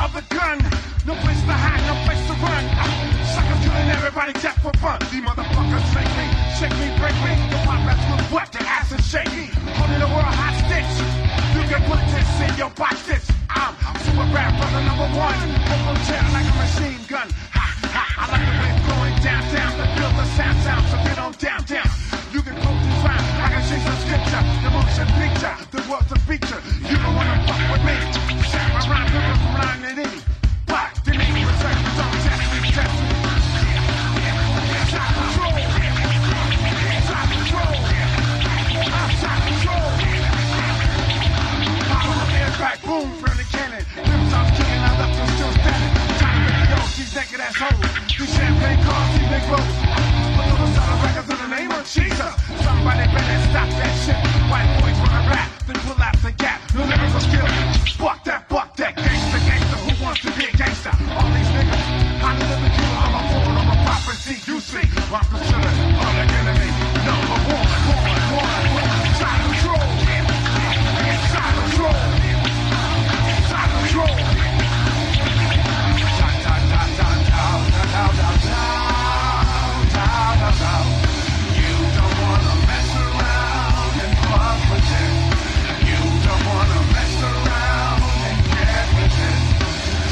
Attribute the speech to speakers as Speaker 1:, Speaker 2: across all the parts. Speaker 1: Of the gun, no place to hide, no place to run. Ah, Suckers killing everybody just for fun. These motherfuckers shake me, shake me, break me. The pop rats with what? Their ass is shaky. Holding the world hostage. You can put this in your boxes. I'm super rap brother number one. Open chair like a machine gun. Ha, ha, I like the way it's going downtown. The build the sound sound, so get on downtown. You can quote these rhymes like a Jesus scripture. The motion picture, the world's a feature. You don't wanna fuck with me. Sound my rhyme, people from line it in. But the name return, don't test me, test me. Back boom from the cannon. Limbs off kicking, I left them still standing. Time to make those, these naked assholes. These champagne cars, these Negroes. But those are the records in the name of Jesus. Somebody better stop that shit. White boys wanna rap, then pull out the gap. No lyrics are skill. Fuck that, fuck that. Gangsta, gangsta, who wants to be a gangsta? All these niggas, I live in you. I'm a fool, I'm a prophecy. You see, I'm considered public enemy. Number one, one, one, one. Side control. Side control. Side control. Down, down, down, down, down, down, down, down, down, down, down. You don't wanna mess around and fuck with it. You don't wanna mess around and get with it.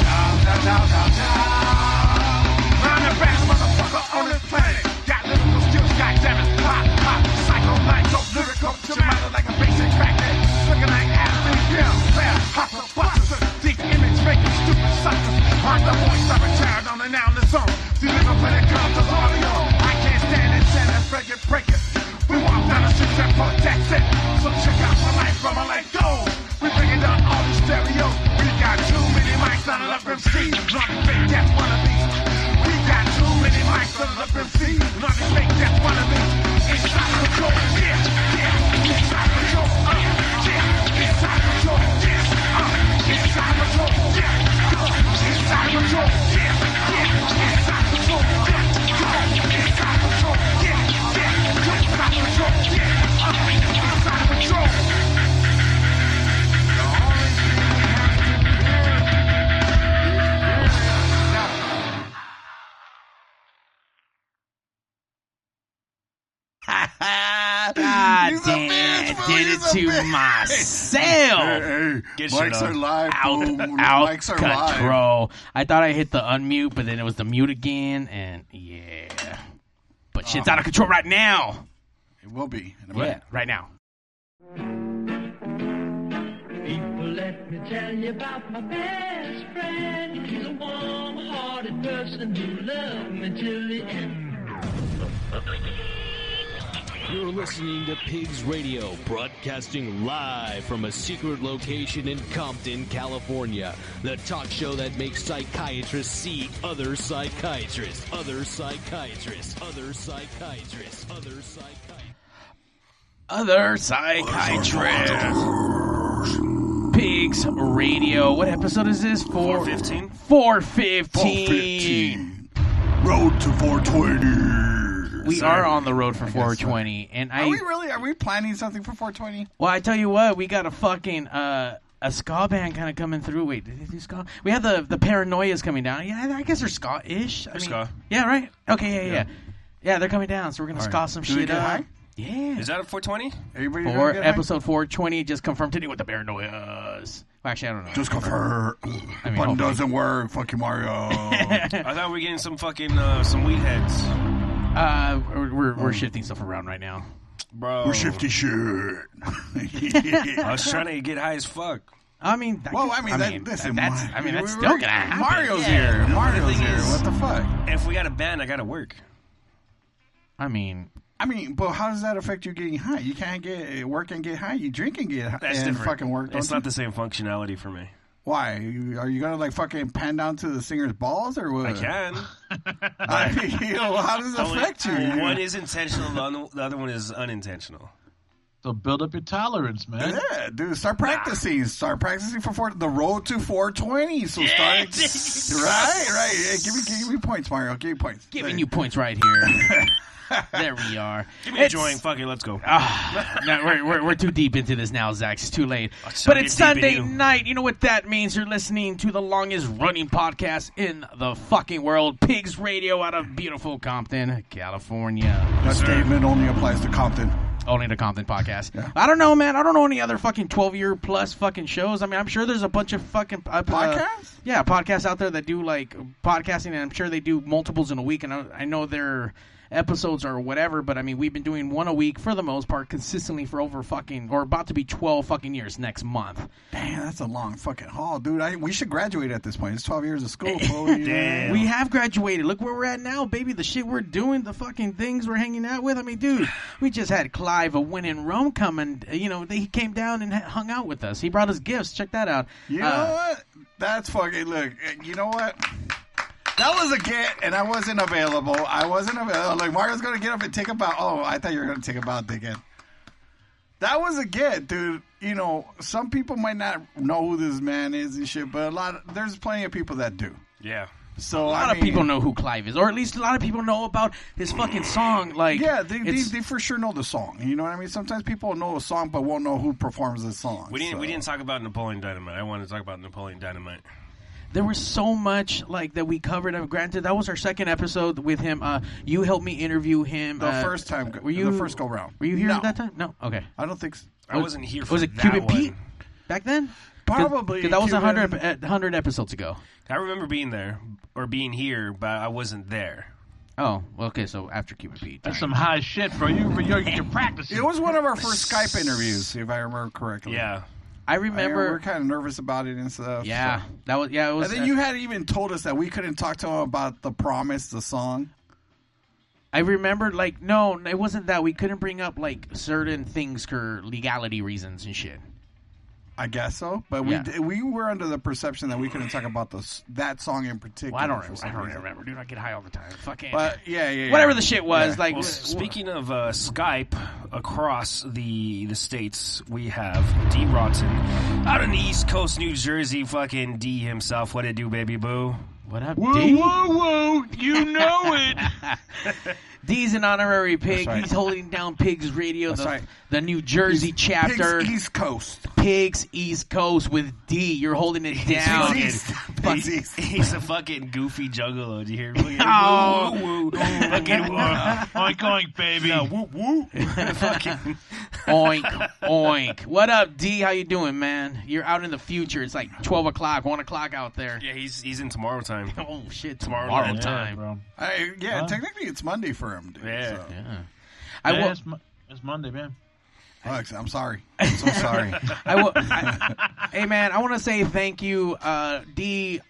Speaker 1: Down, down, down, down, down. I'm the best motherfucker on this planet. Got lyrical skills, goddammit. Pop, pop, psycho, mind, dope, lyrical. Tomato like a basic crackhead. Looking like athlete, yeah, fair, hustle, bustle. Deep image, making stupid suckers. I'm the voice of a child on the noun that's on. Deliver when it comes to audio. I can't stand it, stand it, break it, break it. We walk down the street and protect it. So check out my life from my life goes. We breaking down all the stereo. We got too many mics, not enough MCs. Not fake, that's one of these. We got too many mics, not enough MCs. Not fake, that's one of these. It's out of control. Yeah, yeah. It's out of control. Uh, yeah. It's out of control. Yes. Uh, it's out of control. Yeah. Go. It's out of control. Yeah. Yeah. It's out of control. Yeah. Go. It's out of control. Yeah. Yeah. Go. It's out of control. Yeah. Uh, it's out of control. The only thing we have to do is do it now.
Speaker 2: ah,
Speaker 3: He's a
Speaker 2: damn,
Speaker 3: bitch, Phil,
Speaker 2: did
Speaker 3: he's
Speaker 2: it
Speaker 3: a
Speaker 2: to
Speaker 3: bitch.
Speaker 2: myself.
Speaker 3: Hey, hey,
Speaker 4: Get
Speaker 3: mics
Speaker 4: shit
Speaker 3: are
Speaker 4: up.
Speaker 3: live. boom.
Speaker 2: Out, out
Speaker 3: mics are live.
Speaker 2: control. I thought I hit the unmute, but then it was the mute again, and yeah. But
Speaker 3: Oh,
Speaker 2: shit's out of control right now.
Speaker 3: It will be in a
Speaker 2: Yeah,
Speaker 3: minute.
Speaker 2: right now.
Speaker 5: People, let me tell you about my best friend. He's a warm-hearted person who loved me till the end.
Speaker 4: You're listening to Pigs Radio, broadcasting live from a secret location in Compton, California. The talk show that makes psychiatrists see other psychiatrists, other psychiatrists, other psychiatrists, other psychiatrists.
Speaker 2: Other psychiatrist. Pigs Radio. What episode is this? Four
Speaker 4: 415?
Speaker 2: 415.
Speaker 3: 415. Road to 420.
Speaker 2: We are on the road for 420, and I
Speaker 3: Are we really? Are we planning something for 420?
Speaker 2: Well, I tell you what, we got a fucking uh, a ska band kind of coming through. Wait, did they do ska? We have the the Paranoia's coming down. Yeah, I guess they're ska-ish. I mean,
Speaker 4: ska.
Speaker 2: Yeah, right. Okay, yeah, yeah, yeah. they're coming down, so we're gonna ska some
Speaker 3: Do they
Speaker 2: shit
Speaker 3: get
Speaker 2: up.
Speaker 3: high?
Speaker 2: Yeah.
Speaker 4: Is that a 420?
Speaker 3: Everybody gonna
Speaker 2: Or
Speaker 3: get high?
Speaker 2: episode four twenty just confirmed today with the Paranoia's. Well, actually, I don't know.
Speaker 3: Just confirm.
Speaker 2: I mean, oh,
Speaker 3: Button
Speaker 2: hopefully.
Speaker 3: doesn't work. Fuck you, Mario.
Speaker 4: I thought we were getting some fucking uh, some weed heads,
Speaker 2: Uh, we're we're, we're shifting stuff around right now.
Speaker 4: bro.
Speaker 3: We're shifty shit.
Speaker 4: I was trying to get high as fuck.
Speaker 2: I mean, that
Speaker 3: Well,
Speaker 2: could-
Speaker 3: I mean, that, listen,
Speaker 2: that's
Speaker 3: Mar-
Speaker 2: I mean,
Speaker 3: we
Speaker 2: that's
Speaker 3: were-
Speaker 2: still gonna happen.
Speaker 3: Mario's
Speaker 4: Yeah.
Speaker 3: here.
Speaker 4: The
Speaker 3: Mario's
Speaker 4: thing
Speaker 3: here.
Speaker 4: is-
Speaker 3: What the fuck?
Speaker 4: If we got a band, I gotta work.
Speaker 2: I mean,
Speaker 3: I mean, but how does that affect you getting high? You can't get work and get high. You drink and get high.
Speaker 6: That's
Speaker 3: and
Speaker 6: different.
Speaker 3: fucking work.
Speaker 6: It's
Speaker 3: don't
Speaker 6: not
Speaker 3: you?
Speaker 6: the same functionality for me.
Speaker 3: Why You- are you gonna like fucking pan down to the singer's balls or what?
Speaker 6: I can.
Speaker 3: I mean, you know, how does it
Speaker 6: Only-
Speaker 3: affect you?
Speaker 6: One is intentional. the other- The other one is unintentional.
Speaker 7: So build up your tolerance, man.
Speaker 3: Yeah, dude, start practicing. Start practicing for four, the road to 420. So start right, right. Yeah, give me, give me points, Mario. Give me points.
Speaker 2: Giving you points right here. there we are.
Speaker 6: Give me a joint. Fuck it. Let's go.
Speaker 2: Ah, no, we're, we're, we're too deep into this now, Zach. It's too late.
Speaker 6: so
Speaker 2: But
Speaker 6: you're
Speaker 2: it's
Speaker 6: deep in
Speaker 2: Sunday
Speaker 6: you.
Speaker 2: night. You know what that means? You're listening to the longest running podcast in the fucking world, Pigs Radio, out of beautiful Compton, California.
Speaker 3: That statement only applies to Compton.
Speaker 2: Only the Compton podcast. I don't know, man. I don't know any other fucking 12 year plus fucking shows. I mean, I'm sure there's a bunch of fucking uh,
Speaker 3: Podcasts?
Speaker 2: yeah, podcasts out there that do like podcasting, and I'm sure they do multiples in a week. And I, I know their episodes are whatever, but I mean, we've been doing one a week for the most part consistently for over fucking or about to be 12 fucking years next month.
Speaker 3: Damn, that's a long fucking haul, dude. I, we should graduate at this point. It's 12 years of school. Chloe.
Speaker 6: Damn.
Speaker 2: We have graduated. Look where we're at now, baby. The shit we're doing, the fucking things we're hanging out with. I mean, dude, we just had Clive of Win in Rome come and, uh, you know, they- he came down and ha- hung out with us. He brought us gifts. Check that out.
Speaker 3: You
Speaker 2: Uh,
Speaker 3: know what? That's fucking look. You know what? That was a get, and I wasn't available. I wasn't available. Like Mario's gonna get up and take a bow. Oh, I thought you were gonna take a bow, dickhead. That was a get, dude. You know, some people might not know who this man is and shit, but a lot of, there's plenty of people that do.
Speaker 6: yeah.
Speaker 2: a
Speaker 3: So
Speaker 2: lot of people know who Clive is, or at least a lot of people know about his fucking song. Like,
Speaker 3: Yeah, they, they,
Speaker 2: it's-
Speaker 3: they for sure know the song. You know what I mean? Sometimes people know a song but won't know who performs the song.
Speaker 6: We didn't.
Speaker 3: so.
Speaker 6: We didn't talk about Napoleon Dynamite. I wanted to talk about Napoleon Dynamite.
Speaker 2: there was so much like that we covered. Uh, Granted, that was our second episode with him. Uh, you helped me interview him
Speaker 3: The
Speaker 2: uh,
Speaker 3: first time, go-
Speaker 2: Were you
Speaker 3: the first go round.
Speaker 2: Were you here
Speaker 3: No.
Speaker 2: at that time? No. Okay.
Speaker 3: I don't think. So.
Speaker 6: I wasn't here for
Speaker 2: was it
Speaker 6: that
Speaker 2: Cupid
Speaker 6: one.
Speaker 2: Pete back then?
Speaker 3: Probably
Speaker 2: Cause that was
Speaker 3: Cupid.
Speaker 2: 100, ep- uh, 100 episodes ago.
Speaker 6: I remember being there or being here, but I wasn't there.
Speaker 2: Oh, well, okay. So after Cupid Pete,
Speaker 7: That's some high shit, bro. You you're, you're practicing.
Speaker 3: It was one of our first Skype interviews, if I remember correctly.
Speaker 6: Yeah.
Speaker 2: I
Speaker 3: I remember we
Speaker 2: remember.
Speaker 3: were kind of nervous about it and stuff.
Speaker 2: yeah,
Speaker 3: so.
Speaker 2: that was yeah. It was.
Speaker 3: And then you had even told us that we couldn't talk to him about the promise, the song.
Speaker 2: I remember like no, it wasn't that we couldn't bring up like certain things for legality reasons and shit.
Speaker 3: I guess so, but
Speaker 2: Yeah.
Speaker 3: we d- we were under the perception that we couldn't talk about the s that song in particular.
Speaker 2: Well, I don't.
Speaker 3: for
Speaker 2: Remember,
Speaker 3: some
Speaker 2: I don't
Speaker 3: reason.
Speaker 2: remember, dude. I get high all the time. Fucking
Speaker 3: But yeah, yeah, yeah.
Speaker 2: whatever the shit was. Like
Speaker 6: Well,
Speaker 2: wh-
Speaker 6: speaking of uh, Skype across the the states, we have D. Rotten out in the East Coast, New Jersey. Fucking D himself. What it do, baby boo?
Speaker 2: what up,
Speaker 7: Whoa,
Speaker 2: D?
Speaker 7: whoa, whoa! You know it.
Speaker 2: D's an honorary pig.
Speaker 3: right.
Speaker 2: He's holding down Pigs Radio, the,
Speaker 3: right.
Speaker 2: the New Jersey chapter,
Speaker 3: Pigs East Coast.
Speaker 2: Pigs East Coast with D. You're holding it down.
Speaker 6: fucking-
Speaker 3: East.
Speaker 2: Fuck.
Speaker 3: Pigs East.
Speaker 6: He's a fucking goofy juggalo. Do you hear? Fucking
Speaker 2: Oh.
Speaker 6: woo, woo, woo. Fucking woo.
Speaker 7: oink, oink, baby.
Speaker 6: Woo, woo. fucking.
Speaker 2: oink, oink. What up, D? How you doing, man? You're out in the future. It's like twelve o'clock, one o'clock out there.
Speaker 6: Yeah, he's he's in tomorrow time.
Speaker 2: Oh shit! Tomorrow,
Speaker 6: Tomorrow night.
Speaker 2: time.
Speaker 7: bro.
Speaker 3: I, yeah, technically it's Monday for him. Dude,
Speaker 6: Yeah.
Speaker 3: so.
Speaker 2: I
Speaker 7: Yeah,
Speaker 2: will.
Speaker 7: it's, Mo- it's Monday, man.
Speaker 3: Alex, I'm sorry. I'm so sorry.
Speaker 2: I will. I, hey man, I want to say thank you. Uh, D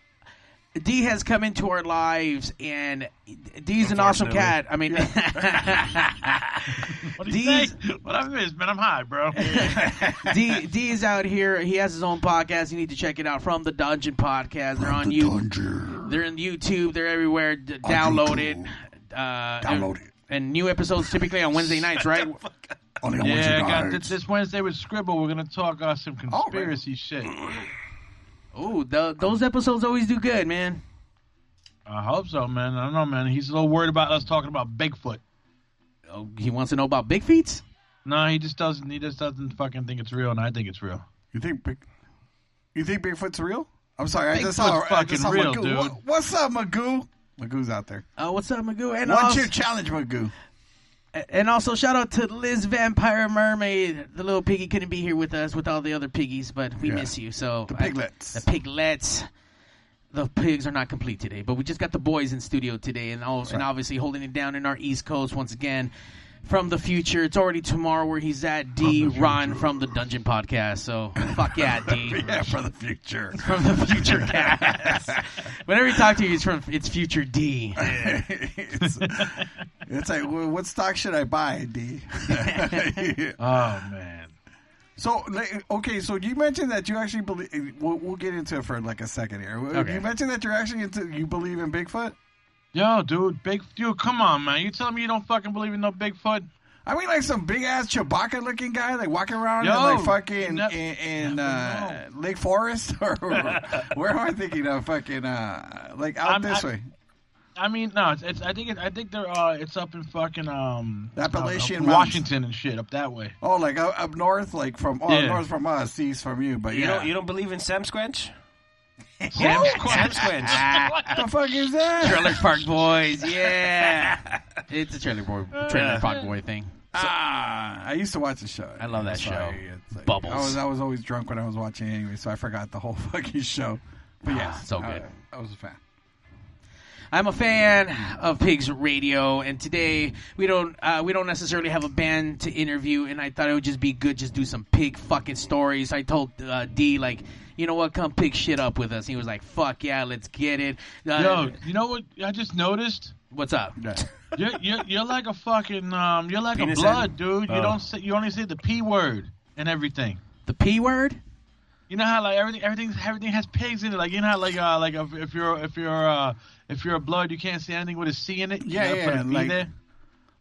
Speaker 2: D has come into our lives, and D's an awesome cat. I mean,
Speaker 7: What do you
Speaker 2: These-
Speaker 7: think? What I missed, man? I'm high, bro.
Speaker 2: D D is out here. He has his own podcast. You need to check it out from the Dungeon Podcast. They're on
Speaker 3: The
Speaker 2: you.
Speaker 3: Dungeon.
Speaker 2: They're in YouTube. They're everywhere. D-
Speaker 3: On
Speaker 2: download it.
Speaker 3: YouTube.
Speaker 2: Uh, and,
Speaker 3: Download it.
Speaker 2: and new episodes typically on Wednesday nights, right?
Speaker 3: Only on Wednesday
Speaker 7: Yeah, I got
Speaker 3: nights.
Speaker 7: this, this Wednesday with Scribble. We're gonna talk uh, some
Speaker 3: right.
Speaker 7: conspiracy shit.
Speaker 2: Ooh, tho- those episodes always do good, man.
Speaker 7: I hope so, man. I don't know, man. He's a little worried about us talking about Bigfoot.
Speaker 2: Oh, he wants to know about big feats.
Speaker 7: No, he just doesn't. He just doesn't fucking think it's real, and I think it's real.
Speaker 3: You think Big, you think Bigfoot's real? I'm sorry, I just
Speaker 7: Bigfoot's
Speaker 3: saw, I
Speaker 7: fucking
Speaker 3: just saw
Speaker 7: real,
Speaker 3: Magoo.
Speaker 7: dude.
Speaker 3: What- what's up, Magoo? Magoo's out there.
Speaker 2: Uh, what's up, Magoo? And
Speaker 3: One
Speaker 2: also,
Speaker 3: chip challenge, Magoo.
Speaker 2: and also, shout out to Liz Vampire Mermaid. The little piggy couldn't be here with us with all the other piggies, but we
Speaker 3: Yeah.
Speaker 2: miss you. So the
Speaker 3: piglets.
Speaker 2: the piglets. The pigs are not complete today, but we just got the boys in studio today, and also, and obviously holding it down in our East Coast once again. from the future. It's already tomorrow where he's at D Ron from the Dungeon Podcast. So fuck yeah, D
Speaker 3: Yeah, for the future.
Speaker 2: from the future cast. Whenever you talk to you, it's from it's future D.
Speaker 3: it's, it's like, well, what stock should I buy, D?
Speaker 7: Oh man.
Speaker 3: So like, okay, so you mentioned that you actually believe. We'll, we'll get into it for like a second here.
Speaker 2: Okay.
Speaker 3: You mentioned that you're actually into. You believe in Bigfoot.
Speaker 7: Yo, dude, big dude, come on, man. You telling me you don't fucking believe in no Bigfoot?
Speaker 3: I mean, like some big ass Chewbacca looking guy, like walking around
Speaker 7: Yo,
Speaker 3: in like fucking
Speaker 7: ne-
Speaker 3: in, in uh, Lake Forest, or where am I thinking of? Fucking uh, like out
Speaker 7: I'm-
Speaker 3: this
Speaker 7: I-
Speaker 3: way,
Speaker 7: I mean, no. It's, it's I think it, I think they're uh, it's up in fucking um
Speaker 3: Appalachian
Speaker 7: uh,
Speaker 3: Mountains.
Speaker 7: Washington and shit up that way.
Speaker 3: Oh, like up, up north, like from oh
Speaker 7: Yeah.
Speaker 3: north from us, east from you. But
Speaker 6: You
Speaker 3: yeah,
Speaker 6: don't you don't believe in Sam Squinch?
Speaker 7: Sam
Speaker 6: Sam
Speaker 7: Squatch.
Speaker 6: Squinch.
Speaker 3: the fuck is that?
Speaker 2: Trailer Park Boys, yeah. It's a Trailer Boy Trailer Park Boy thing.
Speaker 3: Ah, I used to watch the show.
Speaker 2: I love that
Speaker 3: That's why
Speaker 2: show.
Speaker 3: it's like-
Speaker 2: Bubbles.
Speaker 3: I was I was always drunk when I was watching anyway, so I forgot the whole fucking show. But yeah,
Speaker 2: Ah, so good.
Speaker 3: I, I was a fan.
Speaker 2: I'm a fan of Pigs Radio, and today we don't uh, we don't necessarily have a band to interview, and I thought it would just be good just do some pig fucking stories. I told uh, D like, you know what, come pick shit up with us. He was like, fuck yeah, let's get it. Uh,
Speaker 7: Yo, you know what I just noticed?
Speaker 2: what's up?
Speaker 7: You're, you're, you're like a fucking um, you're like
Speaker 6: Penis
Speaker 7: a blood,
Speaker 6: head?
Speaker 7: dude. You
Speaker 6: Oh.
Speaker 7: don't say, you only say the p word and everything.
Speaker 2: The p word?
Speaker 7: You know how like everything everything everything has pigs in it. Like you know how like uh like if, if you're if you're uh if you're a blood, you can't say anything with a C in it. You
Speaker 3: Yeah,
Speaker 7: gotta put
Speaker 3: yeah,
Speaker 7: a B
Speaker 3: like-
Speaker 7: there.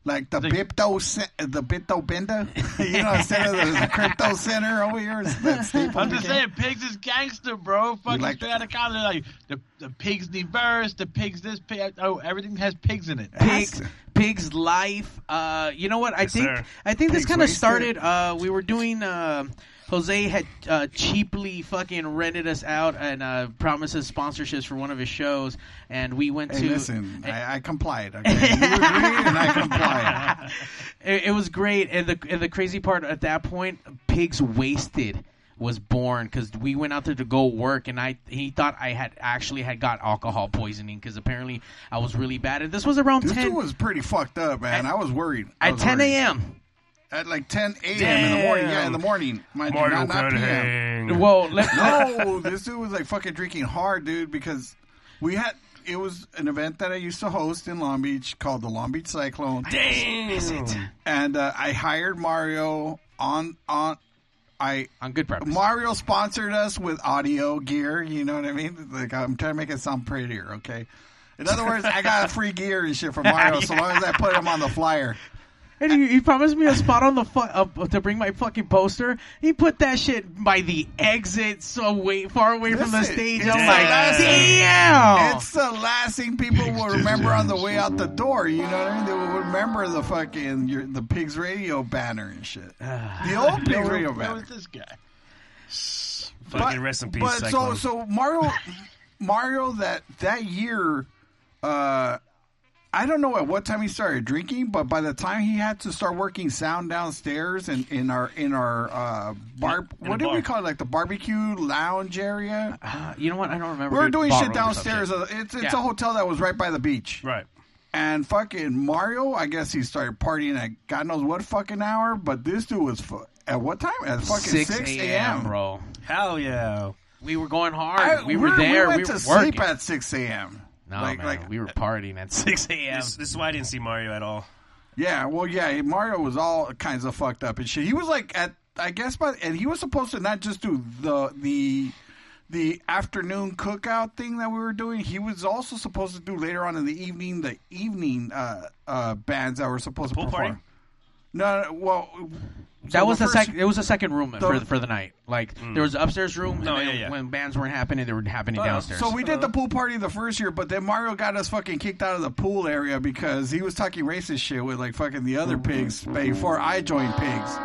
Speaker 3: Like the
Speaker 7: Like-
Speaker 3: Bipto, cen- the Bipto Bender, you know, instead of the crypto center over here, it's that staple.
Speaker 7: I'm just saying, pigs is gangster, bro. Fucking
Speaker 3: like-
Speaker 7: straight out of college. Like the the pigs diverse, the pigs this pig. Oh, everything has pigs in it.
Speaker 2: Pigs, Pig's Life. Uh, you know what? I think
Speaker 6: sir.
Speaker 2: I think this
Speaker 3: Pig's
Speaker 2: kind of
Speaker 3: Wasted.
Speaker 2: started. Uh, we were doing. Uh, Jose had uh, cheaply fucking rented us out and uh, promised us sponsorships for one of his shows, and we went
Speaker 3: Hey,
Speaker 2: to.
Speaker 3: listen, I, I complied. Okay? You agreed, and I complied.
Speaker 2: It, it was great, and the and the crazy part at that point, Pigs Wasted was born because we went out there to go work, and I he thought I had actually had got alcohol poisoning because apparently I was really bad, and this was around
Speaker 3: This
Speaker 2: ten
Speaker 3: dude was pretty fucked up, man. I was worried. I
Speaker 2: at
Speaker 3: was
Speaker 2: ten
Speaker 3: worried.
Speaker 2: a.m.
Speaker 3: At like 10 a.m. in the morning. Yeah, in the morning. Mind you, not, not p.m.
Speaker 2: Well, let,
Speaker 3: No, this dude was like fucking drinking hard, dude, because we had it was an event that I used to host in Long Beach called the Long Beach Cyclone.
Speaker 6: Damn.
Speaker 3: And uh, I hired Mario on on I
Speaker 2: on good purpose.
Speaker 3: Mario sponsored us with audio gear, you know what I mean? Like I'm trying to make it sound prettier, okay? In other words, I got free gear and shit from Mario so long as I put him on the flyer.
Speaker 2: And he, he promised me a spot on the fu- uh, to bring my fucking poster. He put that shit by the exit, so way far away from the
Speaker 3: Listen,
Speaker 2: stage.
Speaker 3: it's
Speaker 2: I'm
Speaker 3: the
Speaker 2: like,
Speaker 3: last-
Speaker 2: damn.
Speaker 3: It's the last thing people will remember on the way out the door. You know what I mean? They will remember the fucking your, the pigs radio banner and shit. The old pigs radio
Speaker 7: Where was
Speaker 3: banner.
Speaker 7: this guy?
Speaker 6: Fucking rest in peace,
Speaker 3: But so
Speaker 6: Cyclone.
Speaker 3: so Mario Mario that that year, uh, I don't know at what time he started drinking, but by the time he had to start working sound downstairs and in our in our uh bar,
Speaker 6: in
Speaker 3: what
Speaker 6: a
Speaker 3: did we
Speaker 6: bar.
Speaker 3: call it? Like the barbecue lounge area.
Speaker 2: Uh, you know what? I don't remember.
Speaker 3: we were
Speaker 2: dude.
Speaker 3: doing
Speaker 2: Bar
Speaker 3: shit
Speaker 2: room or some
Speaker 3: downstairs.
Speaker 2: shit.
Speaker 3: Uh, It's it's
Speaker 2: Yeah.
Speaker 3: a hotel that was right by the beach.
Speaker 6: right.
Speaker 3: And fucking Mario, I guess he started partying at God knows what fucking hour, but this dude was fu- at what time? At fucking 6,
Speaker 2: 6
Speaker 3: a.m.
Speaker 2: a.m., bro.
Speaker 6: Hell yeah.
Speaker 2: We were going hard.
Speaker 3: I-
Speaker 2: we were
Speaker 3: we're-
Speaker 2: there.
Speaker 3: We
Speaker 2: We,
Speaker 3: went
Speaker 2: were
Speaker 3: to
Speaker 2: working.
Speaker 3: sleep at 6 a.m.
Speaker 2: no,
Speaker 3: like,
Speaker 2: man,
Speaker 3: like,
Speaker 2: we were partying at 6 a.m.
Speaker 6: This, this is why I didn't see Mario at all.
Speaker 3: yeah, well, yeah, Mario was all kinds of fucked up and shit. He was like at, I guess, by, and he was supposed to not just do the the the afternoon cookout thing that we were doing. He was also supposed to do later on in the evening the evening uh, uh, bands that were supposed
Speaker 6: Pool
Speaker 3: to
Speaker 6: party?
Speaker 3: perform. No, no, well, so
Speaker 2: That was the,
Speaker 3: first- Mm.
Speaker 2: second. It was the second room for, for the night. Like there was the upstairs room.
Speaker 6: No,
Speaker 2: and then
Speaker 6: yeah, yeah.
Speaker 2: When bands weren't happening, they were happening downstairs.
Speaker 3: Oh, So we did the
Speaker 2: uh,
Speaker 3: pool party the first year, but then Mario got us fucking kicked out of the pool area because he was talking racist shit with like fucking the other pigs before I joined pigs.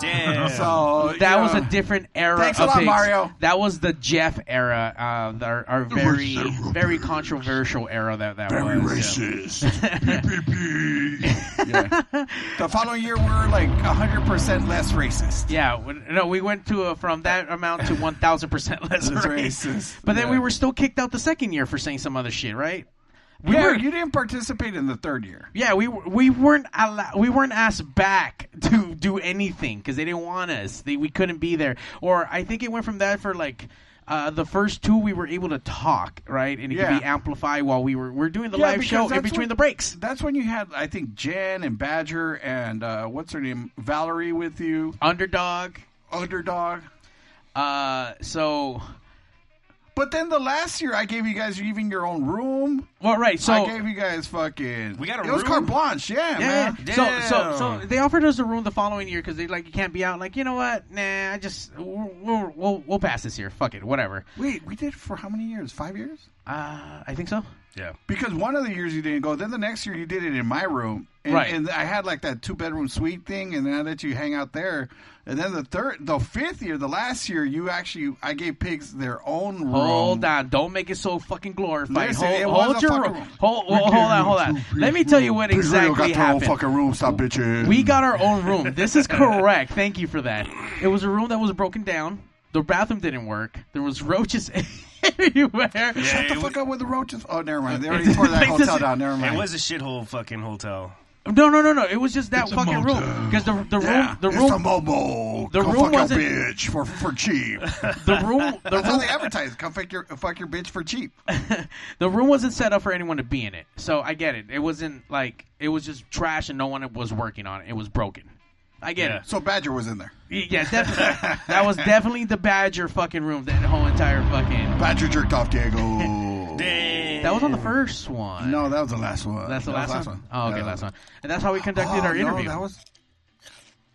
Speaker 6: Damn.
Speaker 3: So
Speaker 2: That
Speaker 3: you
Speaker 2: was
Speaker 3: know,
Speaker 2: a different era.
Speaker 3: Thanks a
Speaker 2: of
Speaker 3: lot,
Speaker 2: pigs.
Speaker 3: Mario.
Speaker 2: That was the Jeff era, uh, the- our, our very, very controversial era. That that was. yeah.
Speaker 3: the following year we were like hundred percent less racist.
Speaker 2: Yeah, when- no, we went to uh, from that amount to one thousand percent less
Speaker 3: That's
Speaker 2: racist.
Speaker 3: racist.
Speaker 2: But then
Speaker 3: Yeah.
Speaker 2: we were still kicked out the second year for saying some other shit, right?
Speaker 3: We
Speaker 2: Yeah.
Speaker 3: were, you didn't participate in the third year.
Speaker 2: Yeah, we we weren't allo- we weren't asked back to do anything because they didn't want us. They, we couldn't be there. Or I think it went from that for like uh, the first two we were able to talk right, and it
Speaker 3: Yeah.
Speaker 2: could be amplified while we were we're doing the
Speaker 3: Yeah,
Speaker 2: live
Speaker 3: because
Speaker 2: show in
Speaker 3: that's
Speaker 2: between
Speaker 3: when-
Speaker 2: the breaks.
Speaker 3: That's when you had, I think, Jen and Badger and uh, what's her name, Valerie, with you,
Speaker 2: Underdog.
Speaker 3: underdog.
Speaker 2: Uh, so
Speaker 3: But then the last year, I gave you guys even your own room.
Speaker 2: well, right. So
Speaker 3: I gave you guys fucking.
Speaker 6: We got a
Speaker 3: it was carte
Speaker 6: room?
Speaker 3: blanche, yeah,
Speaker 2: Yeah.
Speaker 3: man.
Speaker 2: So, so
Speaker 6: Damn.
Speaker 2: so they offered us a room the following year because they like you can't be out. Like you know what? Nah, I just we'll we'll we'll, we'll pass this year. Fuck it, whatever.
Speaker 3: Wait, we did it for how many years? Five years?
Speaker 2: Uh, I think so.
Speaker 6: Yeah.
Speaker 3: Because one of the years you didn't go. Then the next year you did it in my room, and,
Speaker 2: Right.
Speaker 3: and I had like that two bedroom suite thing, and then I let you hang out there. And then the third, the fifth year, the last year, you actually I gave pigs their own room.
Speaker 2: Hold on! Don't make it so fucking glorified.
Speaker 3: Listen, it
Speaker 2: hold, hold
Speaker 3: was a
Speaker 2: your
Speaker 3: fucking
Speaker 2: room.
Speaker 3: room.
Speaker 2: Hold, hold, hold on, hold on. Let me tell you what
Speaker 3: Pigs really
Speaker 2: exactly
Speaker 3: got their own
Speaker 2: happened.
Speaker 3: fucking room. Stop bitching.
Speaker 2: We got our own room. This is correct. Thank you for that. It was a room that was broken down. The bathroom didn't work. There was roaches everywhere.
Speaker 3: Shut the
Speaker 6: it
Speaker 3: fuck up with the roaches. Oh, never mind. They already tore that
Speaker 2: Like this-
Speaker 3: hotel down. Never mind.
Speaker 6: It was a shithole fucking hotel.
Speaker 2: No, no, no, no. It was just that
Speaker 7: It's a
Speaker 2: fucking room
Speaker 7: motel.
Speaker 2: because the the room
Speaker 3: Yeah,
Speaker 2: the
Speaker 3: it's
Speaker 2: room
Speaker 3: a momo.
Speaker 2: the
Speaker 3: Come
Speaker 2: room
Speaker 3: fuck your
Speaker 2: wasn't-
Speaker 3: bitch for for cheap.
Speaker 2: the room the
Speaker 3: That's how they
Speaker 2: room
Speaker 3: advertise. Come fuck your fuck your bitch for cheap.
Speaker 2: the room wasn't set up for anyone to be in it. So I get it. It wasn't like it was just trash and no one was working on it. It was broken. I get
Speaker 6: Yeah.
Speaker 2: it.
Speaker 3: So Badger was in there.
Speaker 2: Yeah, definitely. that was definitely the Badger fucking room. That whole entire fucking.
Speaker 3: Badger jerked off Diego.
Speaker 6: Damn.
Speaker 2: That was on the first one.
Speaker 3: no, that was the last one.
Speaker 2: that's the
Speaker 3: That was
Speaker 2: last, one. Oh, okay,
Speaker 3: Yeah.
Speaker 2: last one. And that's how we
Speaker 3: Oh,
Speaker 2: conducted our interview.
Speaker 3: No, that was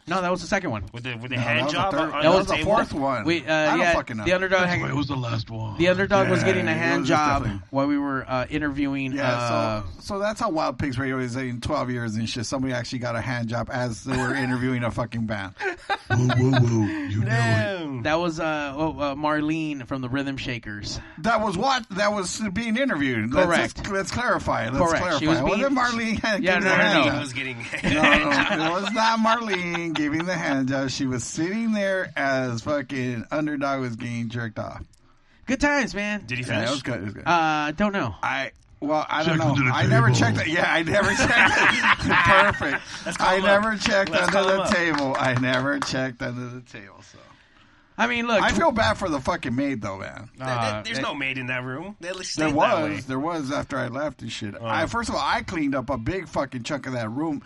Speaker 2: No, that was the second one.
Speaker 6: With the, with the
Speaker 3: that
Speaker 6: hand
Speaker 3: was the
Speaker 6: job?
Speaker 3: third-
Speaker 6: on- on
Speaker 3: that
Speaker 6: the
Speaker 3: was the
Speaker 6: table?
Speaker 3: fourth one.
Speaker 2: We, uh,
Speaker 3: I don't
Speaker 2: yeah,
Speaker 3: fucking know.
Speaker 2: the underdog.
Speaker 7: Wait, it was the last one.
Speaker 2: the underdog was
Speaker 3: Yeah,
Speaker 2: getting a
Speaker 3: it was
Speaker 2: hand
Speaker 3: just
Speaker 2: job
Speaker 3: definitely-
Speaker 2: while we were uh, interviewing.
Speaker 3: Yeah,
Speaker 2: uh,
Speaker 3: so, so that's how Wild Pigs Radio is in 12 years and shit. Somebody actually got a hand job as they were interviewing a fucking band.
Speaker 7: Whoa, whoa, whoa. You know
Speaker 6: Damn.
Speaker 2: that was uh, oh, uh, Marlene from the Rhythm Shakers.
Speaker 3: That was what? That was being interviewed. Let's,
Speaker 2: Correct.
Speaker 3: Let's, let's clarify. Let's
Speaker 2: Correct.
Speaker 3: clarify.
Speaker 2: She was
Speaker 3: was
Speaker 2: being-
Speaker 3: it Marlene giving
Speaker 2: Yeah,
Speaker 3: the
Speaker 2: no, no,
Speaker 3: hand
Speaker 2: no.
Speaker 6: He
Speaker 3: job?
Speaker 6: was getting.
Speaker 3: No, no, it was not Marlene giving the hand job. She was sitting there as fucking underdog was getting jerked off.
Speaker 2: Good times, man.
Speaker 6: Did he
Speaker 3: Yeah,
Speaker 6: finish?
Speaker 3: it was good. It was good.
Speaker 2: Uh, don't know.
Speaker 3: I well, I
Speaker 7: Check
Speaker 3: don't
Speaker 7: under
Speaker 3: know.
Speaker 7: the
Speaker 3: I never
Speaker 7: table.
Speaker 3: checked that. Yeah, I never checked. it. Perfect. I
Speaker 6: him up.
Speaker 3: never checked
Speaker 6: Let's call
Speaker 3: under
Speaker 6: him
Speaker 3: the
Speaker 6: up.
Speaker 3: table. I never checked under the table. So
Speaker 2: I mean, look.
Speaker 3: I feel bad for the fucking maid though, man.
Speaker 6: There- there-
Speaker 2: uh,
Speaker 6: There's no maid in that room. They
Speaker 3: There
Speaker 6: stayed that way.
Speaker 3: was, there was after I left and shit. I
Speaker 7: Oh.
Speaker 3: first of all, I cleaned up a big fucking chunk of that room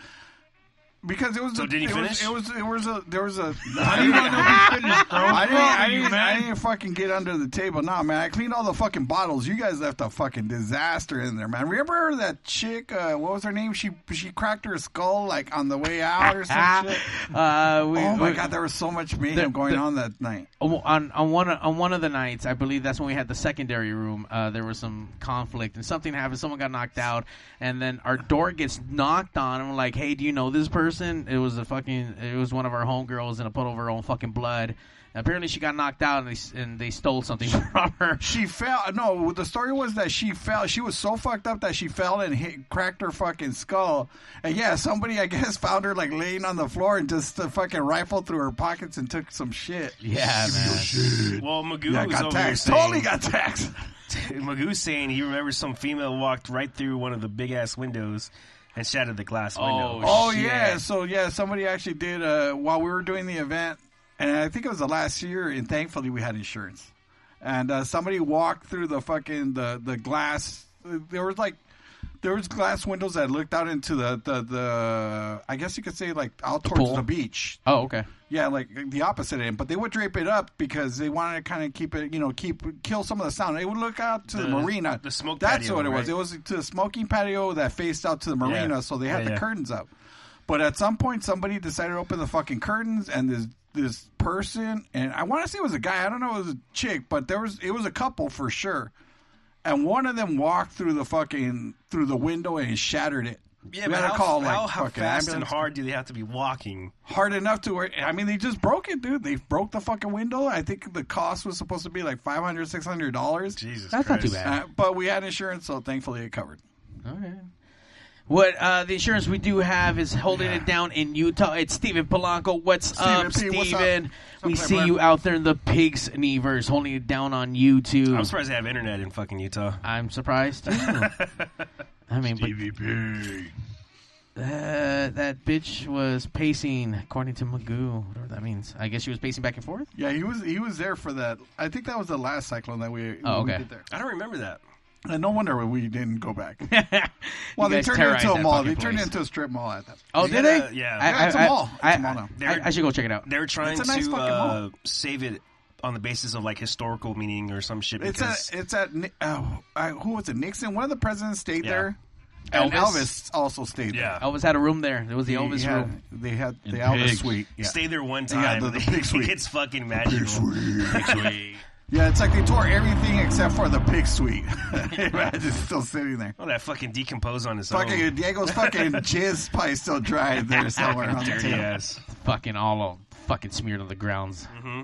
Speaker 3: because it was.
Speaker 6: So
Speaker 3: a,
Speaker 6: did he
Speaker 3: it Was,
Speaker 6: finish?
Speaker 3: it was. It was a. There was a.
Speaker 7: How you gonna know if he finished, bro?
Speaker 3: I didn't, I,
Speaker 7: you,
Speaker 3: didn't, I
Speaker 7: man?
Speaker 3: didn't fucking get under the table. Nah, man. I cleaned all the fucking bottles. You guys left a fucking disaster in there, man. Remember that chick? Uh, what was her name? She she cracked her skull like on the way out or some shit.
Speaker 2: Ah, uh, we,
Speaker 3: Oh my
Speaker 2: we-
Speaker 3: god, there was so much mayhem going on that night.
Speaker 2: on on one on one of the nights, I believe that's when we had the secondary room. Uh, there was some conflict and something happened. Someone got knocked out, and then our door gets knocked on. And we're like, "Hey, do you know this person?" It was a fucking. It was one of our homegirls in a puddle of her own fucking blood. Apparently, she got knocked out, and they s- and they stole something from her.
Speaker 3: She fell. No, the story was that she fell. She was so fucked up that she fell and hit, cracked her fucking skull. And yeah, somebody I guess found her like laying on the floor and just uh, fucking rifled through her pockets and took some shit.
Speaker 2: Yeah, man.
Speaker 6: Well, Magoo
Speaker 3: Yeah,
Speaker 6: was
Speaker 3: got
Speaker 6: over
Speaker 3: taxed.
Speaker 6: here saying-
Speaker 3: Totally got taxed.
Speaker 6: Magoo's saying he remembers some female walked right through one of the big ass windows and shattered the glass window.
Speaker 2: Oh,
Speaker 3: Oh
Speaker 2: shit.
Speaker 3: yeah, so yeah, somebody actually did uh, while we were doing the event, and I think it was the last year, and thankfully we had insurance. And uh, somebody walked through the fucking the the glass. There was like there was glass windows that looked out into the the, the I guess you could say like out towards
Speaker 2: pool.
Speaker 3: the beach.
Speaker 2: Oh, okay.
Speaker 3: Yeah, like the opposite end, but they would drape it up because they wanted to kind of keep it, you know, keep kill some of the sound. It would look out to the,
Speaker 6: The-
Speaker 3: marina.
Speaker 6: the smoke
Speaker 3: That's
Speaker 6: patio,
Speaker 3: what it was.
Speaker 6: right?
Speaker 3: It was to the smoking patio that faced out to the marina,
Speaker 6: Yeah.
Speaker 3: so they had
Speaker 6: Yeah,
Speaker 3: the
Speaker 6: yeah.
Speaker 3: curtains up. But at some point, somebody decided to open the fucking curtains, and this this person, and I want to say it was a guy. I don't know, if it was a chick, but there was it was a couple for sure. And one of them walked through the fucking through the window and shattered it.
Speaker 6: Yeah,
Speaker 3: We
Speaker 6: but
Speaker 3: had to
Speaker 6: how,
Speaker 3: call,
Speaker 6: how,
Speaker 3: like,
Speaker 6: how
Speaker 3: fucking
Speaker 6: fast and
Speaker 3: ambulance.
Speaker 6: hard do they have to be walking?
Speaker 3: hard enough to where I mean they just broke it, dude. They broke the fucking window. I think the cost was supposed to be like five hundred, six hundred dollars.
Speaker 6: Jesus
Speaker 2: That's not
Speaker 6: Christ.
Speaker 2: too bad.
Speaker 3: Uh, but we had insurance, so thankfully it covered.
Speaker 2: What uh, the insurance we do have is holding it down in Utah. It's Steven Polanco. What's up,
Speaker 3: P, what's up?
Speaker 2: Steven?
Speaker 3: What's up,
Speaker 2: We see
Speaker 3: Playboy?
Speaker 2: you out there in the pigs universe holding it down on YouTube.
Speaker 6: I'm surprised they have internet in fucking Utah.
Speaker 2: I'm surprised too. I mean, but
Speaker 7: Stevie P.
Speaker 2: uh, that bitch was pacing, according to Magoo, whatever that means. I guess she was pacing back and forth.
Speaker 3: Yeah, he was he was there for that. I think that was the last cyclone that we,
Speaker 2: Oh,
Speaker 3: we
Speaker 2: okay.
Speaker 3: did there.
Speaker 6: I don't remember that.
Speaker 3: And no wonder we didn't go back.
Speaker 2: You
Speaker 3: Well, they
Speaker 2: guys
Speaker 3: turned it
Speaker 2: terrorized
Speaker 3: into a
Speaker 2: that
Speaker 3: mall.
Speaker 2: fucking
Speaker 3: They turned it
Speaker 2: place.
Speaker 3: into a strip mall at that.
Speaker 2: Oh,
Speaker 6: They
Speaker 2: did
Speaker 6: had
Speaker 2: they?
Speaker 6: a- yeah.
Speaker 2: I,
Speaker 3: Yeah, it's a
Speaker 2: I-
Speaker 3: mall.
Speaker 2: I,
Speaker 3: It's a mall now.
Speaker 2: I, I should go check it out.
Speaker 6: They're trying
Speaker 3: It's a nice
Speaker 6: to
Speaker 3: fucking
Speaker 6: uh,
Speaker 3: mall.
Speaker 6: save it on the basis of like historical meaning or some shit.
Speaker 3: It's
Speaker 6: because
Speaker 3: at it's at Ni- oh, I, who was it? Nixon. One of the presidents stayed
Speaker 6: Yeah.
Speaker 3: there, and
Speaker 6: Elvis?
Speaker 3: Elvis also stayed there.
Speaker 6: yeah,
Speaker 7: Oh,
Speaker 2: Elvis had a room there. There was the
Speaker 3: He
Speaker 2: Elvis
Speaker 3: had-
Speaker 2: room.
Speaker 3: They had the
Speaker 7: And
Speaker 3: Elvis
Speaker 7: pigs.
Speaker 3: suite. Yeah.
Speaker 6: stay there one
Speaker 3: Yeah,
Speaker 6: time.
Speaker 3: the- the big suite.
Speaker 6: it's fucking magical.
Speaker 3: yeah, it's like they tore everything except for the pig suite. Imagine still sitting there.
Speaker 6: Oh, that fucking decompose on his
Speaker 3: Fucking
Speaker 6: own.
Speaker 3: Diego's fucking jizz probably still dry there somewhere on the
Speaker 6: Dirty
Speaker 3: table.
Speaker 6: ass.
Speaker 2: Fucking all of fucking smeared on the grounds. Mm-hmm.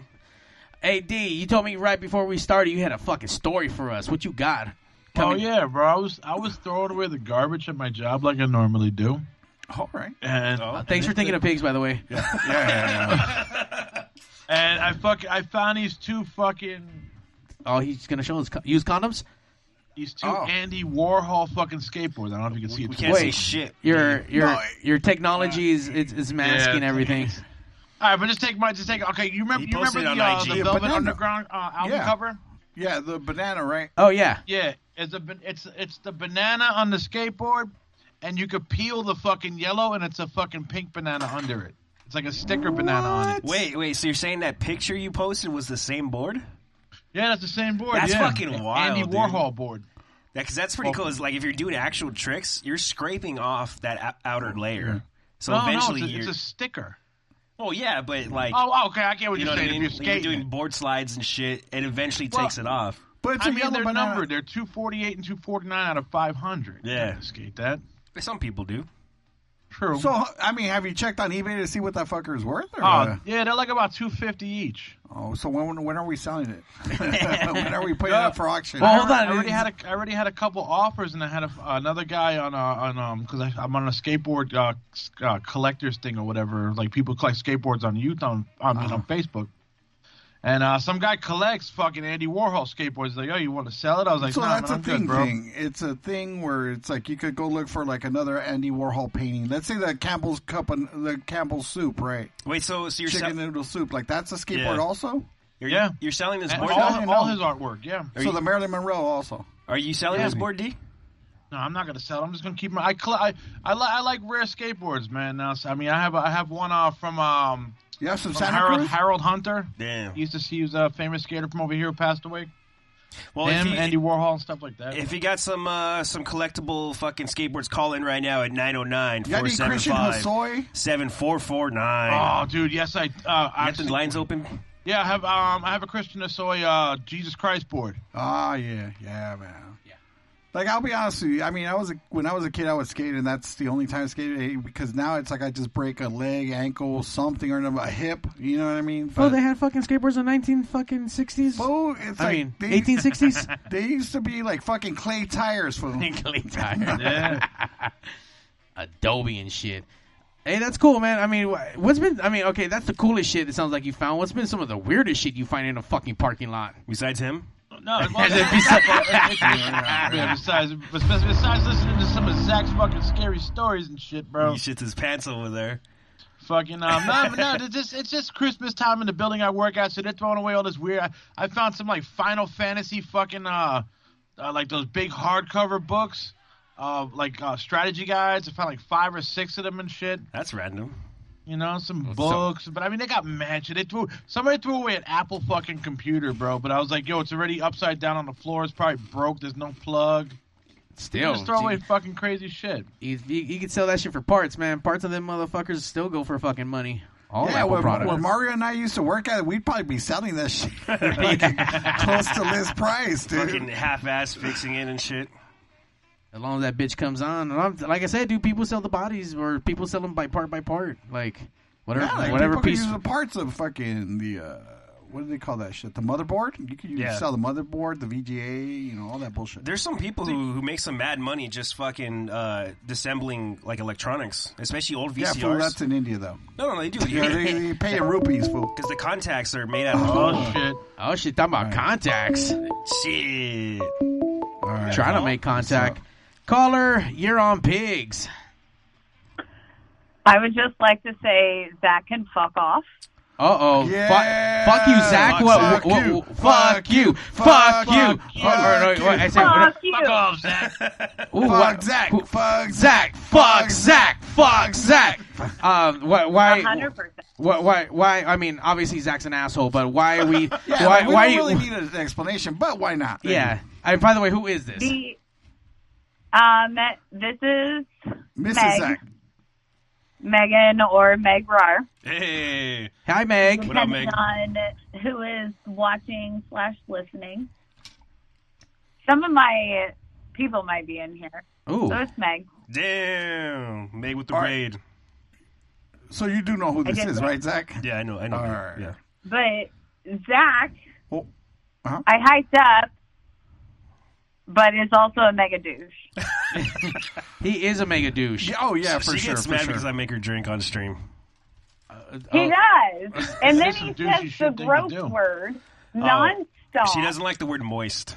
Speaker 2: Hey D, you told me right before we started you had a fucking story for us. What you got?
Speaker 7: Oh
Speaker 2: Coming-
Speaker 7: yeah, bro. I was I was throwing away the garbage at my job like I normally do,
Speaker 3: All right.
Speaker 7: and
Speaker 6: Oh.
Speaker 2: Thanks for thinking of pigs, by the way.
Speaker 3: Yeah, yeah, yeah.
Speaker 7: and I fuck I found these two fucking
Speaker 2: Oh, he's gonna show us co- use condoms.
Speaker 7: these two
Speaker 3: Oh.
Speaker 7: Andy Warhol fucking skateboards. I don't know if you can see it.
Speaker 6: We
Speaker 7: too
Speaker 6: can't
Speaker 7: well.
Speaker 6: see
Speaker 2: Wait.
Speaker 6: shit.
Speaker 2: Your your
Speaker 3: No, I-
Speaker 2: your technology is is, is masking
Speaker 7: Yeah.
Speaker 2: everything.
Speaker 7: All right, but just take my just take. Okay, you remember
Speaker 6: He
Speaker 7: you remember
Speaker 6: posted
Speaker 7: the,
Speaker 6: it on
Speaker 7: uh,
Speaker 6: IG.
Speaker 7: the
Speaker 6: Yeah,
Speaker 7: Velvet
Speaker 3: but no, no.
Speaker 7: Underground uh, album
Speaker 3: Yeah.
Speaker 7: cover?
Speaker 3: yeah, the banana, right?
Speaker 2: Oh yeah,
Speaker 7: Yeah, it's a ban- it's it's the banana on the skateboard, and you could peel the fucking yellow, and it's a fucking pink banana under it. It's like a sticker banana on it.
Speaker 6: Wait, wait. So you're saying that picture you posted was the same board?
Speaker 7: Yeah, that's the same board.
Speaker 6: That's
Speaker 7: yeah.
Speaker 6: fucking wild,
Speaker 7: Andy
Speaker 6: dude.
Speaker 7: Warhol board.
Speaker 6: Yeah, because that's pretty cool. It's like if you're doing actual tricks, you're scraping off that ou- outer layer. So
Speaker 7: No, no,
Speaker 6: eventually,
Speaker 7: it's a, it's
Speaker 6: you're.
Speaker 7: a sticker.
Speaker 6: well, yeah, but like,
Speaker 7: Oh, okay, I get what you
Speaker 6: you know
Speaker 7: are
Speaker 6: what I
Speaker 7: saying.
Speaker 6: mean?
Speaker 7: If
Speaker 6: Like,
Speaker 7: you're
Speaker 6: You're
Speaker 7: skating,
Speaker 6: doing board slides and shit. It eventually takes it off.
Speaker 3: But it's
Speaker 7: I
Speaker 3: a
Speaker 7: mean,
Speaker 3: yellow
Speaker 7: they're
Speaker 3: banana.
Speaker 7: numbered. They're 248 and 249 out of 500.
Speaker 6: Yeah.
Speaker 7: You can skate that.
Speaker 6: Some people do.
Speaker 7: True.
Speaker 3: So, I mean, have you checked on eBay to see what that fucker is worth? Or,
Speaker 7: Uh,
Speaker 3: uh,
Speaker 7: yeah, they're like about 250 each.
Speaker 3: oh, so when when are we selling it? when are we putting it up for auction?
Speaker 2: Well, hold on.
Speaker 7: I already had a, I already had a couple offers, and I had a, another guy on uh, on um because I'm on a skateboard uh, s- uh, collectors thing or whatever. Like people collect skateboards on youth on on,
Speaker 3: Uh-huh.
Speaker 7: on Facebook, and uh, some guy collects fucking Andy Warhol skateboards. Like, oh, you want to sell it? I was like,
Speaker 3: so
Speaker 7: nah,
Speaker 3: that's
Speaker 7: man,
Speaker 3: a
Speaker 7: I'm
Speaker 3: thing,
Speaker 7: good, bro.
Speaker 3: thing. It's a thing where it's like you could go look for like another Andy Warhol painting. Let's say the Campbell's cup and the Campbell's soup, right?
Speaker 6: Wait, so so you're
Speaker 3: Chicken
Speaker 6: sell-
Speaker 3: noodle soup. Like that's a skateboard
Speaker 6: Yeah.
Speaker 3: also.
Speaker 6: you're,
Speaker 7: Yeah.
Speaker 6: you're selling this
Speaker 7: And
Speaker 6: board.
Speaker 3: I didn't
Speaker 7: all, all
Speaker 3: know.
Speaker 7: his artwork, yeah.
Speaker 3: so the Marilyn Monroe also.
Speaker 6: Are you selling
Speaker 7: Yeah.
Speaker 6: this board, D?
Speaker 7: No, I'm not gonna sell. it. I'm just gonna keep my. I coll- I I, li- I like rare skateboards, man. Now, so, I mean, I have I have one uh, from um
Speaker 3: You have some
Speaker 7: from
Speaker 3: Santa
Speaker 7: Harold
Speaker 3: Cruz.
Speaker 7: Harold Hunter.
Speaker 6: Damn.
Speaker 7: He used to see he was a famous skater from over here who passed away.
Speaker 6: Well,
Speaker 7: Him,
Speaker 6: if you,
Speaker 7: Andy Warhol, and stuff like that.
Speaker 6: if you got some uh, some collectible fucking skateboards, call in right now at 909
Speaker 3: you got any Christian
Speaker 6: 475
Speaker 3: Hosoi?
Speaker 6: 7449.
Speaker 7: oh, dude, yes, I. Uh,
Speaker 6: You
Speaker 7: I
Speaker 6: got the lines open?
Speaker 7: yeah, I have. Um, I have a Christian Asoy uh, Jesus Christ board.
Speaker 3: Ah, yeah, yeah, man. Yeah. Like I'll be honest with you. I mean, I was a, when I was a kid, I would skate, and that's the only time I skated. eh, Because now it's like I just break a leg, ankle, something, or a hip. You know what I mean?
Speaker 2: Oh,
Speaker 3: But,
Speaker 2: they had fucking skateboards in nineteen fucking sixties.
Speaker 3: oh, it's
Speaker 2: I
Speaker 3: like
Speaker 2: mean,
Speaker 3: they,
Speaker 2: eighteen sixties.
Speaker 3: they used to be like fucking clay tires for them.
Speaker 2: tired.
Speaker 7: Yeah.
Speaker 2: Adobe and shit. Hey, that's cool, man. I mean, wh- what's been? I mean, okay, that's the coolest shit. It sounds like you found. What's been some of the weirdest shit you find in a fucking parking lot?
Speaker 6: Besides him?
Speaker 7: no. well, yeah, besides, besides, besides listening to some of Zach's fucking scary stories and shit, bro.
Speaker 6: He shits his pants over there.
Speaker 7: Fucking um, no, no, it's just it's just Christmas time in the building I work at, so they're throwing away all this weird. I, I found some like Final Fantasy fucking uh, uh like those big hardcover books, uh like uh, strategy guides. I found like five or six of them and shit.
Speaker 6: That's random.
Speaker 7: You know, some books, but I mean they got matched. They threw somebody threw away an Apple fucking computer, bro. But I was like, yo, it's already upside down on the floor. It's probably broke. There's no plug.
Speaker 2: Still,
Speaker 7: just throw away
Speaker 2: gee,
Speaker 7: fucking crazy shit.
Speaker 2: You, you, you could sell that shit for parts, man. Parts of them motherfuckers still go for fucking money. All
Speaker 3: Yeah,
Speaker 2: Apple
Speaker 3: where,
Speaker 2: products.
Speaker 3: where Mario and I used to work at, we'd probably be selling this shit fucking close to list price, dude.
Speaker 6: Fucking half ass fixing it and shit.
Speaker 2: as long as that bitch comes on, and I'm, like I said, dude, people sell the bodies or people sell them by part by part, like whatever,
Speaker 3: Yeah, like
Speaker 2: whatever
Speaker 3: people could
Speaker 2: piece.
Speaker 3: use the parts of fucking the uh, what do they call that shit? The motherboard. You could use,
Speaker 6: Yeah.
Speaker 3: sell the motherboard, the VGA, you know, all that bullshit.
Speaker 6: There's some people who, who make some mad money just fucking uh, disassembling like electronics, especially old
Speaker 3: yeah,
Speaker 6: VCRs.
Speaker 3: fool, that's in India though.
Speaker 6: no, no, they do.
Speaker 3: Yeah, they,
Speaker 6: Because
Speaker 3: they pay in rupees, fool.
Speaker 6: the contacts are made out of
Speaker 7: Oh shit.
Speaker 2: oh shit, talking about contacts.
Speaker 6: shit.
Speaker 3: All right.
Speaker 2: Trying to make contact. Caller, you're on pigs.
Speaker 8: I would just like to say Zach can fuck off.
Speaker 2: Uh oh.
Speaker 3: Yeah.
Speaker 2: Fuck, you, Zach.
Speaker 3: Fuck
Speaker 2: What?
Speaker 3: Zach.
Speaker 2: what-
Speaker 3: You.
Speaker 2: what- fuck you. Fuck you.
Speaker 3: you.
Speaker 2: Oh, or no,
Speaker 3: Fuck
Speaker 2: wait, I
Speaker 3: you.
Speaker 2: said,
Speaker 8: Fuck you.
Speaker 7: Fuck off, Zach.
Speaker 2: ooh,
Speaker 3: Fuck
Speaker 2: what-
Speaker 3: Zach.
Speaker 2: who-
Speaker 3: Fuck
Speaker 2: Zach.
Speaker 3: Zach.
Speaker 2: Fuck Zach. Fuck Zach. Um, why? Why?
Speaker 8: 100%.
Speaker 2: Why? Why? why I mean, obviously Zach's an asshole, but why are we?
Speaker 3: Yeah,
Speaker 2: why?
Speaker 3: we
Speaker 2: why?
Speaker 3: don't really need an explanation, but why not?
Speaker 2: yeah. And by the way, who is this?
Speaker 8: The, um, this is Meg.
Speaker 3: Mrs. Zach.
Speaker 8: Megan or Meg Rar.
Speaker 6: Hey,
Speaker 2: Hi, Meg.
Speaker 6: What up,
Speaker 8: depending
Speaker 6: Meg?
Speaker 8: on who is watching slash listening. Some of my people might be in here.
Speaker 2: Ooh.
Speaker 8: So it's Meg.
Speaker 6: damn, Meg with the
Speaker 3: All right.
Speaker 6: raid.
Speaker 3: So you do know who this
Speaker 8: did
Speaker 3: is,
Speaker 8: that.
Speaker 3: right, Zach?
Speaker 6: Yeah, I know, I know.
Speaker 3: All
Speaker 6: Meg.
Speaker 3: right.
Speaker 6: Yeah.
Speaker 8: But Zach,
Speaker 3: Oh, uh-huh.
Speaker 8: I hiked up, but is also a mega douche.
Speaker 2: He is a mega douche.
Speaker 3: Yeah, oh yeah, for
Speaker 6: she
Speaker 3: sure.
Speaker 6: gets
Speaker 3: For
Speaker 6: mad
Speaker 3: sure.
Speaker 6: because I make her drink on stream.
Speaker 2: Oh,
Speaker 8: He does. And then
Speaker 7: This
Speaker 8: he
Speaker 7: is douchey
Speaker 8: says the
Speaker 7: shit they can
Speaker 8: gross
Speaker 7: do.
Speaker 8: word nonstop.
Speaker 6: She doesn't like the word moist.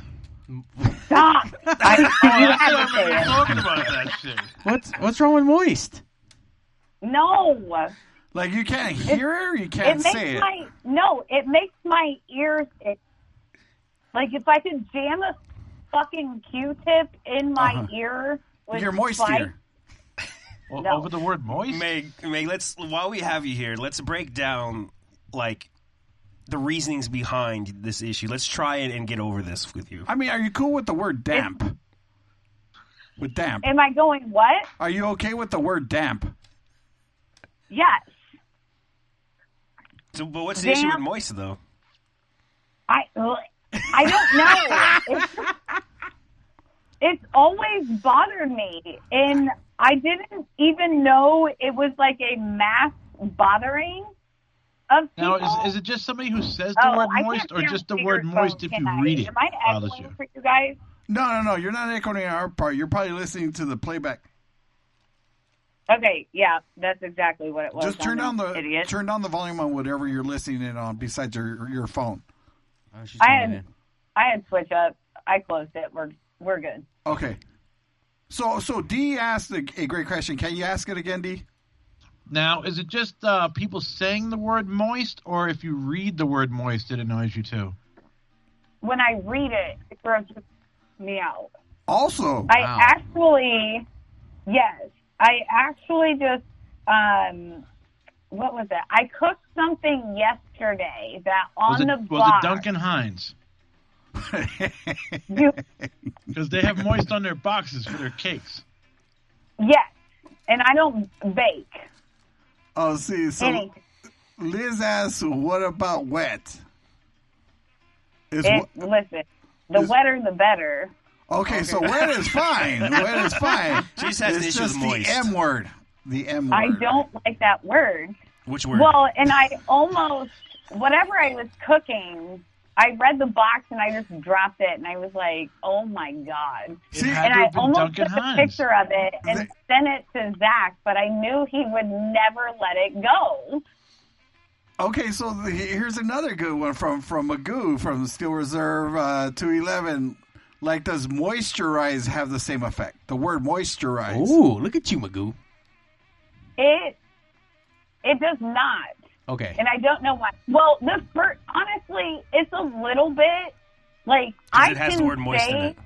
Speaker 8: Stop. I, you have to say
Speaker 7: We're
Speaker 8: it.
Speaker 7: talking about that shit.
Speaker 2: What's What's wrong with moist?
Speaker 8: No.
Speaker 3: Like you can't hear her, you
Speaker 8: It
Speaker 3: can't
Speaker 8: makes
Speaker 3: say it.
Speaker 8: my no. It makes my ears itch. Like if I could jam a fucking Q-tip in my ear with
Speaker 3: You're moist
Speaker 8: spike-
Speaker 3: here.
Speaker 7: O-
Speaker 8: No.
Speaker 7: Over the word moist.
Speaker 6: Meg, Meg, let's while we have you here, let's break down like the reasonings behind this issue. Let's try it and get over this with you.
Speaker 3: I mean, are you cool with the word damp? With damp,
Speaker 8: Am I going what?
Speaker 3: are you okay with the word damp?
Speaker 8: Yes.
Speaker 6: So, but what's the
Speaker 8: Damn.
Speaker 6: issue with moist though?
Speaker 8: I ugh, I don't know. it's, it's always bothered me, and I didn't even know it was like a mass bothering of
Speaker 7: Now,
Speaker 8: people.
Speaker 7: is, is it just somebody who says the
Speaker 8: Oh,
Speaker 7: word
Speaker 8: I
Speaker 7: moist,
Speaker 8: can't
Speaker 7: or
Speaker 8: be on
Speaker 7: just the word
Speaker 8: speakerphone,
Speaker 7: moist if
Speaker 8: can
Speaker 7: you
Speaker 8: I?
Speaker 7: read it?
Speaker 8: Am I
Speaker 7: out of
Speaker 8: echoing
Speaker 7: you?
Speaker 8: for you guys?
Speaker 3: No, no, no. You're not echoing our part. You're probably listening to the playback.
Speaker 8: Okay, yeah, that's exactly what it was.
Speaker 3: Just turn down
Speaker 8: I'm
Speaker 3: the
Speaker 8: an Oh, idiot.
Speaker 3: turn down the volume on whatever you're listening in on, besides your your phone.
Speaker 2: Oh, she's
Speaker 8: I
Speaker 2: calling
Speaker 8: had I had switch up. I closed it. We're we're good.
Speaker 3: Okay. So so D asked a, a great question. Can you ask it again, D?
Speaker 7: Now, is it just uh, people saying the word moist, or if you read the word moist, it annoys you too?
Speaker 8: When I read it, it throws me out.
Speaker 3: Also,
Speaker 8: I
Speaker 2: Wow.
Speaker 8: actually, yes, I actually just um, what was it? I cooked something yesterday that on
Speaker 7: Was it,
Speaker 8: the
Speaker 7: was
Speaker 8: bar.
Speaker 7: it Duncan Hines?
Speaker 8: You,
Speaker 7: Because they have moist on their boxes for their cakes.
Speaker 8: yes, and I don't bake
Speaker 3: oh, see, so
Speaker 8: anything.
Speaker 3: Liz asked, "What about wet?" Is
Speaker 8: It,
Speaker 3: wh-
Speaker 8: listen, the
Speaker 3: is-
Speaker 8: wetter the better.
Speaker 3: okay, So wet is fine. wet is fine.
Speaker 6: She just has an
Speaker 3: it's
Speaker 6: issue
Speaker 3: just
Speaker 6: with moist.
Speaker 3: the M word. The M word.
Speaker 8: I don't like that word.
Speaker 6: Which word?
Speaker 8: Well, and I almost whatever I was cooking, I read the box and I just dropped it, and I was like, "Oh my god!"
Speaker 7: It
Speaker 3: See,
Speaker 7: had
Speaker 8: And
Speaker 7: to
Speaker 8: I
Speaker 7: have been
Speaker 8: almost
Speaker 7: Duncan
Speaker 8: took a
Speaker 7: Hines.
Speaker 8: picture of it and
Speaker 3: Th-
Speaker 8: sent it to Zach, but I knew he would never let it go.
Speaker 3: Okay, so the, here's another good one from from Magoo from Steel Reserve uh, 211. Like, does moisturize have the same effect? The word
Speaker 2: it.
Speaker 3: moisturize.
Speaker 2: Ooh, look at you, Magoo.
Speaker 8: It it does not,
Speaker 2: Okay.
Speaker 8: and I don't know why. Well, the per- honestly, it's a little bit like
Speaker 6: 'Cause
Speaker 8: I
Speaker 6: it has
Speaker 8: can
Speaker 6: the word moist
Speaker 8: say
Speaker 6: in it.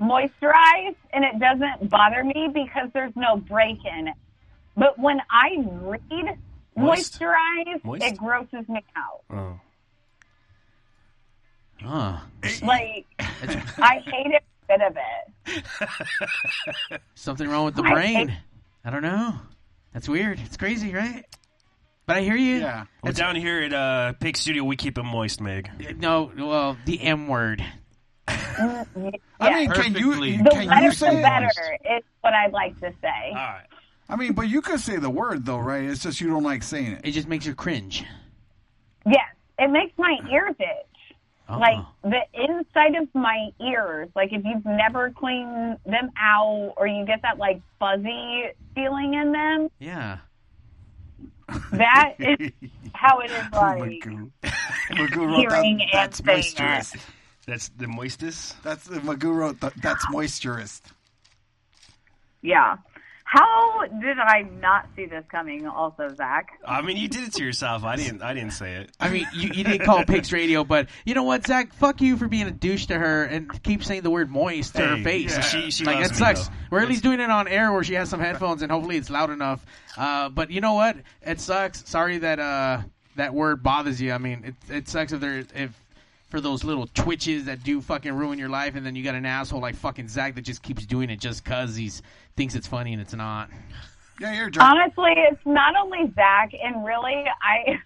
Speaker 8: moisturize and it doesn't bother me because there's no break in it. But when I read
Speaker 6: Moist?
Speaker 8: moisturize,
Speaker 6: Moist?
Speaker 8: it grosses me out.
Speaker 6: Oh.
Speaker 2: Huh.
Speaker 8: Like I hate it bit of it.
Speaker 2: Something wrong with the
Speaker 8: I-
Speaker 2: brain. I don't know. That's weird. It's crazy, right? But I hear you.
Speaker 3: Yeah.
Speaker 6: Well, down here at uh, Pig Studio, we keep it moist, Meg.
Speaker 2: No, well, the M word.
Speaker 3: I mean, can you
Speaker 7: Perfectly.
Speaker 3: you-
Speaker 8: Mm, The
Speaker 3: can you
Speaker 8: wetter
Speaker 3: say
Speaker 8: the
Speaker 3: it? Ah.
Speaker 8: better is what I'd like to say.
Speaker 6: All right.
Speaker 3: I mean, but you could say the word though, right? It's just you don't like saying it.
Speaker 2: It just makes you cringe.
Speaker 8: yes, it makes my ears itch.
Speaker 3: Uh-huh.
Speaker 2: Oh.
Speaker 8: Like the inside of my ears, like if you've never cleaned them out or you get that like fuzzy feeling in them,
Speaker 2: yeah.
Speaker 8: that is how it is
Speaker 2: Oh,
Speaker 8: like.
Speaker 3: Magoo. Magoo wrote
Speaker 8: Hearing
Speaker 3: that, that's
Speaker 8: and saying it.
Speaker 3: moisturist.
Speaker 6: That's the moistest.
Speaker 3: That's Magoo wrote that, that's moisturist.
Speaker 8: Yeah. How did I not see this coming? Also, Zach.
Speaker 2: Uh.
Speaker 6: I mean, you did it to yourself. I didn't. I didn't say it.
Speaker 2: I mean, you, you did call it Pigs Radio, but you know what, Zach? Fuck you for being a douche to her and keep saying the word moist to her
Speaker 6: Hey,
Speaker 2: face.
Speaker 6: yeah. She- she
Speaker 2: like,
Speaker 6: loves
Speaker 2: that
Speaker 6: me,
Speaker 2: sucks.
Speaker 6: though.
Speaker 2: We're at least doing it on air where she has some headphones and hopefully it's loud enough. Uh, but you know what? It sucks. Sorry that uh, that word bothers you. I mean, it, it sucks if there if for those little twitches that do fucking ruin your life and then you got an asshole like fucking Zach that just keeps doing it just cuz he thinks it's funny and it's not.
Speaker 3: Yeah, you're a jerk.
Speaker 8: Honestly, it's not only Zach, and really, I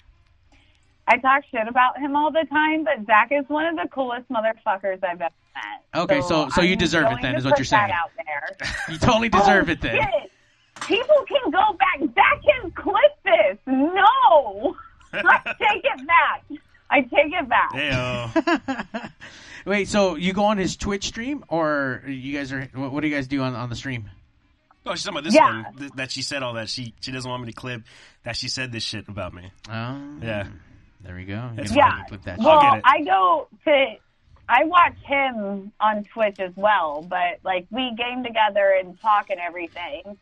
Speaker 8: I talk shit about him all the time, but Zach is one of the coolest motherfuckers I've ever met.
Speaker 2: Okay, so- so you
Speaker 8: I'm
Speaker 2: deserve it
Speaker 8: going
Speaker 2: then,
Speaker 8: to
Speaker 2: is what
Speaker 8: put
Speaker 2: you're
Speaker 8: that
Speaker 2: saying.
Speaker 8: out there.
Speaker 2: You totally deserve
Speaker 8: Oh,
Speaker 2: it then.
Speaker 8: shit. People can go back. That can clip this. No. I take it back. I take it back.
Speaker 6: Heyo.
Speaker 2: Wait, so you go on his Twitch stream, or you guys are? What, what do you guys do on, on the stream?
Speaker 6: No, oh, she's talking about this
Speaker 8: Yeah.
Speaker 6: one th- that she said all that. She she doesn't want me to clip that she said this shit about me.
Speaker 2: Oh,
Speaker 3: Mm.
Speaker 6: Yeah.
Speaker 2: there we go. You
Speaker 6: It's
Speaker 2: can
Speaker 8: Yeah.
Speaker 2: probably clip that shit.
Speaker 8: Well,
Speaker 6: get it.
Speaker 8: I go to. I watch him on Twitch as well, but like we game together and talk and everything.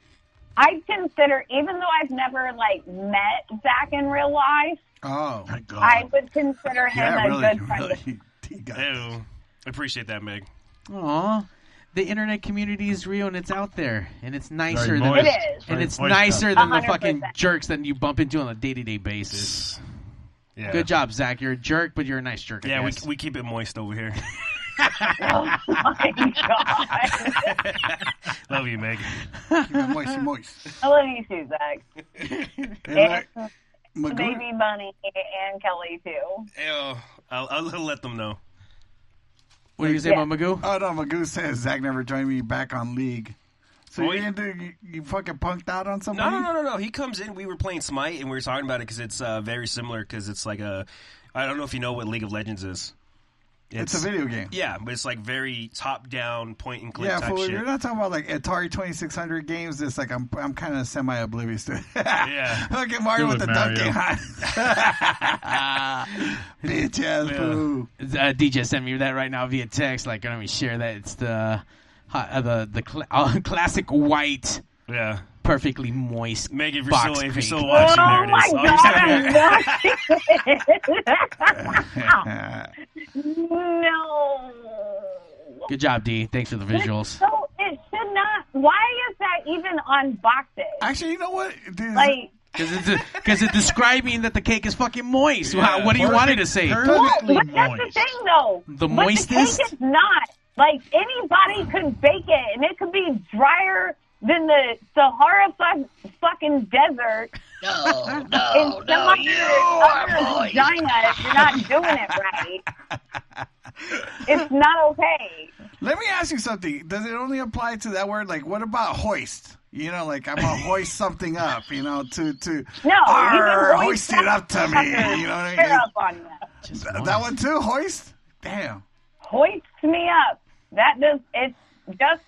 Speaker 8: I consider, even though I've never like met Zach in real life,
Speaker 3: Oh,
Speaker 7: My God.
Speaker 8: I would consider him
Speaker 3: yeah,
Speaker 8: a
Speaker 3: really,
Speaker 8: good friend.
Speaker 3: really. He got it.
Speaker 6: Ew. uh, Appreciate that, Meg.
Speaker 2: Aw, the internet community is real and it's out there, and it's nicer
Speaker 7: Very
Speaker 2: than
Speaker 7: moist.
Speaker 8: It is.
Speaker 2: and
Speaker 7: Very
Speaker 2: it's
Speaker 7: moist
Speaker 2: nicer
Speaker 7: out
Speaker 2: than the
Speaker 8: 100%.
Speaker 2: fucking jerks that you bump into on a day to day basis.
Speaker 6: Yeah.
Speaker 2: Good job, Zach. You're a jerk, but you're a nice jerk. I
Speaker 6: Yeah, we,
Speaker 2: guess.
Speaker 6: we keep it moist over here.
Speaker 8: Oh My God.
Speaker 6: Love you, Meg.
Speaker 3: Keep it moist, moist.
Speaker 8: I love you too, Zach.
Speaker 3: Hey, look,
Speaker 8: The
Speaker 3: Magoo-
Speaker 8: Baby Bunny and Kelly too.
Speaker 6: Ew. uh, I'll, I'll let them know.
Speaker 2: What do you say about Magoo?
Speaker 3: Oh no, Magoo says Zach never joined me back on League. So
Speaker 6: Well,
Speaker 3: you
Speaker 6: Oh, he-
Speaker 3: didn't do, you, you fucking punked out on
Speaker 6: No,
Speaker 3: somebody?
Speaker 6: no, no, no, no. He comes in. We were playing Smite, and we were talking about it because it's uh, very similar. Because it's like a, I don't know if you know what League of Legends is.
Speaker 3: It's, a video game.
Speaker 6: Yeah, but it's like very top-down point and click
Speaker 3: Yeah,
Speaker 6: type
Speaker 3: fool.
Speaker 6: shit.
Speaker 3: You're not talking about like Atari 2600 games. It's like I'm I'm kind of semi oblivious to. yeah. Look at Mario
Speaker 7: Do
Speaker 3: with
Speaker 7: it,
Speaker 3: the
Speaker 7: Mario.
Speaker 3: dunking. Bitch ass boo.
Speaker 2: uh, DJ sent me that right now via text. Like, let me share that. It's the uh, the the cl- uh, classic white,
Speaker 6: yeah,
Speaker 2: perfectly moist.
Speaker 6: Meg, if you're
Speaker 2: box
Speaker 6: still if you're
Speaker 2: creek.
Speaker 6: still
Speaker 8: Oh
Speaker 6: watching, there it is.
Speaker 8: my
Speaker 6: Oh, you're
Speaker 8: God!
Speaker 6: still here.
Speaker 8: I'm not-
Speaker 3: Uh,
Speaker 8: no.
Speaker 2: Good job, D. Thanks for the visuals.
Speaker 8: So it should not. Why is that even on boxes?
Speaker 3: actually, you know what? Dude,
Speaker 8: Like,
Speaker 2: Because it's, 'cause it's describing that the cake is fucking moist. Wow, what do you want it to say?
Speaker 7: Perfectly
Speaker 8: but that's the
Speaker 7: moist.
Speaker 8: thing, though.
Speaker 2: The
Speaker 8: But
Speaker 2: moistest?
Speaker 8: The cake is not. Like
Speaker 3: Oh.
Speaker 8: anybody could bake it, and it could be drier than the Sahara fu- fucking desert.
Speaker 5: No,
Speaker 8: And
Speaker 5: no, no,
Speaker 8: somebody
Speaker 5: you
Speaker 8: up
Speaker 5: are
Speaker 8: your
Speaker 5: moist.
Speaker 8: vagina if you're not doing it right. it's not okay.
Speaker 3: let me ask you something. Does it only apply to that word? Like, what about hoist? You know, like I'm gonna hoist something up. You know, to to
Speaker 8: No, you can
Speaker 3: Arr,
Speaker 8: hoist
Speaker 3: hoist it up to me. You know what I
Speaker 8: Tear
Speaker 3: mean?
Speaker 8: up on you.
Speaker 2: Just
Speaker 3: Th-
Speaker 2: moist.
Speaker 3: That one too, hoist. Damn.
Speaker 8: hoists me up. That does it's just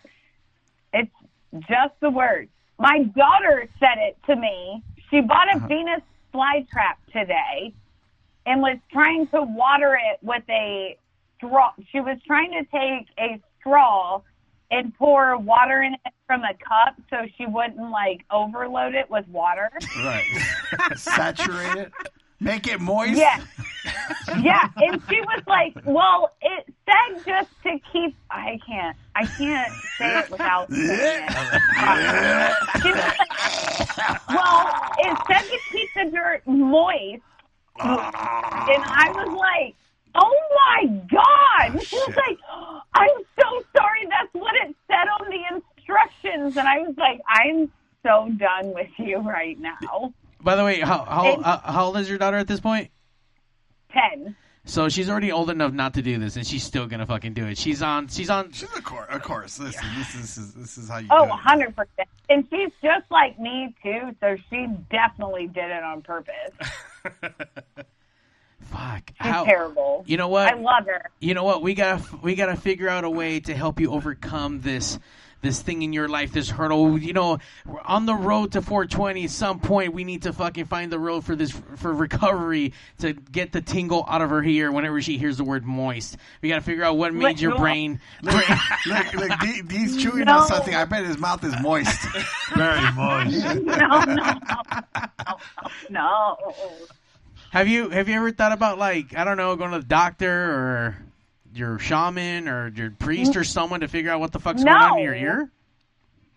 Speaker 8: it's just the word. My daughter said it to me. She bought a Venus flytrap today and was trying to water it with a straw. She was trying to take a straw and pour water in it from a cup so she wouldn't like overload it with water.
Speaker 3: Right. Saturate it. Make it moist.
Speaker 8: Yeah. yeah. And she was like, well, it said just to keep. I can't. I can't say it without saying it. she was like, well, it said to keep the dirt moist. And I was like, oh my God. And she was
Speaker 3: shit.
Speaker 8: like, I'm so sorry. That's what it said on the instructions. And I was like, I'm so done with you right now.
Speaker 2: By the way, how how,
Speaker 8: And-
Speaker 2: uh, how old is your daughter at this point?
Speaker 8: 10.
Speaker 2: So she's already old enough not to do this, and she's still gonna fucking do it. She's on. She's on.
Speaker 3: She's a course. Of course. Listen, this, is- this is this is how you.
Speaker 8: Oh,
Speaker 3: do it.
Speaker 8: 100%. And she's just like me, too, so she definitely did it on purpose. She's
Speaker 2: Fuck. How?
Speaker 8: terrible.
Speaker 2: You know what?
Speaker 8: I love her.
Speaker 2: you know what we gotta we gotta figure out a way to help you overcome this this thing in your life, this hurdle. You know, we're on the road to 420. Some point, we need to fucking find the road for this for recovery to get the tingle out of her ear whenever she hears the word moist. We got to figure out what made
Speaker 8: Let
Speaker 2: your
Speaker 8: go.
Speaker 2: brain.
Speaker 3: Look, look, look D, D's chewing
Speaker 8: No.
Speaker 3: on something. I bet his mouth is moist.
Speaker 7: Very moist.
Speaker 8: No, no, no, no.
Speaker 2: Have you have you ever thought about like I don't know going to the doctor or your shaman or your priest or someone to figure out what the fuck's going on in your
Speaker 8: Mm. No.
Speaker 2: ear?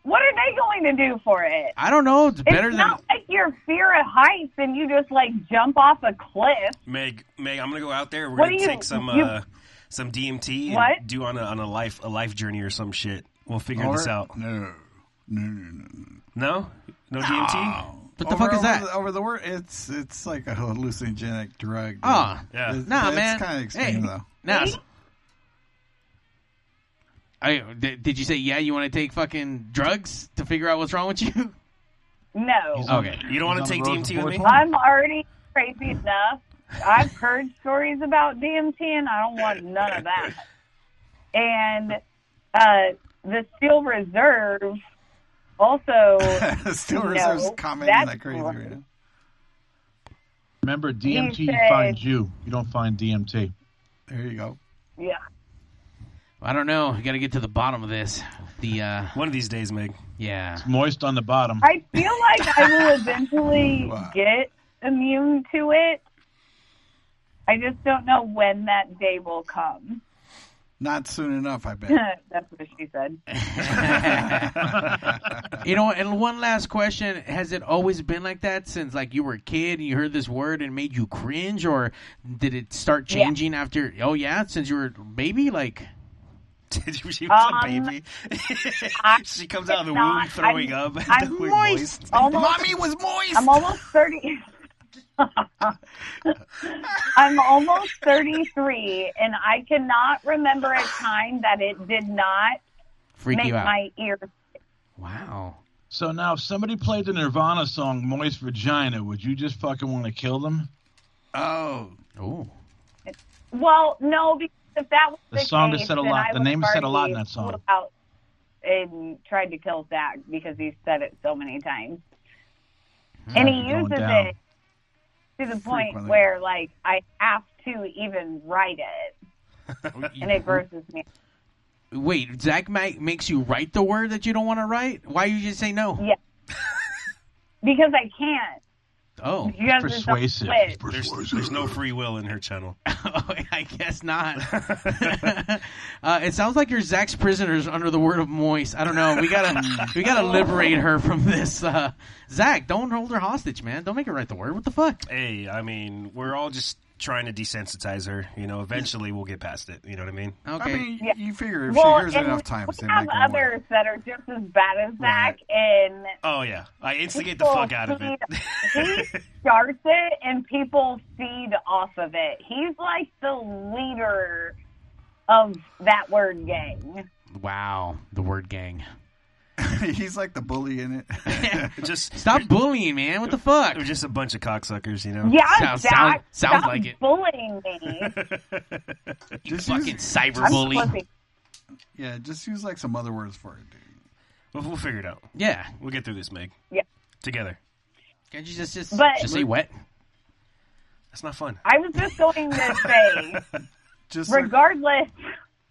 Speaker 8: What are they going to do for it?
Speaker 2: I don't know. It's better
Speaker 8: it's
Speaker 2: than
Speaker 8: not like your fear of heights and you just like jump off a cliff.
Speaker 6: Meg, Meg, I'm gonna go out there. We're
Speaker 8: What
Speaker 6: gonna
Speaker 8: do you-
Speaker 6: take some
Speaker 8: you-
Speaker 6: uh, some DMT and
Speaker 8: What?
Speaker 6: do on a on a life a life journey or some shit. We'll figure this
Speaker 3: Or-
Speaker 6: out.
Speaker 3: No. No, no, no, no.
Speaker 6: No, no DMT.
Speaker 2: What the fuck is
Speaker 3: over
Speaker 2: that?
Speaker 3: The, over the word, it's it's like a hallucinogenic drug. dude.
Speaker 2: Ah,
Speaker 6: Yeah.
Speaker 3: It's-
Speaker 2: nah,
Speaker 3: it's
Speaker 2: man.
Speaker 3: kind of
Speaker 2: hey,
Speaker 3: extreme though.
Speaker 2: Nah, s- I, did, did you say yeah? You want to take fucking drugs to figure out what's wrong with you?
Speaker 8: No.
Speaker 2: Okay.
Speaker 6: You don't want
Speaker 7: He's
Speaker 6: to
Speaker 7: on the
Speaker 6: take
Speaker 7: road
Speaker 6: DMT with me?
Speaker 7: to
Speaker 8: I'm already crazy enough. I've heard stories about DMT and I don't want none of that. And uh, the Steel Reserve also,
Speaker 3: Still
Speaker 8: No,
Speaker 3: reserves commenting
Speaker 8: that's
Speaker 3: like crazy.
Speaker 8: wrong.
Speaker 3: Right now.
Speaker 7: Remember, DMT
Speaker 8: He
Speaker 7: you
Speaker 8: said-
Speaker 7: find you. You don't find DMT.
Speaker 3: There you go.
Speaker 8: yeah.
Speaker 2: I don't know. I got to get to the bottom of this. The uh,
Speaker 6: One of these days, Meg.
Speaker 2: yeah.
Speaker 7: Moist on the bottom.
Speaker 8: I feel like I will eventually
Speaker 3: Wow.
Speaker 8: get immune to it. I just don't know when that day will come.
Speaker 3: Not soon enough, I bet.
Speaker 8: That's what she said.
Speaker 2: You know, and one last question: Has it always been like that since like you were a kid and you heard this word and it made you cringe, or did it start
Speaker 8: Yeah.
Speaker 2: changing after? Oh yeah, since you were a baby, like
Speaker 6: Did you- she was a
Speaker 8: Um,
Speaker 6: baby. she comes out of the
Speaker 8: it's not-
Speaker 6: womb throwing
Speaker 8: I'm-
Speaker 6: up.
Speaker 8: I'm
Speaker 6: The word
Speaker 8: moist. Almost-
Speaker 6: Mommy was moist.
Speaker 8: I'm almost 30. I'm almost 33, and I cannot remember a time that it did not
Speaker 2: freak
Speaker 8: make
Speaker 2: you out.
Speaker 8: my ears.
Speaker 2: Wow.
Speaker 7: So now, if somebody played the Nirvana song "Moist Vagina," would you just fucking want to kill them?
Speaker 3: Oh,
Speaker 2: Oh.
Speaker 8: Well, no, because if that was
Speaker 7: The
Speaker 8: the,
Speaker 7: song
Speaker 8: case,
Speaker 7: has said a
Speaker 8: then
Speaker 7: lot.
Speaker 8: I
Speaker 7: The
Speaker 8: would
Speaker 7: name has said a lot in
Speaker 8: already
Speaker 7: that song.
Speaker 8: pulled Out and tried to kill Zach because he said it so many times,
Speaker 2: Hmm.
Speaker 8: and he
Speaker 7: Going
Speaker 8: uses
Speaker 7: down.
Speaker 8: it to the point
Speaker 3: Frequently.
Speaker 8: where, like, I have to even write it, and
Speaker 2: Mm-hmm.
Speaker 8: it grosses me.
Speaker 2: Wait, Zach ma- makes you write the word that you don't want to write. Why you just say no?
Speaker 8: Yeah, because I can't.
Speaker 2: Oh,
Speaker 8: You guys just don't
Speaker 7: Persuasive.
Speaker 8: quit.
Speaker 6: There's, there's no free will in her channel.
Speaker 2: oh, I guess not. uh, it sounds like you're Zach's prisoners under the word of moist. I don't know. We gotta we gotta liberate her from this. Uh, Zach, don't hold her hostage, man. Don't make her write the word. What the fuck?
Speaker 6: Hey, I mean, we're all just trying to desensitize her. You know, eventually we'll get past it. You know what I mean?
Speaker 2: Okay.
Speaker 3: I mean,
Speaker 8: Yeah.
Speaker 3: you figure if
Speaker 8: Well,
Speaker 3: she hears it
Speaker 8: and
Speaker 3: enough times,
Speaker 8: we
Speaker 3: it
Speaker 8: have
Speaker 3: might go
Speaker 8: others
Speaker 3: away.
Speaker 8: that are just as bad as Zach, and
Speaker 6: Oh yeah, I instigate the
Speaker 8: people
Speaker 6: fuck out of it.
Speaker 8: feed- he starts it, and people feed off of it. He's like the leader of that word gang.
Speaker 2: Wow, the word gang.
Speaker 3: He's like the bully in it.
Speaker 6: just
Speaker 2: Stop bullying, man. What the fuck?
Speaker 6: we're just a bunch of cocksuckers. You know?
Speaker 8: Yeah,
Speaker 2: Sounds-
Speaker 8: Zach,
Speaker 2: sound- sounds
Speaker 8: stop
Speaker 2: like it.
Speaker 8: bullying me.
Speaker 3: Just
Speaker 2: Fucking
Speaker 3: use,
Speaker 8: I'm
Speaker 2: cyberbully.
Speaker 8: pussy.
Speaker 3: yeah, just use like some other words for it, dude.
Speaker 6: We'll, we'll figure it out.
Speaker 2: Yeah.
Speaker 6: We'll get through this, Meg.
Speaker 8: Yeah.
Speaker 6: Together.
Speaker 2: Can't you just just,
Speaker 8: But-
Speaker 2: just say wet?
Speaker 6: That's not fun.
Speaker 8: I was just going to say,
Speaker 3: Just like-
Speaker 8: regardless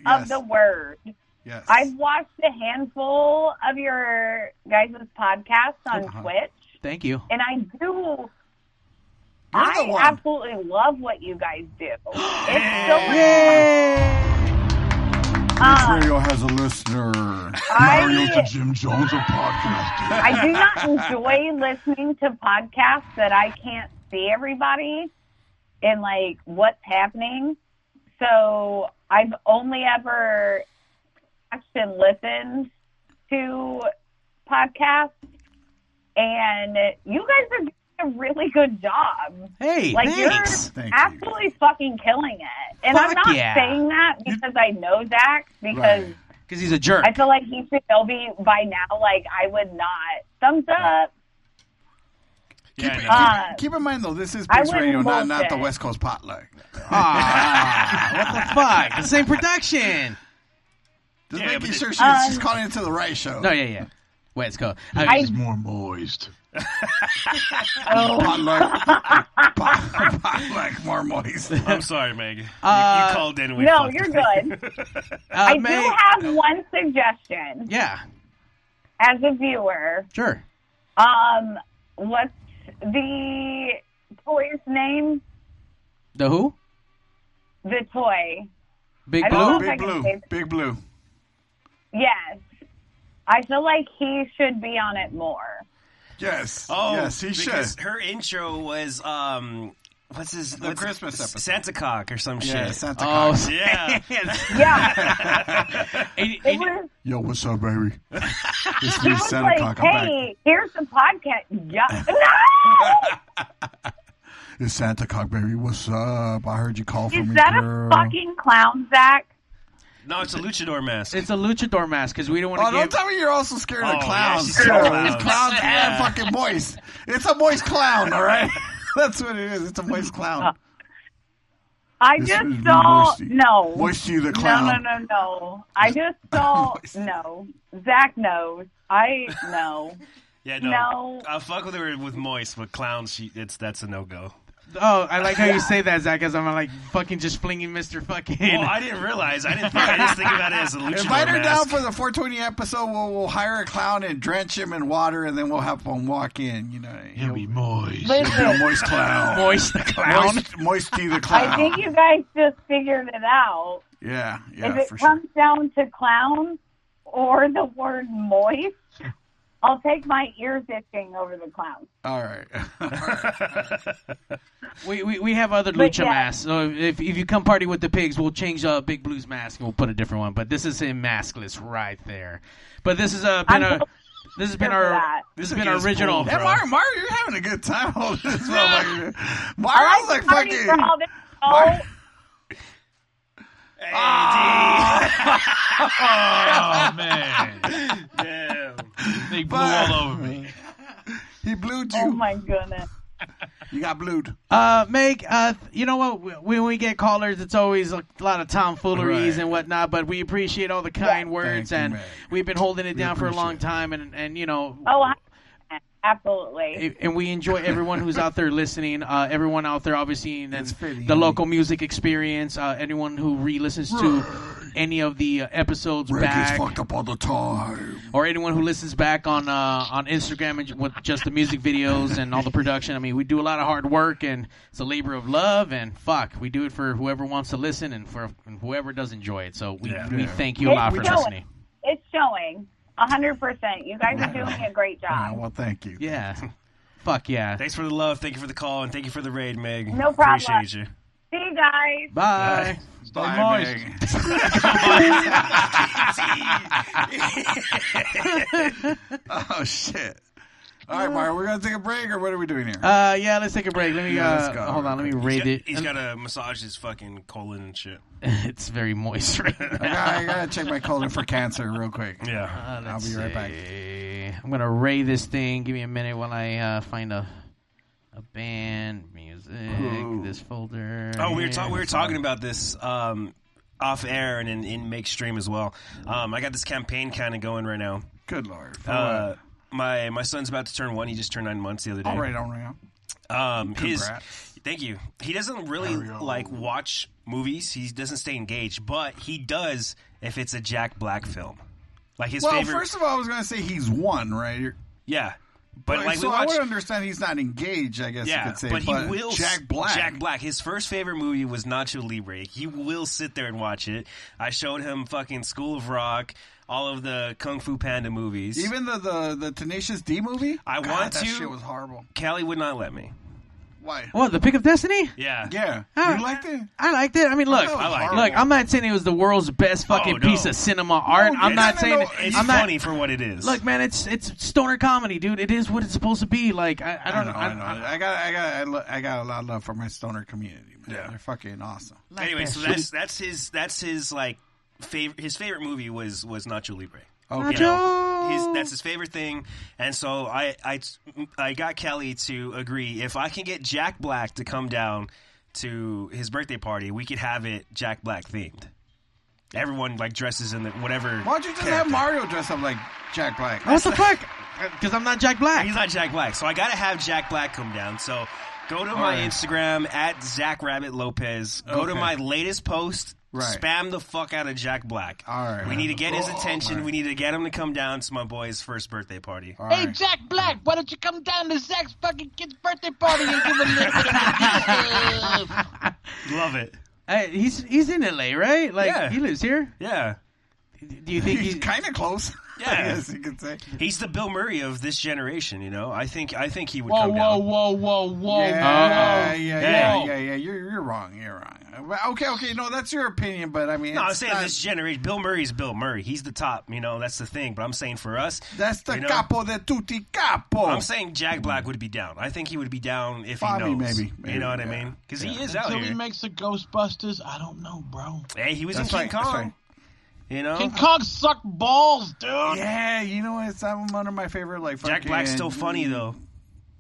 Speaker 3: Yes.
Speaker 8: of the word,
Speaker 3: yes.
Speaker 8: I've watched a handful of your guys' podcasts on
Speaker 3: Uh-huh.
Speaker 8: Twitch.
Speaker 2: Thank you.
Speaker 8: and I do.
Speaker 3: the
Speaker 8: I
Speaker 3: one.
Speaker 8: absolutely love what you guys do. It's so much fun. Um,
Speaker 3: Radio has a listener.
Speaker 8: I,
Speaker 7: Jim Jones of podcasting.
Speaker 8: I do not enjoy listening to podcasts that I can't see everybody and like what's happening. So I've only ever watched and listened to podcasts, and you guys are doing a really good job.
Speaker 2: Hey,
Speaker 8: Like
Speaker 2: thanks.
Speaker 8: you're
Speaker 3: Thank you.
Speaker 8: absolutely fucking killing it. And I'm
Speaker 2: Fuck
Speaker 8: not
Speaker 2: yeah.
Speaker 8: saying that because I know Zach because
Speaker 3: Right.
Speaker 2: Because he's a jerk.
Speaker 8: I feel like he should know me by now. Like I would not thumbs up.
Speaker 6: Yeah, I know.
Speaker 8: Uh,
Speaker 3: Keep in mind, though, this is
Speaker 8: I
Speaker 3: Pigs
Speaker 8: wouldn't
Speaker 3: Radio, not,
Speaker 8: vote
Speaker 3: not the
Speaker 8: that.
Speaker 3: West Coast Potluck.
Speaker 2: Ah, what the fuck? The same production.
Speaker 3: Just
Speaker 6: Yeah,
Speaker 3: making
Speaker 6: but
Speaker 3: sure
Speaker 6: the-
Speaker 3: she's, she's
Speaker 8: Um,
Speaker 3: calling into the right show.
Speaker 2: No, yeah, yeah. West Coast. I,
Speaker 8: I-
Speaker 7: It's more moist.
Speaker 8: Oh.
Speaker 3: Oh, Potluck, pot- potluck more moist.
Speaker 6: I'm sorry, Megan. You- you,
Speaker 2: Uh,
Speaker 6: called in. We
Speaker 8: No,
Speaker 6: fucked
Speaker 8: you're
Speaker 6: it.
Speaker 8: good.
Speaker 2: uh,
Speaker 8: I do
Speaker 2: May-
Speaker 8: have one suggestion
Speaker 2: Yeah,
Speaker 8: as a viewer.
Speaker 2: sure.
Speaker 8: Um, what's the toy's name?
Speaker 2: The who?
Speaker 8: The toy.
Speaker 2: Big
Speaker 8: I don't know
Speaker 2: Blue?
Speaker 8: if I
Speaker 3: Big
Speaker 8: can
Speaker 3: blue,
Speaker 8: say-
Speaker 3: big blue.
Speaker 8: Yes. I feel like he should be on it more.
Speaker 3: Yes.
Speaker 6: Oh,
Speaker 3: yes, he should.
Speaker 6: because Her intro was um, what's his
Speaker 3: The
Speaker 6: what's-
Speaker 3: Christmas episode.
Speaker 6: Santa cock or some
Speaker 3: Yeah,
Speaker 6: shit.
Speaker 3: Santa
Speaker 2: Oh,
Speaker 3: Claus.
Speaker 6: yeah,
Speaker 8: Yeah.
Speaker 2: and-
Speaker 8: It
Speaker 2: and-
Speaker 8: was,
Speaker 3: Yo, what's up, baby? It's
Speaker 8: he
Speaker 3: me,
Speaker 8: was
Speaker 3: Santa
Speaker 8: like,
Speaker 3: Cock. I'm back.
Speaker 8: hey, here's the podcast. Yeah. No!
Speaker 3: It's Santa Cock, baby. What's up? I heard you call for
Speaker 8: Is
Speaker 3: me,
Speaker 8: that
Speaker 3: girl.
Speaker 8: a fucking clown, Zach?
Speaker 6: no, it's a luchador mask.
Speaker 2: it's a luchador mask because we don't want to
Speaker 3: Oh, don't
Speaker 2: give.
Speaker 3: tell me you're also scared
Speaker 6: Oh,
Speaker 3: of
Speaker 6: yeah,
Speaker 3: clowns.
Speaker 6: she's scared of
Speaker 3: too.
Speaker 6: clowns.
Speaker 3: clowns
Speaker 6: Yeah.
Speaker 3: and fucking moist. It's a moist clown, all right? That's what it is. It's a moist clown.
Speaker 8: I
Speaker 3: This is
Speaker 8: just saw
Speaker 3: Moisty.
Speaker 8: no.
Speaker 3: Moisty the
Speaker 8: No, no,
Speaker 3: clown.
Speaker 8: no, no. I just saw no. Zach knows. I know.
Speaker 6: yeah, no,
Speaker 8: No.
Speaker 6: I fuck with her with moist, but clowns. She, it's that's a no go.
Speaker 2: Oh, I like how you say that, Zach, because I'm like fucking just flinging Mr. Fucking.
Speaker 6: Oh, I didn't realize. I didn't. Think, I just think about it as a luchador
Speaker 3: Invite her
Speaker 6: mask.
Speaker 3: down for the 420 episode. We'll, we'll hire a clown and drench him in water, and then we'll have him walk in. You know,
Speaker 7: It'll be moist.
Speaker 3: a
Speaker 8: Listen,
Speaker 3: moist clown.
Speaker 2: Moist the clown.
Speaker 3: Moist, moisty the clown.
Speaker 8: I think you guys just figured it out.
Speaker 3: yeah, yeah,
Speaker 8: if
Speaker 3: for
Speaker 8: it
Speaker 3: sure.
Speaker 8: comes down to clown or the word moist, I'll take my ears itching over the clown.
Speaker 3: All right.
Speaker 2: We, we we have other
Speaker 8: But
Speaker 2: lucha
Speaker 8: yeah.
Speaker 2: masks. So if if you come party with the pigs, we'll change uh, Big Blue's mask and we'll put a different one. But this is him maskless right there. But this is uh, been
Speaker 8: I'm
Speaker 2: a
Speaker 8: so
Speaker 2: this has been
Speaker 8: here for
Speaker 2: our
Speaker 8: that.
Speaker 2: this has been our original.
Speaker 3: Hey, Mario, Mario, you're having a good time on this motherfucker.
Speaker 8: I
Speaker 3: Mario's
Speaker 8: like
Speaker 3: like
Speaker 8: party
Speaker 3: fucking.
Speaker 8: for all this. Oh,
Speaker 7: Oh man,
Speaker 6: Damn.
Speaker 7: they blew all over me.
Speaker 3: He blued you.
Speaker 8: oh my goodness.
Speaker 3: You got blued.
Speaker 2: Uh, Meg, uh, you know what? W- When we get callers, it's always a lot of tomfooleries
Speaker 3: Right.
Speaker 2: and whatnot. But we appreciate all the kind words,
Speaker 3: Thank you,
Speaker 2: and
Speaker 3: Meg.
Speaker 2: we've been holding it down for a long
Speaker 3: appreciate it.
Speaker 2: time. And and you know,
Speaker 8: Oh, I- absolutely.
Speaker 2: a- and we enjoy everyone who's out there listening. Uh, everyone out there, obviously, and
Speaker 3: It's pretty
Speaker 2: the
Speaker 3: easy.
Speaker 2: local music experience. Uh, anyone who re-listens to any of the uh, episodes
Speaker 3: Rick is
Speaker 2: back,
Speaker 3: fucked up all the time.
Speaker 2: or anyone who listens back on uh, on Instagram and with just the music videos and all the production. I mean, we do a lot of hard work and it's a labor of love. And fuck, we do it for whoever wants to listen and for and whoever does enjoy it. So we, we thank you a
Speaker 8: It's
Speaker 2: lot for
Speaker 8: showing.
Speaker 2: listening.
Speaker 8: It's showing. a 100%. You guys are doing a great
Speaker 3: Ah,
Speaker 8: job.
Speaker 3: well, thank you.
Speaker 2: Yeah, fuck yeah.
Speaker 6: Thanks for the love. Thank you for the call, and thank you for the raid, Meg.
Speaker 8: No problem.
Speaker 6: Appreciate you.
Speaker 8: See you guys.
Speaker 2: Bye.
Speaker 7: Bye,
Speaker 3: Bye,
Speaker 7: Meg.
Speaker 3: Meg. oh shit! All right, Mario, we're gonna take a break, or what are we doing here?
Speaker 2: Uh, yeah, let's take a break. Let me
Speaker 3: Yeah, let's
Speaker 2: uh,
Speaker 3: go.
Speaker 2: hold on. Let me
Speaker 6: He's
Speaker 2: rate
Speaker 6: got-
Speaker 2: it.
Speaker 6: He's got to massage his fucking colon and shit.
Speaker 2: it's very moist right
Speaker 3: I,
Speaker 2: now.
Speaker 3: gotta, I gotta check my colon for cancer real quick.
Speaker 6: Yeah.
Speaker 2: Uh, let's
Speaker 3: be right back.
Speaker 2: see. I'm gonna ray this thing. Give me a minute while I uh, find a a band music. This folder.
Speaker 6: Oh, we were, ta- we were
Speaker 2: Yes.
Speaker 6: talking about this um, off air and in, in Make Stream as well. Um, I got this campaign kind of going right now.
Speaker 3: Good lord. For
Speaker 6: Uh,
Speaker 3: what?
Speaker 6: my my son's about to turn one. He just turned nine months the other day.
Speaker 3: all right, all right.
Speaker 6: Um, his,
Speaker 3: Congrats.
Speaker 6: thank you. He doesn't really like watch movies. He doesn't stay engaged, but he does if it's a Jack Black film. Like his
Speaker 3: Well,
Speaker 6: favorite.
Speaker 3: first of all, I was gonna say he's one, right?
Speaker 6: yeah. But like
Speaker 3: so
Speaker 6: we
Speaker 3: I
Speaker 6: watch,
Speaker 3: would understand he's not engaged. I guess you
Speaker 6: yeah,
Speaker 3: could say,
Speaker 6: but he will
Speaker 3: Jack Black.
Speaker 6: Jack Black. His first favorite movie was Nacho Libre. He will sit there and watch it. I showed him fucking School of Rock, all of the Kung Fu Panda movies.
Speaker 3: Even the, the the Tenacious D movie.
Speaker 6: I
Speaker 3: God,
Speaker 6: want
Speaker 3: that
Speaker 6: to-
Speaker 3: shit was horrible.
Speaker 6: Callie would not let me.
Speaker 3: Why?
Speaker 2: What the pick of destiny?
Speaker 6: Yeah,
Speaker 3: Oh, Yeah,
Speaker 2: Ah.
Speaker 3: you liked it.
Speaker 2: I liked it. I mean, look,
Speaker 3: that was
Speaker 6: Oh, I like it.
Speaker 2: look.
Speaker 3: horrible.
Speaker 2: I'm not saying it was the world's best fucking
Speaker 6: Oh, no. Oh,
Speaker 2: piece of cinema art.
Speaker 3: No,
Speaker 2: I'm
Speaker 3: it's-
Speaker 2: not
Speaker 3: no,
Speaker 2: saying
Speaker 3: no,
Speaker 2: it-
Speaker 6: It's
Speaker 2: I'm not.
Speaker 6: funny for what it is.
Speaker 2: Look, man, it's it's stoner comedy, dude. It is what it's supposed to be. Like I, I
Speaker 3: I
Speaker 2: don't
Speaker 3: know, I know. I got, I got, I, lo- I got a lot of love for my stoner community, man.
Speaker 6: Yeah.
Speaker 3: They're fucking awesome.
Speaker 6: anyway,
Speaker 2: that
Speaker 6: so that's that's his that's his like favorite his favorite movie was was Nacho Libre.
Speaker 3: Okay.
Speaker 2: Nacho.
Speaker 6: His that's his favorite thing, and so I I I got Kelly to agree if I can get Jack Black to come down to his birthday party, we could have it Jack Black themed. everyone like dresses in the whatever.
Speaker 3: Why don't you just have
Speaker 6: character.
Speaker 3: Mario dress up like Jack Black?
Speaker 2: What the fuck? Because I'm not Jack Black.
Speaker 6: He's not Jack Black, so I gotta have Jack Black come down. So go to my
Speaker 3: right.
Speaker 6: Instagram at Zach Rabbit Lopez. Go to
Speaker 3: Okay.
Speaker 6: my latest post.
Speaker 3: Right.
Speaker 6: Spam the fuck out of Jack Black.
Speaker 3: All right.
Speaker 6: We need to get his
Speaker 3: Oh,
Speaker 6: attention.
Speaker 3: all right.
Speaker 6: We need to get him to come down to my boy's first birthday party.
Speaker 3: All
Speaker 9: Hey,
Speaker 3: right.
Speaker 9: Jack Black, why don't you come down to Zach's fucking kid's birthday party and give him a little bit of a gift?
Speaker 6: Love it.
Speaker 2: Hey, he's he's in LA, right? Like
Speaker 6: Yeah.
Speaker 2: he lives here.
Speaker 6: Yeah.
Speaker 2: Do you think
Speaker 3: He's
Speaker 2: he's?
Speaker 3: kind of close.
Speaker 6: Yeah.
Speaker 3: yes, you could say.
Speaker 6: He's the Bill Murray of this generation, you know. I think I think he would
Speaker 7: Whoa,
Speaker 6: come
Speaker 7: whoa,
Speaker 6: down.
Speaker 7: whoa, whoa,
Speaker 3: Oh,
Speaker 7: whoa,
Speaker 3: yeah, yeah,
Speaker 7: whoa.
Speaker 3: yeah, yeah,
Speaker 6: Yeah.
Speaker 3: yeah, yeah. You're you're wrong. You're wrong. Well, Okay, okay. No, that's your opinion, but I mean,
Speaker 6: No, I'm
Speaker 3: it's
Speaker 6: saying
Speaker 3: not-
Speaker 6: this generation. Bill Murray's Bill Murray. He's the top, you know. That's the thing. But I'm saying for us,
Speaker 3: That's the
Speaker 6: you know,
Speaker 3: capo de tutti capo.
Speaker 6: I'm saying Jack Black would be down. I think he would be down if
Speaker 3: Oh. Bobby,
Speaker 6: he knows.
Speaker 3: maybe. Maybe,
Speaker 6: you know what
Speaker 3: yeah.
Speaker 6: I mean? Because
Speaker 3: Yeah.
Speaker 6: he is out
Speaker 7: Until
Speaker 6: here.
Speaker 7: he makes the Ghostbusters, I don't know, bro.
Speaker 6: hey, he was
Speaker 3: That's
Speaker 6: in King
Speaker 3: right, that's
Speaker 6: Kong.
Speaker 3: right.
Speaker 6: You know,
Speaker 7: King Kong sucked balls, dude.
Speaker 3: yeah, you know, it's I'm one of my favorite like.
Speaker 6: Jack Black's
Speaker 3: fucking-
Speaker 6: still funny though.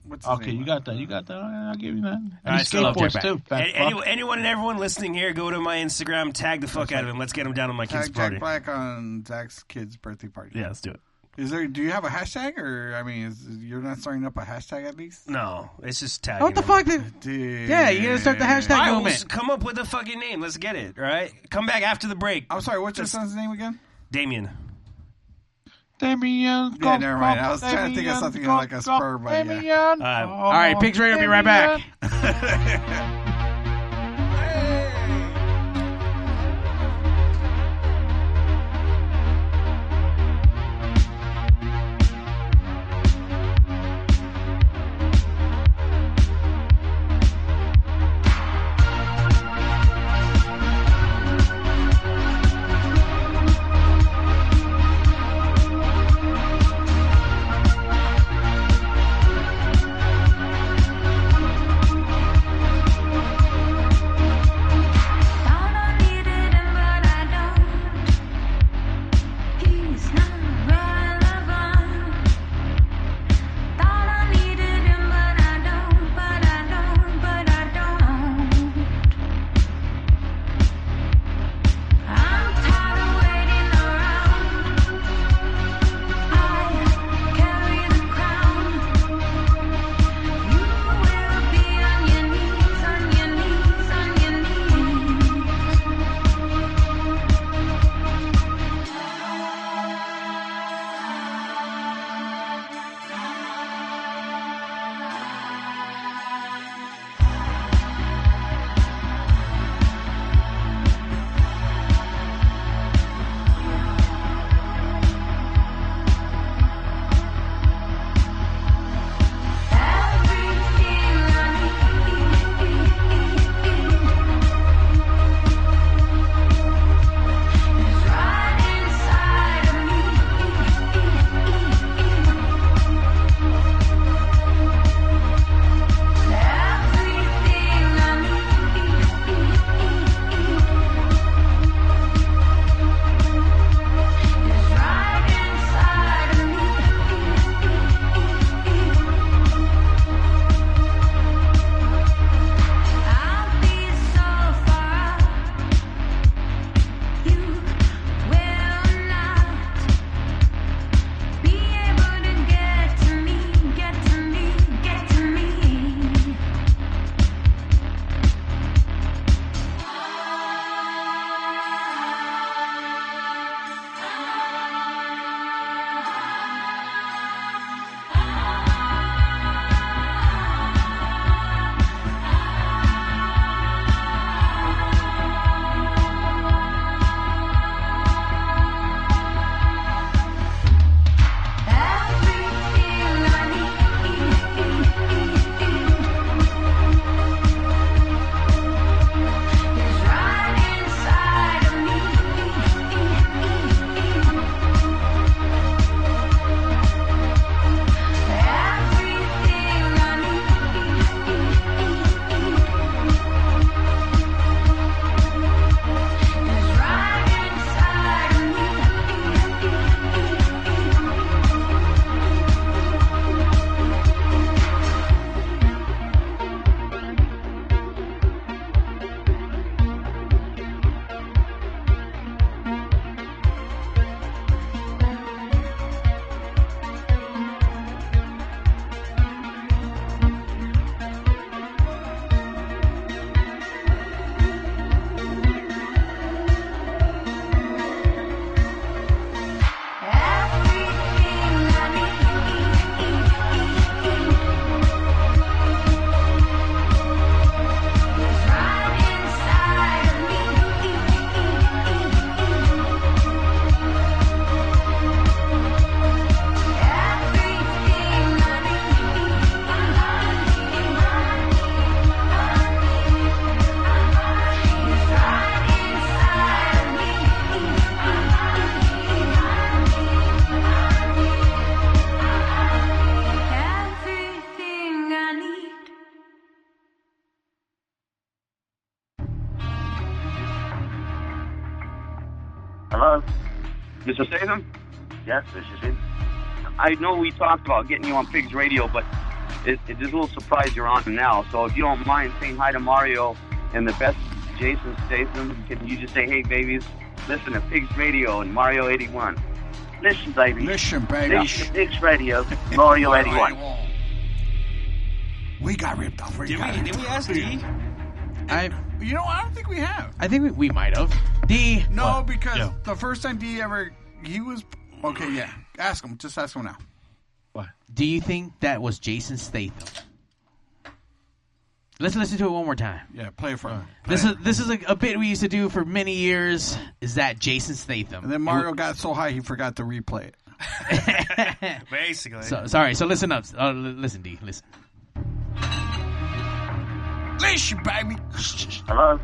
Speaker 3: What's his
Speaker 7: Okay,
Speaker 3: name?
Speaker 7: you got that. You got that. Alright, I'll give you that. And
Speaker 6: I
Speaker 7: he
Speaker 6: still love Jack
Speaker 7: skateboards
Speaker 6: Black.
Speaker 7: too. fat
Speaker 6: Any-
Speaker 7: fuck.
Speaker 6: any- anyone and everyone listening here, go to my Instagram, tag the fuck out of him. Let's get him down on my kid's
Speaker 3: Tag
Speaker 6: party.
Speaker 3: Jack Black on Zach's kid's birthday party.
Speaker 6: Yeah, let's do it.
Speaker 3: Is there? Do you have a hashtag, or I mean, is, you're not starting up a hashtag at least?
Speaker 6: No, it's just tag.
Speaker 2: what the
Speaker 6: him.
Speaker 2: fuck?
Speaker 3: Dude.
Speaker 2: Yeah, you gotta start the hashtag
Speaker 6: All right, we'll
Speaker 2: movement.
Speaker 6: s- come up with a fucking name. Let's get it. All right, come back after the break,
Speaker 3: I'm sorry. What's your son's name again?
Speaker 6: Damien.
Speaker 7: Damien,
Speaker 3: Yeah, never mind. I was trying to think of something like a spur, but yeah.
Speaker 6: right.
Speaker 7: All
Speaker 2: All right, Pigs Radio. Be right back.
Speaker 10: Hello? Mr. Statham? Yes, this is it. I know we talked about getting you on Pigs Radio, but it, it's a little surprise you're on now. So if you don't mind saying hi to Mario and the best Jason Statham, can you just say, hey, babies, listen to Pigs Radio and Mario 81? Listen, baby.
Speaker 3: Listen, baby.
Speaker 10: Listen to Pigs Radio, Mario 81.
Speaker 3: We got ripped off. We
Speaker 6: did,
Speaker 3: got
Speaker 6: we,
Speaker 3: ripped
Speaker 6: did we ask D?
Speaker 2: I
Speaker 3: You know, I don't think we have.
Speaker 2: I think we, we might have. uh, D.
Speaker 3: No,
Speaker 2: What?
Speaker 3: because
Speaker 7: Yeah.
Speaker 3: the first time D ever, he was okay. Yeah, ask him. Just ask him now.
Speaker 2: Do you think that was Jason Statham? Let's listen to it one more time.
Speaker 3: Yeah, play it for him.
Speaker 2: This is this is a, a bit we used to do for many years. Is that Jason Statham?
Speaker 3: And then Mario got so high he forgot to replay it.
Speaker 6: Basically.
Speaker 2: So, sorry. So listen up. Uh, l- listen, D. Listen.
Speaker 3: Listen, baby.
Speaker 10: Hello?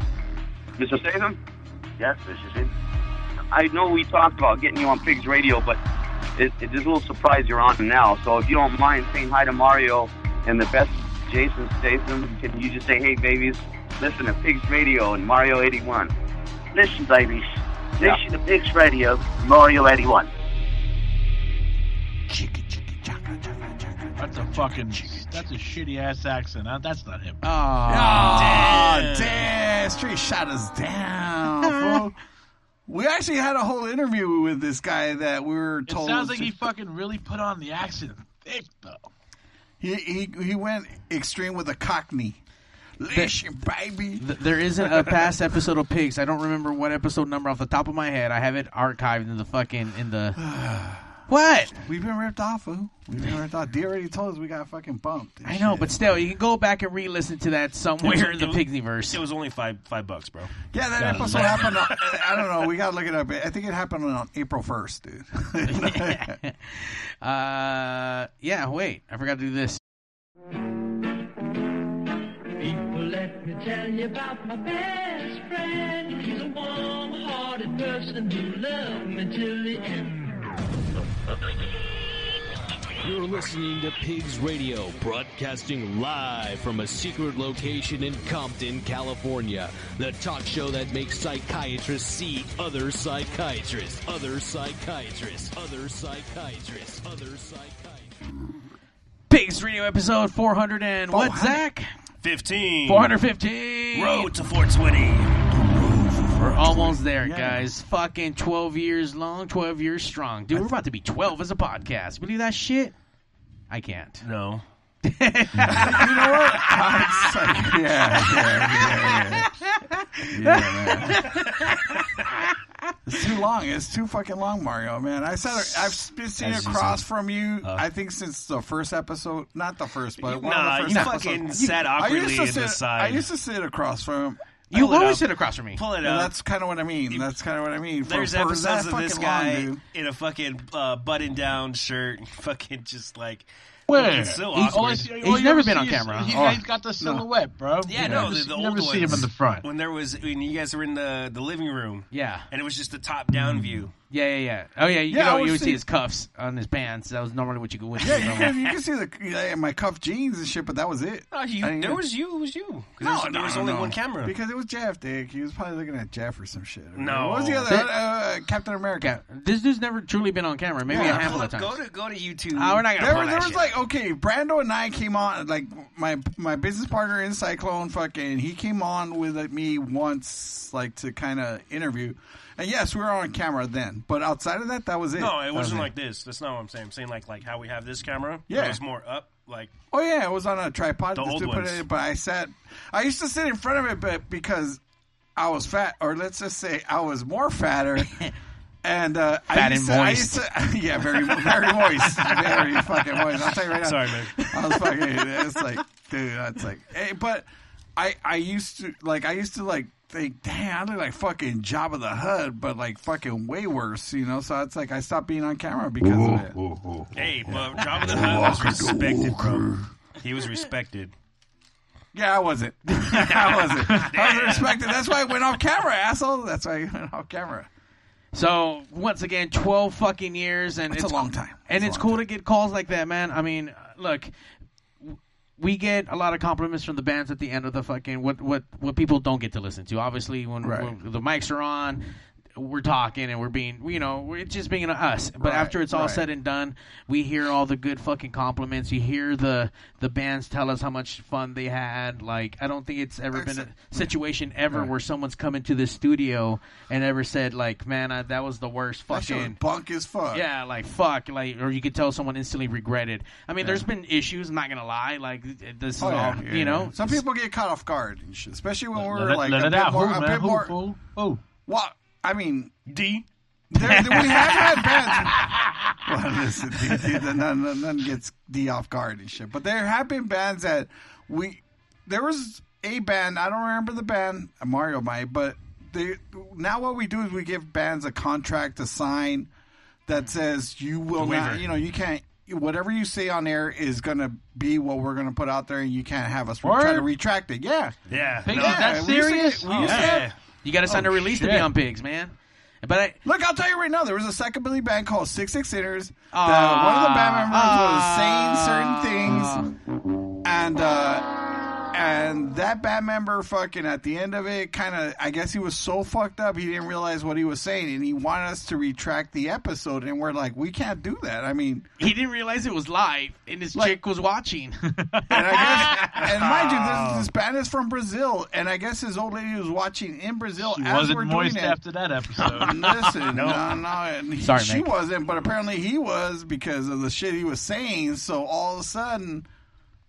Speaker 10: Mr. Statham? Yes, this is it. I know we talked about getting you on Pigs Radio, but it, it's a little surprise you're on now. So if you don't mind saying hi to Mario and the best Jason Statham, can you just say, hey, babies, listen to Pigs Radio and Mario 81? Listen, babies, listen to Pigs Radio, Mario 81.
Speaker 7: That's a fucking. That's a shitty ass accent. Uh, That's not him.
Speaker 3: Ah. Oh, damn. Straight shot us down, fool. We actually had a whole interview with this guy that we were
Speaker 7: It
Speaker 3: told.
Speaker 7: sounds like
Speaker 3: to-
Speaker 7: he fucking really put on the accent thick though.
Speaker 3: he, he, he went extreme with a cockney. Listen, baby.
Speaker 2: Th- There isn't a past episode of Pigs. I don't remember what episode number off the top of my head. I have it archived in the fucking in the. What?
Speaker 3: We've been ripped off, fool. We've been ripped off. D already told us we got fucking bumped.
Speaker 2: I know, but still, you can go back and re-listen to that somewhere in the Pigsyverse.
Speaker 6: It was only five five bucks, bro.
Speaker 3: Yeah, that episode happened. On, I don't know. We gotta look it up. I think it happened on April first, dude.
Speaker 2: Uh, yeah. Wait, I forgot to do this.
Speaker 5: Well, let me tell you about my best friend. He's a warm-hearted person who loved me till the end.
Speaker 4: You're listening to Pigs Radio, broadcasting live from a secret location in Compton, California. The talk show that makes psychiatrists see other psychiatrists, other psychiatrists, other psychiatrists, other psychiatrists.
Speaker 2: Pigs Radio episode 400 and what,
Speaker 3: 400?
Speaker 2: Zach?
Speaker 6: 15.
Speaker 2: 415.
Speaker 6: Road to 420.
Speaker 2: We're almost there, guys. Fucking 12 years long, 12 years strong. Dude, we're about to be 12 as a podcast. Believe that shit? I can't.
Speaker 6: No.
Speaker 3: It's like, yeah, yeah, yeah, yeah. Yeah, man. It's too long. It's too fucking long, Mario. Man, I said I've been sitting
Speaker 6: As you Uh.
Speaker 3: across from you. I think since the first episode, not the first, but one
Speaker 6: Nah,
Speaker 3: of the first
Speaker 6: you
Speaker 3: episodes.
Speaker 6: fucking sat
Speaker 3: I
Speaker 6: awkwardly
Speaker 3: used to
Speaker 6: at
Speaker 3: sit,
Speaker 6: the side.
Speaker 3: I used to sit across from him.
Speaker 2: You
Speaker 6: Pull it
Speaker 2: always
Speaker 6: up.
Speaker 2: sit across from me.
Speaker 6: Pull it
Speaker 3: And
Speaker 6: up.
Speaker 3: that's kind of what I mean. That's kind of what I mean. For-
Speaker 6: There's
Speaker 3: for that
Speaker 6: episodes of this
Speaker 3: fucking long,
Speaker 6: guy
Speaker 3: dude.
Speaker 6: in a fucking uh, button-down shirt, fucking just like
Speaker 7: Where?
Speaker 6: It's so
Speaker 7: He's- all I
Speaker 6: awkward.
Speaker 7: see- all
Speaker 2: He's
Speaker 7: you
Speaker 2: never
Speaker 7: ever
Speaker 2: been
Speaker 7: see
Speaker 2: on
Speaker 7: is-
Speaker 2: camera.
Speaker 7: He,
Speaker 3: Oh.
Speaker 7: has got the silhouette, bro.
Speaker 6: yeah, no, the, the
Speaker 7: you
Speaker 6: old
Speaker 7: never
Speaker 6: ones.
Speaker 7: see him in the front.
Speaker 6: when there was when you guys were in the the living room,
Speaker 2: Yeah.
Speaker 6: and it was just a top-down view.
Speaker 2: Yeah, yeah, yeah. Oh, yeah. You,
Speaker 3: Yeah, I
Speaker 2: know, you
Speaker 3: would
Speaker 2: always see
Speaker 3: see-
Speaker 2: his cuffs on his pants. That was normally what you could win.
Speaker 3: Yeah, you can, you can see the yeah, my cuff jeans and shit, but that was it.
Speaker 6: No, you,
Speaker 3: I didn't
Speaker 6: there
Speaker 3: get-
Speaker 6: was you. It was you. 'Cause
Speaker 3: No,
Speaker 6: there was, there
Speaker 3: no,
Speaker 6: was
Speaker 3: no,
Speaker 6: only
Speaker 3: no.
Speaker 6: one camera.
Speaker 3: Because it was Jeff, Dick. He was probably looking at Jeff or some shit.
Speaker 6: No.
Speaker 3: What was the other? Uh, Captain America.
Speaker 2: This dude's never truly been on camera. Maybe
Speaker 3: Yeah,
Speaker 2: a handful of
Speaker 6: Look,
Speaker 2: times.
Speaker 6: go to go to YouTube.
Speaker 2: Ah, we're not going to
Speaker 3: There,
Speaker 2: pull
Speaker 3: was-
Speaker 2: that
Speaker 3: there was
Speaker 2: shit.
Speaker 3: like okay, Brando and I came on like my my business partner in Cyclone fucking he came on with me once like to kind of interview, and yes we were on camera then, but outside of that that was it.
Speaker 6: No, it wasn't
Speaker 3: Okay.
Speaker 6: like this. That's not what I'm saying. I'm saying like like how we have this camera.
Speaker 3: Yeah.
Speaker 6: it was more up. Like
Speaker 3: Oh yeah, it was on a tripod.
Speaker 6: The
Speaker 3: just
Speaker 6: old
Speaker 3: to put
Speaker 6: ones.
Speaker 3: it, but I sat. I used to sit in front of it, but because I was fat, or let's just say I was more fatter. And uh,
Speaker 2: Fat
Speaker 3: I
Speaker 2: and
Speaker 3: used to,
Speaker 2: moist.
Speaker 3: I used to, yeah, very, very moist, very fucking moist. I'll tell you right now.
Speaker 6: Sorry, man.
Speaker 3: I was fucking. It's like, dude, that's like. eh, But I, I used to like. I used to like think, damn, I look like fucking Job of the Hut, but like fucking way worse, you know. So it's like I stopped being on camera because of it.
Speaker 6: hey, but Jabba the Hutt was respected, bro. He was respected.
Speaker 3: Yeah, I wasn't. I wasn't. I wasn't respected. That's why I went off camera, asshole. That's why I went off camera.
Speaker 2: So, once again, 12 fucking years. and
Speaker 3: It's,
Speaker 2: it's
Speaker 3: a long time.
Speaker 2: and
Speaker 3: a
Speaker 2: it's
Speaker 3: long
Speaker 2: cool to get calls like that, man. I mean, uh, look, w- we get a lot of compliments from the bands at the end of the fucking what what what people don't get to listen to. Obviously, when,
Speaker 3: Right.
Speaker 2: when the mics are on, we're talking and we're being, you know, we're just being us. But
Speaker 11: Right,
Speaker 2: after it's all
Speaker 11: right.
Speaker 2: said and done, we hear all the good fucking compliments. You hear the the bands tell us how much fun they had. Like I don't think it's ever been a situation ever where someone's come into the studio and ever said like, "Man, I, that was the worst
Speaker 3: That shit was
Speaker 2: fucking
Speaker 3: bunk as fuck.
Speaker 2: Yeah, like fuck, like or you could tell someone instantly regretted. I mean, there's been issues. I'm not gonna lie. Like th- this
Speaker 3: Oh,
Speaker 2: is
Speaker 3: yeah,
Speaker 2: all
Speaker 3: yeah,
Speaker 2: you know.
Speaker 3: yeah. Some people get caught off guard, and shit, especially when we're
Speaker 2: let it-
Speaker 3: like
Speaker 2: let
Speaker 3: a
Speaker 2: it
Speaker 3: bit
Speaker 2: out.
Speaker 3: more.
Speaker 2: Who,
Speaker 3: a
Speaker 2: man?
Speaker 3: bit
Speaker 2: Who,
Speaker 3: more.
Speaker 2: fool?
Speaker 3: Well, I mean,
Speaker 6: D.
Speaker 3: There, we have had bands. Well, listen, D, D, the- none, none, none gets D off guard and shit. But there have been bands that we. There was a band. I don't remember the band. Mario might, but they now what we do is we give bands a contract to sign that says you will
Speaker 11: The
Speaker 3: not.
Speaker 11: waiver.
Speaker 3: You know, you can't. Whatever you say on air is gonna be what we're gonna put out there, and you can't have us re- try to
Speaker 2: Word?
Speaker 3: retract it. Yeah,
Speaker 6: yeah.
Speaker 2: Pigs, is that
Speaker 3: we used to
Speaker 2: serious? Oh,
Speaker 3: get- we used to have-
Speaker 2: You got to sign
Speaker 3: Oh,
Speaker 2: a release to be
Speaker 3: shit.
Speaker 2: on Pigs, man. But I
Speaker 3: Look, I'll tell you right now, there was a psychobilly band called Six Six Sinners.
Speaker 2: Ah.
Speaker 3: that one of the band
Speaker 7: Ah.
Speaker 3: members was saying certain things, and uh, and that band member fucking at the end of it, kind of, I guess he was so fucked up he didn't realize what he was saying, and he wanted us to retract the episode, and we're like, we can't do that. I mean,
Speaker 2: he didn't realize it was live, and his chick was watching.
Speaker 3: and mind you, this, this band is from Brazil, and I guess his old lady was watching in Brazil
Speaker 7: She
Speaker 3: as we're
Speaker 7: wasn't
Speaker 3: doing
Speaker 7: moist
Speaker 3: it.
Speaker 7: after that episode.
Speaker 3: Listen, no, no, and he-
Speaker 7: Sorry,
Speaker 3: she
Speaker 7: Meg.
Speaker 3: wasn't, but apparently he was because of the shit he was saying. So all of a sudden,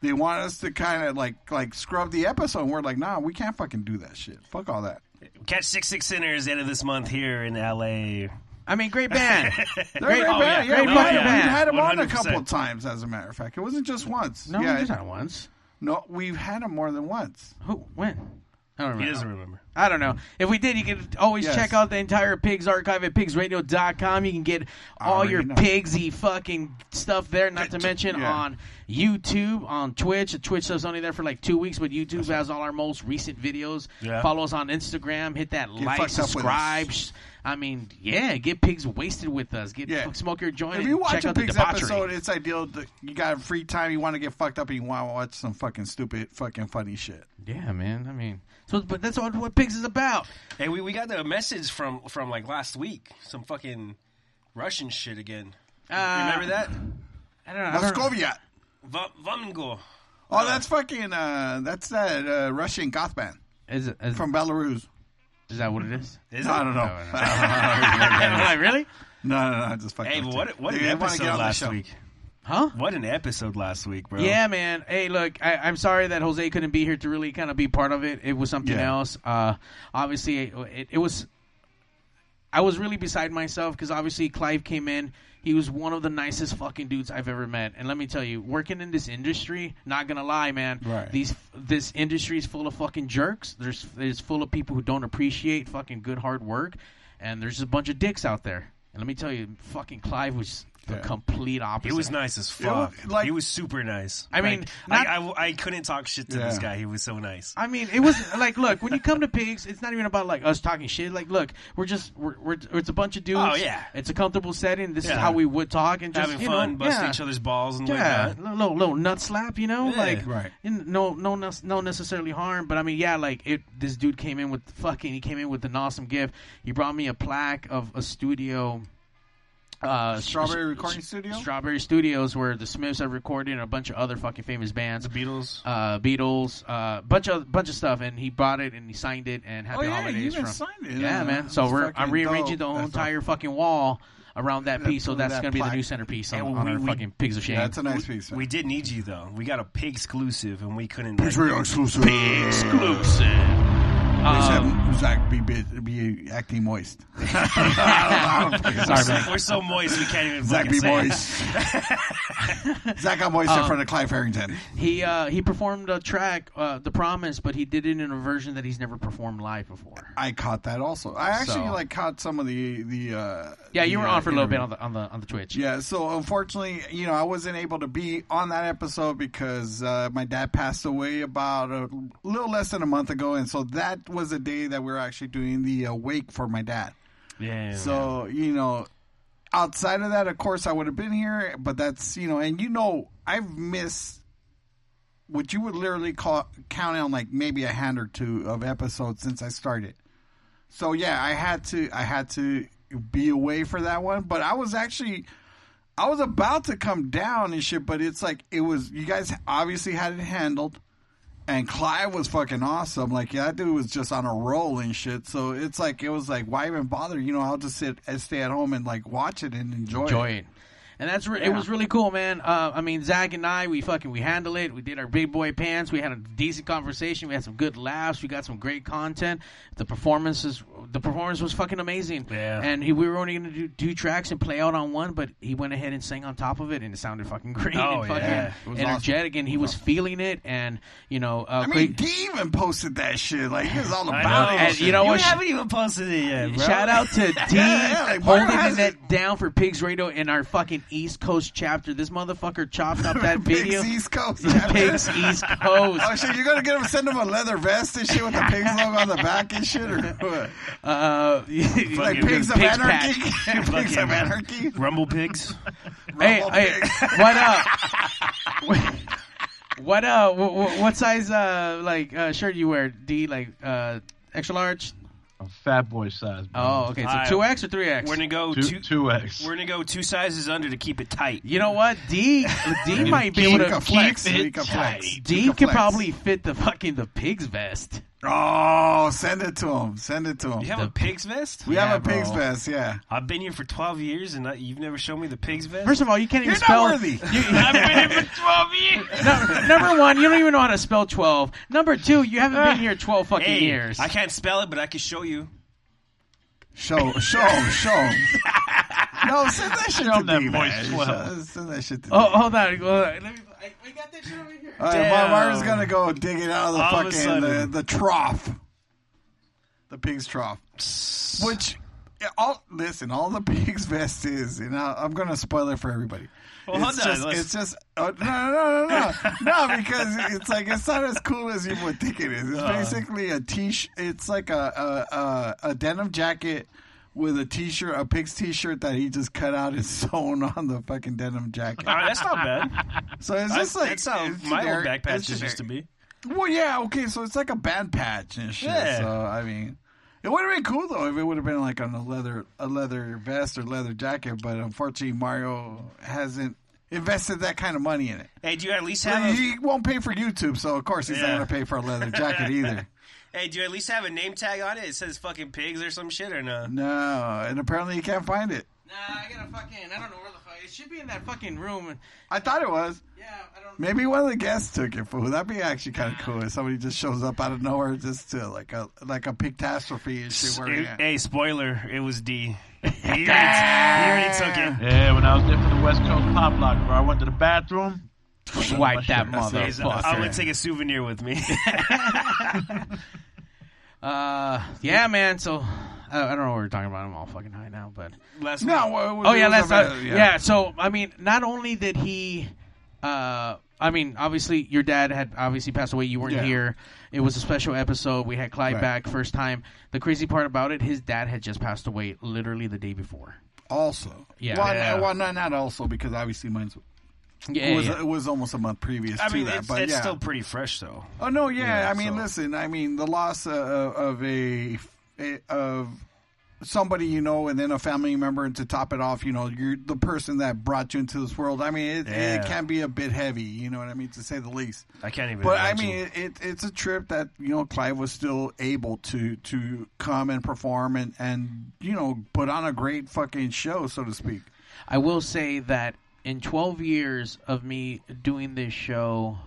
Speaker 3: they want us to kind of like like scrub the episode. And we're like, nah, we can't fucking do that shit. Fuck all that.
Speaker 6: Catch Six Six Sinners end of this month here in L.A.
Speaker 2: I mean, great band.
Speaker 3: They're great,
Speaker 6: Oh,
Speaker 3: band. Yeah,
Speaker 6: Great
Speaker 3: we
Speaker 6: fucking
Speaker 3: had,
Speaker 6: band.
Speaker 3: we had him on a
Speaker 6: 100%.
Speaker 3: couple of times, as a matter of fact. It wasn't just once.
Speaker 2: No, we
Speaker 3: yeah,
Speaker 2: did not once.
Speaker 3: No, we've had him more than once.
Speaker 2: Who? When? I don't remember.
Speaker 6: He doesn't remember.
Speaker 2: I don't know. If we did, you can always
Speaker 3: Yes.
Speaker 2: check out the entire Pigs archive at pigsradio.com. You can get all
Speaker 3: already
Speaker 2: your
Speaker 3: know.
Speaker 2: pigsy fucking stuff there, not to mention
Speaker 3: yeah.
Speaker 2: on YouTube, on Twitch. Twitch was only there for like two weeks, but YouTube has all our most recent videos.
Speaker 11: Yeah.
Speaker 2: Follow us on Instagram. Hit that
Speaker 11: Get
Speaker 2: like,
Speaker 11: fucked up with
Speaker 2: subscribe. Sh- I mean, yeah, get pigs wasted with us. Get
Speaker 3: Yeah.
Speaker 2: smoke your joint.
Speaker 3: If you
Speaker 2: and
Speaker 3: watch
Speaker 2: check
Speaker 3: a
Speaker 2: out the
Speaker 3: Pigs
Speaker 2: debauchery.
Speaker 3: episode, it's ideal. To, you got free time. You want to get fucked up, and you want to watch some fucking stupid, fucking funny shit.
Speaker 2: Yeah, man. I mean, so, but that's what, what Pigs is about.
Speaker 6: Hey, we, we got the message from from like last week. Some fucking Russian shit again.
Speaker 2: Uh,
Speaker 6: Remember that?
Speaker 2: I don't
Speaker 3: Moskovia.
Speaker 6: Va- Vamingo.
Speaker 3: Oh, that's fucking. Uh, that's that uh, Russian goth band.
Speaker 2: Is it is,
Speaker 3: from Belarus?
Speaker 2: Is that what it is?
Speaker 6: Is
Speaker 3: I
Speaker 6: it?
Speaker 3: don't know.
Speaker 6: No, no.
Speaker 2: Like, really?
Speaker 3: No, no, no. I Just fucking.
Speaker 6: Hey, but what what an
Speaker 3: They wanna
Speaker 6: episode
Speaker 3: get on the
Speaker 6: last
Speaker 3: show.
Speaker 6: week?
Speaker 2: Huh?
Speaker 6: What an episode last week, bro.
Speaker 2: Yeah, man. Hey, look, I, I'm sorry that Jose couldn't be here to really kind of be part of it. It was something
Speaker 6: Yeah.
Speaker 2: else. Uh, obviously, it, it, it was. I was really beside myself because obviously Clive came in. He was one of the nicest fucking dudes I've ever met, and let me tell you, working in this industry, not gonna lie, man.
Speaker 11: Right.
Speaker 2: These this industry is full of fucking jerks. There's it's full of people who don't appreciate fucking good hard work, and there's a bunch of dicks out there. And let me tell you, fucking Clive was the complete opposite.
Speaker 6: He was nice as
Speaker 2: It was
Speaker 6: fuck. he was super nice.
Speaker 2: I mean,
Speaker 6: like, I, I, I couldn't talk shit to this
Speaker 2: Yeah.
Speaker 6: guy. He was so nice.
Speaker 2: I mean, it was like, look, when you come to pigs, it's not even about like us talking shit. Like, look, we're just we're, we're it's a bunch of dudes.
Speaker 6: Oh, yeah.
Speaker 2: it's a comfortable setting. This
Speaker 6: Yeah.
Speaker 2: is how we would talk and just
Speaker 6: Having
Speaker 2: you
Speaker 6: fun,
Speaker 2: know,
Speaker 6: busting
Speaker 2: yeah.
Speaker 6: each other's balls and
Speaker 2: yeah,
Speaker 6: whatnot.
Speaker 2: little, little- little nut slap, you know,
Speaker 6: Yeah.
Speaker 2: like
Speaker 6: Right.
Speaker 2: n- no, no, nec- no necessarily harm, but I mean, yeah, like it. This dude came in with fucking. He came in with an awesome gift. He brought me a plaque of a studio. Uh,
Speaker 3: Strawberry
Speaker 2: s-
Speaker 3: Recording
Speaker 2: s-
Speaker 3: Studio?
Speaker 2: Strawberry Studios, where the Smiths have recorded and a bunch of other fucking famous bands. The
Speaker 6: Beatles,
Speaker 2: uh, Beatles, uh, bunch of bunch of stuff, and he bought it and he signed it and
Speaker 3: Oh,
Speaker 2: Happy
Speaker 3: yeah,
Speaker 2: Holidays
Speaker 3: you even
Speaker 2: from.
Speaker 3: signed it.
Speaker 2: Yeah,
Speaker 3: Yeah,
Speaker 2: man.
Speaker 3: that's
Speaker 2: So we're I'm
Speaker 3: fucking
Speaker 2: rearranging
Speaker 3: dope.
Speaker 2: the whole
Speaker 3: That's
Speaker 2: entire fucking wall around that piece. So that's
Speaker 6: that
Speaker 2: gonna be the
Speaker 6: plaque.
Speaker 2: new centerpiece on,
Speaker 6: And
Speaker 2: on
Speaker 6: we-
Speaker 2: our
Speaker 6: we-
Speaker 2: fucking pigs of shame.
Speaker 6: We- We did need you though. We got a pig exclusive, and we couldn't.
Speaker 3: Pigs
Speaker 6: like,
Speaker 3: Radio exclusive.
Speaker 6: Pig exclusive. Um,
Speaker 3: Except Zach be, be, be acting moist.
Speaker 6: Sorry, We're so moist we can't even.
Speaker 3: Zach
Speaker 6: fucking
Speaker 3: be
Speaker 6: say it.
Speaker 3: moist. Zach got moist in
Speaker 2: Um,
Speaker 3: front of Clive Harrington.
Speaker 2: He uh, he performed a track, uh, The Promise, but he did it in a version that he's never performed live before.
Speaker 3: I caught that also. I actually
Speaker 2: So-
Speaker 3: like caught some of the the. Uh,
Speaker 2: Yeah, you
Speaker 3: the,
Speaker 2: were
Speaker 3: uh,
Speaker 2: on for a little bit
Speaker 3: interview.
Speaker 2: on the on the on the Twitch.
Speaker 3: Yeah, so unfortunately, you know, I wasn't able to be on that episode because uh, my dad passed away about a little less than a month ago, and so that was the day that we were actually doing the uh, wake for my dad.
Speaker 6: Yeah.
Speaker 3: So you know, outside of that, of course, I would have been here, but that's you know, and you know, I've missed what you would literally call count on like maybe a hand or two of episodes since I started. So yeah, I had to I had to be away for that one, but I was actually I was about to come down and shit, but it's like it was you guys obviously had it handled. And Clive was fucking awesome. Like yeah, that dude was just on a roll and shit. So it's like it was like why even bother? You know, I'll just sit I stay at home and like watch it and enjoy,
Speaker 2: Enjoy it. And that's re- it was really cool, man. Uh, I mean, Zach and I, we fucking we handled it. We did our big boy pants. We had a decent conversation. We had some good laughs. We got some great content. The performances, the performance was fucking amazing. Yeah. And he, we were only gonna do two tracks and play out on one, but he went ahead and sang on top of it, and it sounded fucking great
Speaker 3: Oh,
Speaker 2: and fucking
Speaker 3: yeah. It was
Speaker 2: energetic. And he was feeling it, and you know, uh,
Speaker 3: I mean, he even posted that shit. Like he was all
Speaker 2: I
Speaker 3: about
Speaker 2: know.
Speaker 3: it.
Speaker 2: And you know You what?
Speaker 6: haven't even posted it yet, bro.
Speaker 2: Shout out to
Speaker 6: Yeah,
Speaker 2: D
Speaker 6: yeah, like, Mario
Speaker 2: holding the
Speaker 6: has
Speaker 2: net down for Pigs Radio in our fucking East Coast chapter. This motherfucker chopped up that
Speaker 3: Pigs
Speaker 2: video.
Speaker 3: East Coast.
Speaker 2: Pigs East Coast.
Speaker 3: Oh shit! You're gonna get him, send him a leather vest and shit with the pigs logo on the back and shit, or what?
Speaker 2: Uh,
Speaker 3: like
Speaker 2: fucking
Speaker 3: pigs of
Speaker 2: Pigs
Speaker 3: anarchy.
Speaker 2: Pack.
Speaker 3: pigs of
Speaker 2: Fucking
Speaker 3: anarchy.
Speaker 6: Rumble pigs.
Speaker 2: hey, hey, what up? what uh? What, what, what size uh like uh shirt you wear? D like uh extra large?
Speaker 7: A fat boy size.
Speaker 2: Oh, okay. So
Speaker 6: Alright.
Speaker 2: two X or three X?
Speaker 6: Mm, We're gonna go
Speaker 7: Two-
Speaker 6: two,
Speaker 7: two X.
Speaker 6: We're gonna go two sizes under to keep it tight.
Speaker 2: You know what? D D might be
Speaker 6: Keep
Speaker 2: able to
Speaker 6: it flex,
Speaker 2: keep
Speaker 6: keep
Speaker 2: it
Speaker 6: it flex,
Speaker 2: tight.
Speaker 6: keep
Speaker 2: D
Speaker 6: it
Speaker 2: could
Speaker 6: flex.
Speaker 2: probably fit the fucking the pig's vest.
Speaker 3: Oh, send it to him. Send it to him.
Speaker 6: You have a pig's vest?
Speaker 3: We have a pig's vest. Yeah.
Speaker 6: I've been here for 12 years and I, you've never shown me the pig's vest?
Speaker 2: First of all, you can't
Speaker 6: You're
Speaker 2: even
Speaker 6: not
Speaker 2: spell.
Speaker 6: worthy.
Speaker 2: You,
Speaker 6: I've been here for 12 years.
Speaker 2: No, number one, you don't even know how to spell twelve. Number two, you haven't been here twelve fucking
Speaker 6: Ah. Hey,
Speaker 2: years.
Speaker 6: I can't spell it, but I can show you.
Speaker 3: Show, show, show. No, send that shit to me, man.
Speaker 6: boy
Speaker 3: Send- Send that shit to me.
Speaker 2: Oh, hold on. Hold on. Let me, I, we got this shit over here.
Speaker 3: All right,
Speaker 6: Damn.
Speaker 3: Mario's gonna go dig it out of the
Speaker 6: All of a
Speaker 3: fucking the,
Speaker 6: sudden.
Speaker 3: the trough, the pig's trough. Which, yeah, all listen, all the pig's vest is, and I, I'm gonna spoil it for everybody.
Speaker 6: Well,
Speaker 3: it's,
Speaker 6: hold on,
Speaker 3: just,
Speaker 6: let's-
Speaker 3: it's just, uh, no, no, no, no, no, no, because it's like it's not as cool as you would think it is. It's
Speaker 6: Uh.
Speaker 3: basically a t-shirt. It's like a a, a a denim jacket. With a T-shirt, a pig's T-shirt that he just cut out and sewn on the fucking denim jacket.
Speaker 6: All right, Uh, that's not bad.
Speaker 3: So it's just
Speaker 6: I-
Speaker 3: like
Speaker 6: that's how
Speaker 3: it's
Speaker 6: my old
Speaker 3: generic-
Speaker 6: back
Speaker 3: it's
Speaker 6: patches used to
Speaker 3: generic.
Speaker 6: be.
Speaker 3: Well, yeah, okay, so it's like a band patch and shit.
Speaker 6: Yeah.
Speaker 3: So I mean, it would have been cool though if it would have been like on a leather a leather vest or leather jacket. But unfortunately, Mario hasn't invested that kind of money in it.
Speaker 6: Hey, do you at least
Speaker 3: Like,
Speaker 6: have a,
Speaker 3: he won't pay for YouTube, so of course he's
Speaker 6: Yeah.
Speaker 3: not gonna pay for a leather jacket either.
Speaker 6: Hey, do you at least have a name tag on it? It says fucking pigs or some shit or no?
Speaker 3: no, and apparently he can't find it.
Speaker 2: Nah, I gotta fucking. I don't know where the fuck. It should be in that fucking room.
Speaker 3: I thought it was.
Speaker 2: Yeah, I don't.
Speaker 3: Maybe one of the guests took it. Fool, that'd be actually kind of cool if somebody just shows up out of nowhere just to like a like a catastrophe and shit. Where
Speaker 6: It-
Speaker 3: yeah.
Speaker 6: hey, spoiler, it was D. He already, he already took it.
Speaker 7: Yeah, when I was there for the West Coast Pop Lock, bro, I went to the bathroom.
Speaker 2: Wipe that
Speaker 6: Jeez, I, I would
Speaker 2: motherfucker.
Speaker 6: take a souvenir with me.
Speaker 2: Uh, yeah, man. So I, I don't know what we're talking about. I'm all fucking high now, but
Speaker 6: Last
Speaker 3: No,
Speaker 6: week.
Speaker 3: well, it was-
Speaker 2: oh
Speaker 3: it
Speaker 2: yeah,
Speaker 3: was
Speaker 2: last
Speaker 3: about-
Speaker 2: time. Yeah. So I mean, not only did he, uh, I mean, obviously your dad had obviously passed away. You weren't
Speaker 3: Yeah.
Speaker 2: here. It was a special episode. We had Clyde
Speaker 3: Right.
Speaker 2: back first time. The crazy part about it, his dad had just passed away literally the day before.
Speaker 3: Also,
Speaker 2: Yeah.
Speaker 3: Well,
Speaker 2: Yeah.
Speaker 3: well, not not also because obviously mine's
Speaker 2: Yeah,
Speaker 3: it was it was almost a month previous
Speaker 6: I
Speaker 3: to
Speaker 6: mean,
Speaker 3: that,
Speaker 6: it's,
Speaker 3: but
Speaker 6: it's
Speaker 3: yeah.
Speaker 6: still pretty fresh though.
Speaker 3: oh no, yeah.
Speaker 6: Yeah,
Speaker 3: I mean,
Speaker 6: so-
Speaker 3: listen. I mean, the loss uh, of a, a of somebody you know, and then a family member, and to top it off, you know, you're the person that brought you into this world. I mean, it,
Speaker 6: Yeah.
Speaker 3: it can be a bit heavy, you know what I mean, to say the least.
Speaker 6: I can't even.
Speaker 3: But I
Speaker 6: imagine.
Speaker 3: mean, it, it, it's a trip that you know Clive was still able to to come and perform and and you know put on a great fucking show, so to speak.
Speaker 2: I will say that in 12 years of me doing this show,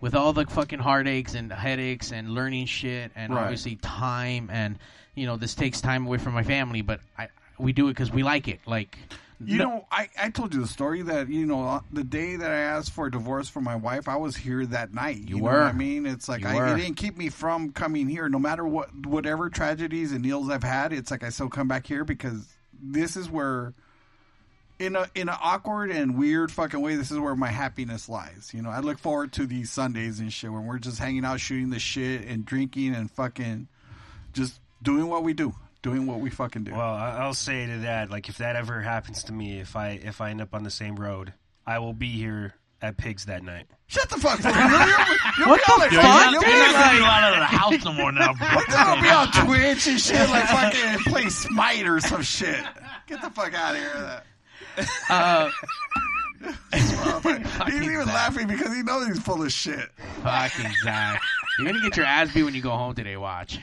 Speaker 2: with all the fucking heartaches and headaches and learning shit and
Speaker 3: Right.
Speaker 2: obviously time and you know this takes time away from my family, but I we do it because we like it. Like
Speaker 3: You
Speaker 2: no-
Speaker 3: know, I, I told you the story that you know uh, the day that I asked for a divorce from my wife, I was here that night. You, know
Speaker 2: were.
Speaker 3: what I mean, it's like
Speaker 2: You
Speaker 3: I,
Speaker 2: were.
Speaker 3: it didn't keep me from coming here, no matter what, whatever tragedies and ills I've had. It's like I still come back here because this is where, in a in an awkward and weird fucking way, this is where my happiness lies. You know, I look forward to these Sundays and shit when we're just hanging out, shooting the shit, and drinking and fucking, just doing what we do, doing what we fucking do.
Speaker 6: Well, I- I'll say to that, like if that ever happens to me, if I if I end up on the same road, I will be here at Pigs that night.
Speaker 3: Shut the fuck up. You'll,
Speaker 6: What
Speaker 3: be on
Speaker 6: the
Speaker 3: like-
Speaker 6: fuck,
Speaker 3: You'll
Speaker 6: dude?
Speaker 3: be
Speaker 6: You're not
Speaker 3: like,
Speaker 6: gonna go out
Speaker 7: of the house no more now.
Speaker 3: I'll be on Twitch and shit, like fucking play Smite or some shit. Get the fuck out of here.
Speaker 2: Uh,
Speaker 3: He's even laughing because he knows he's full of shit.
Speaker 2: fucking Zach. You're gonna get your ass beat when you go home today. Watch.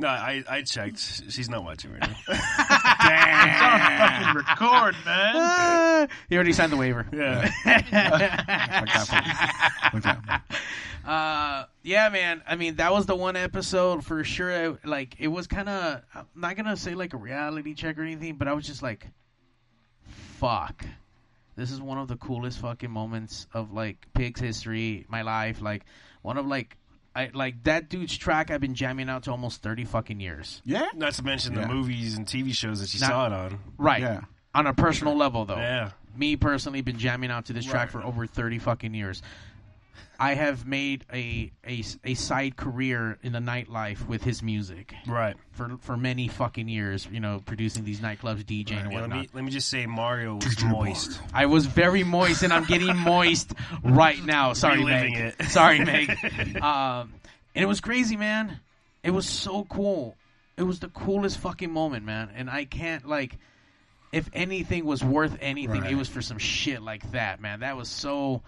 Speaker 6: No, I, I checked. She's not watching right now.
Speaker 7: Fucking record, man.
Speaker 2: you already signed the waiver.
Speaker 3: Yeah.
Speaker 2: uh, yeah, man. I mean, that was the one episode for sure. I- Like, it was kind of. I'm not gonna say like a reality check or anything, but I was just like, fuck. This is one of the coolest fucking moments of like Pig's history, my life. Like, one of like, I like that dude's track. I've been jamming out to almost thirty fucking years.
Speaker 3: Yeah.
Speaker 6: Not to mention
Speaker 2: Yeah.
Speaker 6: the movies and TV shows that she
Speaker 2: Not-
Speaker 6: saw it on.
Speaker 2: Right. On a personal level, though.
Speaker 6: Yeah.
Speaker 2: Me personally, been jamming out to this track for over thirty fucking years. I have made a, a a side career in the nightlife with his music.
Speaker 6: Right.
Speaker 2: For for many fucking years, you know, producing these nightclubs, DJing, and
Speaker 6: Yeah, let
Speaker 2: whatnot.
Speaker 6: me let me just say Mario was moist.
Speaker 2: I was very moist, and I'm getting moist right now. Sorry,
Speaker 6: Reliving
Speaker 2: Meg.
Speaker 6: it.
Speaker 2: Sorry, Meg. Um, and it was crazy, man. It was so cool. It was the coolest fucking moment, man. And I can't like, if anything was worth anything,
Speaker 11: Right.
Speaker 2: it was for some shit like that, man. That was so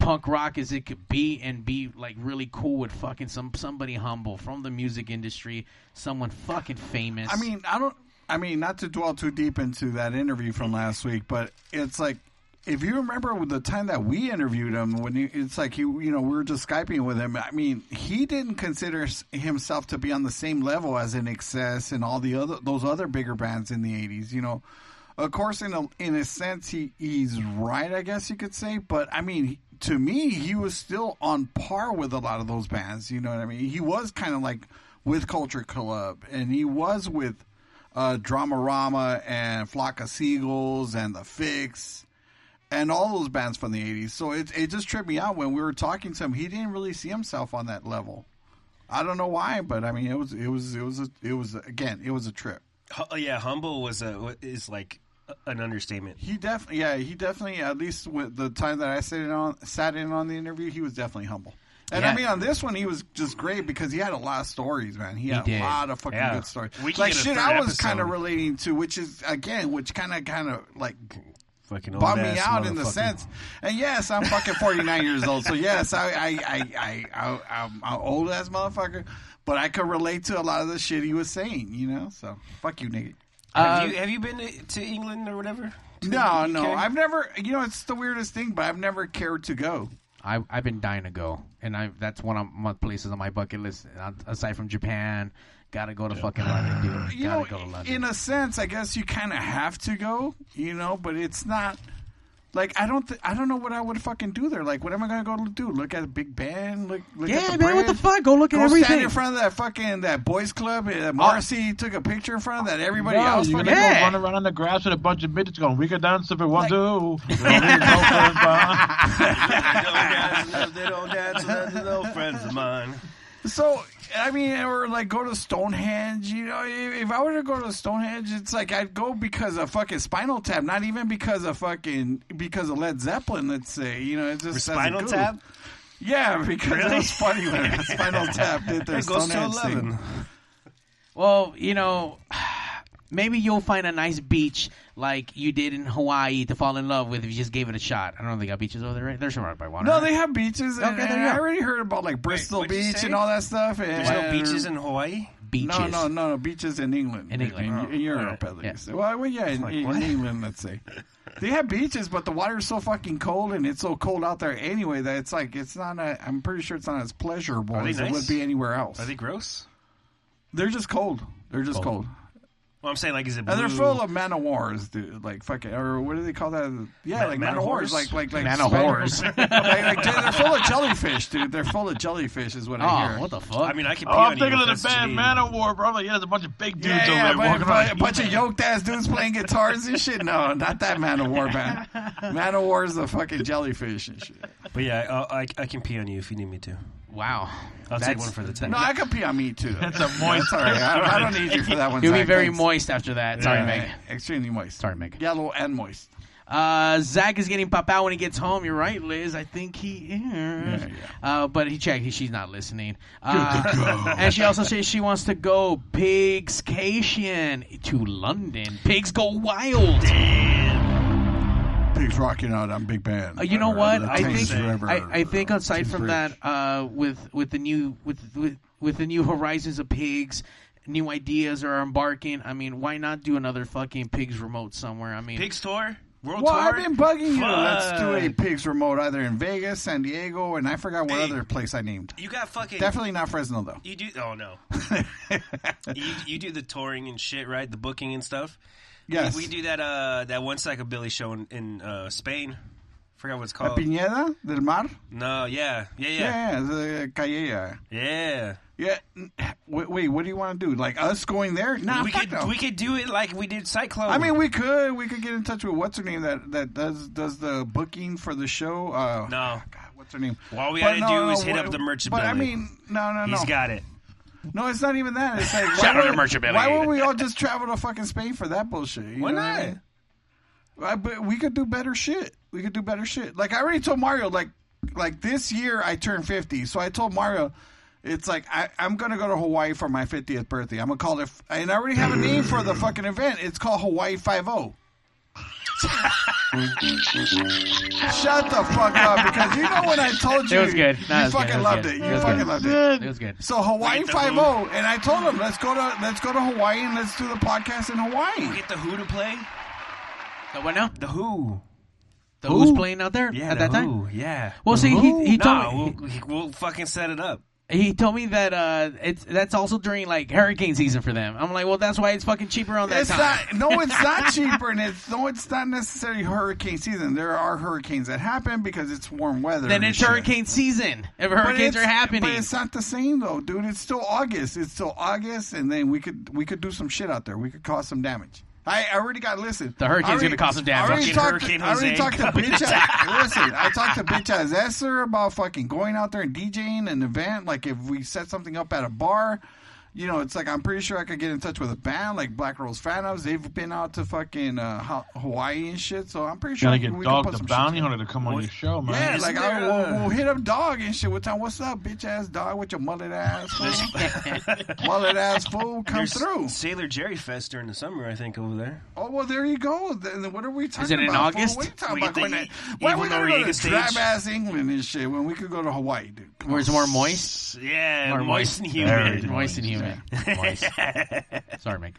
Speaker 2: punk rock as it could be, and be like really cool with fucking some somebody humble from the music industry, someone fucking famous.
Speaker 3: I mean, I don't. I mean, not to dwell too deep into that interview from last week, but it's like if you remember the time that we interviewed him, when you, it's like you, you know, we were just skyping with him. I mean, he didn't consider s- himself to be on the same level as In Excess and all the other those other bigger bands in the '80s. You know, of course, in a in a sense, he, he's right, I guess you could say. But I mean, to me, he was still on par with a lot of those bands. You know what I mean? He was kind of like with Culture Club, and he was with uh, Dramarama and Flock of Seagulls and The Fix and all those bands from the 80s. So it, it just tripped me out when we were talking to him. He didn't really see himself on that level. I don't know why, but I mean, it was, it was, it was, a, it was, again, it was a trip.
Speaker 6: Hu- oh, yeah, humble was a is like an understatement.
Speaker 3: He definitely, yeah, he definitely, at least with the time that I sat in on, sat in on the interview, he was definitely humble. And I
Speaker 6: Yeah.
Speaker 3: mean, on this one, he was just great because he had a lot of stories, man. He,
Speaker 6: He
Speaker 3: had
Speaker 6: did.
Speaker 3: a lot of fucking
Speaker 6: Yeah.
Speaker 3: good stories.
Speaker 6: We can
Speaker 3: like
Speaker 6: get a
Speaker 3: shit,
Speaker 6: third
Speaker 3: I was
Speaker 6: episode.
Speaker 3: kind of relating to, which is again, which kind of, kind of like
Speaker 6: Fucking old
Speaker 3: bummed me
Speaker 6: ass
Speaker 3: out in the
Speaker 6: motherfucker.
Speaker 3: sense. And yes, I'm fucking 49 years old, so yes, I, I, I, I, I I'm an old ass motherfucker, but I could relate to a lot of the shit he was saying, you know. So fuck you, nigga.
Speaker 6: Have you have you been to, to England or whatever? To
Speaker 3: No,
Speaker 6: the
Speaker 3: no.
Speaker 6: UK?
Speaker 3: I've never, you know, it's the weirdest thing, but I've never cared to go.
Speaker 2: I, I've been dying to go, and I that's one of my places on my bucket list. And Aside from Japan, gotta go to fucking London, dude.
Speaker 3: You
Speaker 2: gotta
Speaker 3: know,
Speaker 2: go to London.
Speaker 3: in a sense, I guess you kind of have to go, you know, but it's not like I don't, th- I don't know what I would fucking do there. Like, what am I gonna go do? Look at Big Ben? Look, look
Speaker 2: yeah,
Speaker 3: at the
Speaker 2: man, what the
Speaker 3: bridge?
Speaker 2: fuck? Go look at
Speaker 3: Go
Speaker 2: everything. Oh.
Speaker 3: stand in front of that fucking that boys club. And Marcy took a picture in front of that. Everybody
Speaker 7: No,
Speaker 3: else,
Speaker 7: you're
Speaker 3: fucking
Speaker 7: gonna go run around in the grass with a bunch of bitches going, we could dance if it want to. Oh,
Speaker 6: they don't dance with no friends of mine.
Speaker 3: So I mean, or like go to Stonehenge. You know, if, if I were to go to Stonehenge, it's like I'd go because of fucking Spinal Tap, not even because of fucking because of Led Zeppelin. Let's say, you know, it's just as a
Speaker 6: Spinal
Speaker 3: goof.
Speaker 6: Tap?
Speaker 3: Yeah, because it
Speaker 6: Really?
Speaker 3: was funny when Spinal Tap did their
Speaker 6: It goes to
Speaker 3: Stonehenge thing.
Speaker 6: 11.
Speaker 2: Well, you know, maybe you'll find a nice beach like you did in Hawaii to fall in love with if you just gave it a shot. I don't know if they got beaches over there, right? They're surrounded by water.
Speaker 3: No,
Speaker 2: right?
Speaker 3: they have beaches. And,
Speaker 2: Okay, there
Speaker 3: and
Speaker 2: you
Speaker 3: I
Speaker 2: go.
Speaker 3: already heard about like Bristol
Speaker 6: what'd you
Speaker 3: Beach
Speaker 6: say?
Speaker 3: and all that stuff. And,
Speaker 6: There's no beaches in Hawaii.
Speaker 3: No, no, no, no. Beaches in England.
Speaker 2: In England.
Speaker 6: Oh,
Speaker 3: In, in Europe, at
Speaker 2: Yeah.
Speaker 3: least. Well, well, yeah, in,
Speaker 6: Like,
Speaker 3: in
Speaker 6: what?
Speaker 3: England, let's say. They have beaches, but the water's so fucking cold, and it's so cold out there anyway that it's like it's not. A, I'm pretty sure it's not as pleasurable
Speaker 6: Are they
Speaker 3: as it
Speaker 6: nice?
Speaker 3: would be anywhere else.
Speaker 6: Are they gross?
Speaker 3: They're just cold. They're just cold,
Speaker 6: Well, I'm saying like, is it blue?
Speaker 3: and they're full of man of wars, dude. Like fucking, or what do they call that? Yeah,
Speaker 6: Ma-
Speaker 3: like
Speaker 6: man
Speaker 3: man
Speaker 6: of
Speaker 3: of wars,
Speaker 6: wars?
Speaker 3: like like like
Speaker 6: Man of
Speaker 3: spider-
Speaker 6: wars.
Speaker 3: like, like, dude, they're full of jellyfish, dude. They're full of jellyfish, is what
Speaker 2: Oh,
Speaker 3: I hear.
Speaker 6: I mean, I could.
Speaker 7: Oh, I'm thinking of the band Man of War, bro. I'm like, yeah, there's a bunch of big dudes
Speaker 3: Yeah,
Speaker 7: over
Speaker 3: yeah,
Speaker 7: there
Speaker 3: a bunch,
Speaker 7: walking around.
Speaker 3: a bunch of yoked ass dudes playing guitars and shit. No, not that Man of War band. Man of War is the fucking jellyfish and shit.
Speaker 6: But yeah, I, I, I can pee on you if you need me to.
Speaker 2: Wow,
Speaker 6: I'll take
Speaker 2: That's-
Speaker 6: one for the team.
Speaker 3: No, I could pee on me too. That's
Speaker 7: a moist-
Speaker 3: all right. I, I don't need you for that one.
Speaker 2: You'll be
Speaker 3: Zach.
Speaker 2: very
Speaker 3: Thanks.
Speaker 2: moist after that. Sorry,
Speaker 3: Yeah,
Speaker 2: Meg.
Speaker 3: Extremely moist.
Speaker 2: Sorry, Meg.
Speaker 3: Yellow and moist.
Speaker 2: Uh, Zach is getting pop out when he gets home. You're right, Liz. I think he is. Uh, but he checked. He, she's not listening. Uh, and she also says she wants to go pigscation to London. Pigs go wild.
Speaker 3: Pigs rocking out on Big Band.
Speaker 2: Uh, you know what?
Speaker 3: The
Speaker 2: I
Speaker 3: Thames
Speaker 2: think
Speaker 3: River.
Speaker 2: I, I think aside
Speaker 3: Thames
Speaker 2: from
Speaker 3: Bridge.
Speaker 2: that, uh, with with the new with, with with the new horizons of pigs, new ideas are embarking. I mean, why not do another fucking pigs remote somewhere? I mean,
Speaker 11: Pigs tour? World
Speaker 3: Well,
Speaker 11: tour?
Speaker 3: I've been bugging you. Let's do a
Speaker 11: Fuck.
Speaker 3: pigs remote either in Vegas, San Diego, and I forgot what other place I named.
Speaker 11: You got fucking
Speaker 3: Definitely not Fresno though.
Speaker 11: You do? Oh no. you, you do the touring and shit, right? The booking and stuff. We-
Speaker 3: Yes.
Speaker 11: We, do that. Uh, that one psychobilly show in, in uh, Spain. Forgot what it's
Speaker 3: La
Speaker 11: called.
Speaker 3: Piñeda del Mar.
Speaker 11: No. Yeah. Yeah. Yeah.
Speaker 3: Yeah, yeah, the Calleja.
Speaker 11: Yeah.
Speaker 3: Yeah. n- Wait, wait, what do you want to do? Like us going there? Nah,
Speaker 11: we
Speaker 3: fuck
Speaker 11: could
Speaker 3: no.
Speaker 11: we could do it like we did Cyclone.
Speaker 3: I mean, we could we could get in touch with what's her name that that does does the booking for the show. Uh,
Speaker 11: no.
Speaker 3: what's her name?
Speaker 11: All we
Speaker 3: But
Speaker 11: gotta
Speaker 3: no,
Speaker 11: do
Speaker 3: no,
Speaker 11: is hit
Speaker 3: what-
Speaker 11: up the merchant.
Speaker 3: But I
Speaker 11: Billy.
Speaker 3: mean, no, no, no.
Speaker 11: He's got it.
Speaker 3: No, it's not even that. It's like why
Speaker 11: Shout out to
Speaker 3: would-
Speaker 11: Merchant Billy.
Speaker 3: Why would we all just travel to fucking Spain for that bullshit? You
Speaker 11: Why
Speaker 3: know what I
Speaker 11: not?
Speaker 3: mean? I- but we could do better shit. We could do better shit. Like I already told Mario, like like this year I turned fifty, so I told Mario, it's like I, I'm gonna go to Hawaii for my fiftieth birthday. I'm gonna call it, and I already have a name for the fucking event. It's called Hawaii Five O. Shut the fuck up, because you know when I told you,
Speaker 2: It was good. No, it
Speaker 3: you
Speaker 2: was good. It
Speaker 3: fucking
Speaker 2: was
Speaker 3: loved
Speaker 2: good.
Speaker 3: it.
Speaker 2: It
Speaker 3: You
Speaker 2: was
Speaker 3: fucking
Speaker 2: good.
Speaker 3: loved
Speaker 2: It was good.
Speaker 3: So Hawaii
Speaker 11: Wait, the
Speaker 3: Five O, and I told him let's go to let's go to Hawaii and let's do the podcast in Hawaii.
Speaker 11: Get the Who to play.
Speaker 2: The what now?
Speaker 11: The Who.
Speaker 2: The Who's playing out there
Speaker 11: Yeah.
Speaker 2: at
Speaker 11: the
Speaker 2: that time?
Speaker 11: Who, Yeah.
Speaker 2: Well, see, he, he told
Speaker 11: no,
Speaker 2: me,
Speaker 11: we'll, he- we'll fucking set it up.
Speaker 2: he told me that uh, it's that's also during like hurricane season for them. I'm like, well, that's why it's fucking cheaper on that
Speaker 3: It's
Speaker 2: time.
Speaker 3: not. No, it's not cheaper, and it's no, it's not necessarily hurricane season. There are hurricanes that happen because it's warm weather.
Speaker 2: then
Speaker 3: and
Speaker 2: it's
Speaker 3: shit.
Speaker 2: hurricane season. If
Speaker 3: But
Speaker 2: hurricanes are
Speaker 3: it's- But
Speaker 2: happening,
Speaker 3: it's not the same though, dude. It's still August. It's still August, and then we could we could do some shit out there. We could cause some damage. I I already got listen.
Speaker 2: The hurricane's
Speaker 3: I already-
Speaker 2: gonna cause some damage.
Speaker 3: I already
Speaker 2: Fucking
Speaker 3: talked, to,
Speaker 11: Hurricane
Speaker 3: I already
Speaker 11: Jose
Speaker 3: talked to
Speaker 11: coming
Speaker 3: bitch. ass- listen, I talked to bitch ass Esther about fucking going out there and DJing an event. Like if we set something up at a bar. You know, it's like I'm pretty sure I could get in touch with a band like Black Rose Phantoms. They've been out to fucking uh, Ha- Hawaii and shit, so I'm pretty sure
Speaker 7: Gotta get
Speaker 3: we can
Speaker 7: Dog
Speaker 3: put
Speaker 7: the
Speaker 3: some shit
Speaker 7: Bounty Hunter to come on your show, man.
Speaker 3: yeah,
Speaker 11: Isn't
Speaker 3: like
Speaker 11: there
Speaker 3: I,
Speaker 11: a-
Speaker 3: we'll,
Speaker 2: uh,
Speaker 3: we'll hit up dog and shit. What time? What's up, bitch ass dog? With your mullet ass, fool? mullet ass fool, come
Speaker 11: There's
Speaker 3: through.
Speaker 11: Sailor Jerry Fest during the summer, I think, over there.
Speaker 3: Oh well, there you go. Then what are we talking
Speaker 2: it in
Speaker 3: about? fool?
Speaker 2: August?
Speaker 3: What are you talking
Speaker 11: We
Speaker 3: about?
Speaker 11: get
Speaker 3: Going
Speaker 11: the
Speaker 3: to,
Speaker 11: E-
Speaker 3: why
Speaker 11: Evil
Speaker 3: we gonna go to
Speaker 11: Noriega stage?
Speaker 3: drab ass England and shit when we could go to Hawaii, dude? Come
Speaker 2: where it's
Speaker 3: on.
Speaker 2: more moist,
Speaker 11: Yeah,
Speaker 2: Or
Speaker 11: moist and
Speaker 2: moist.
Speaker 11: humid.
Speaker 2: moist and humid. Moist. Sorry, Mike.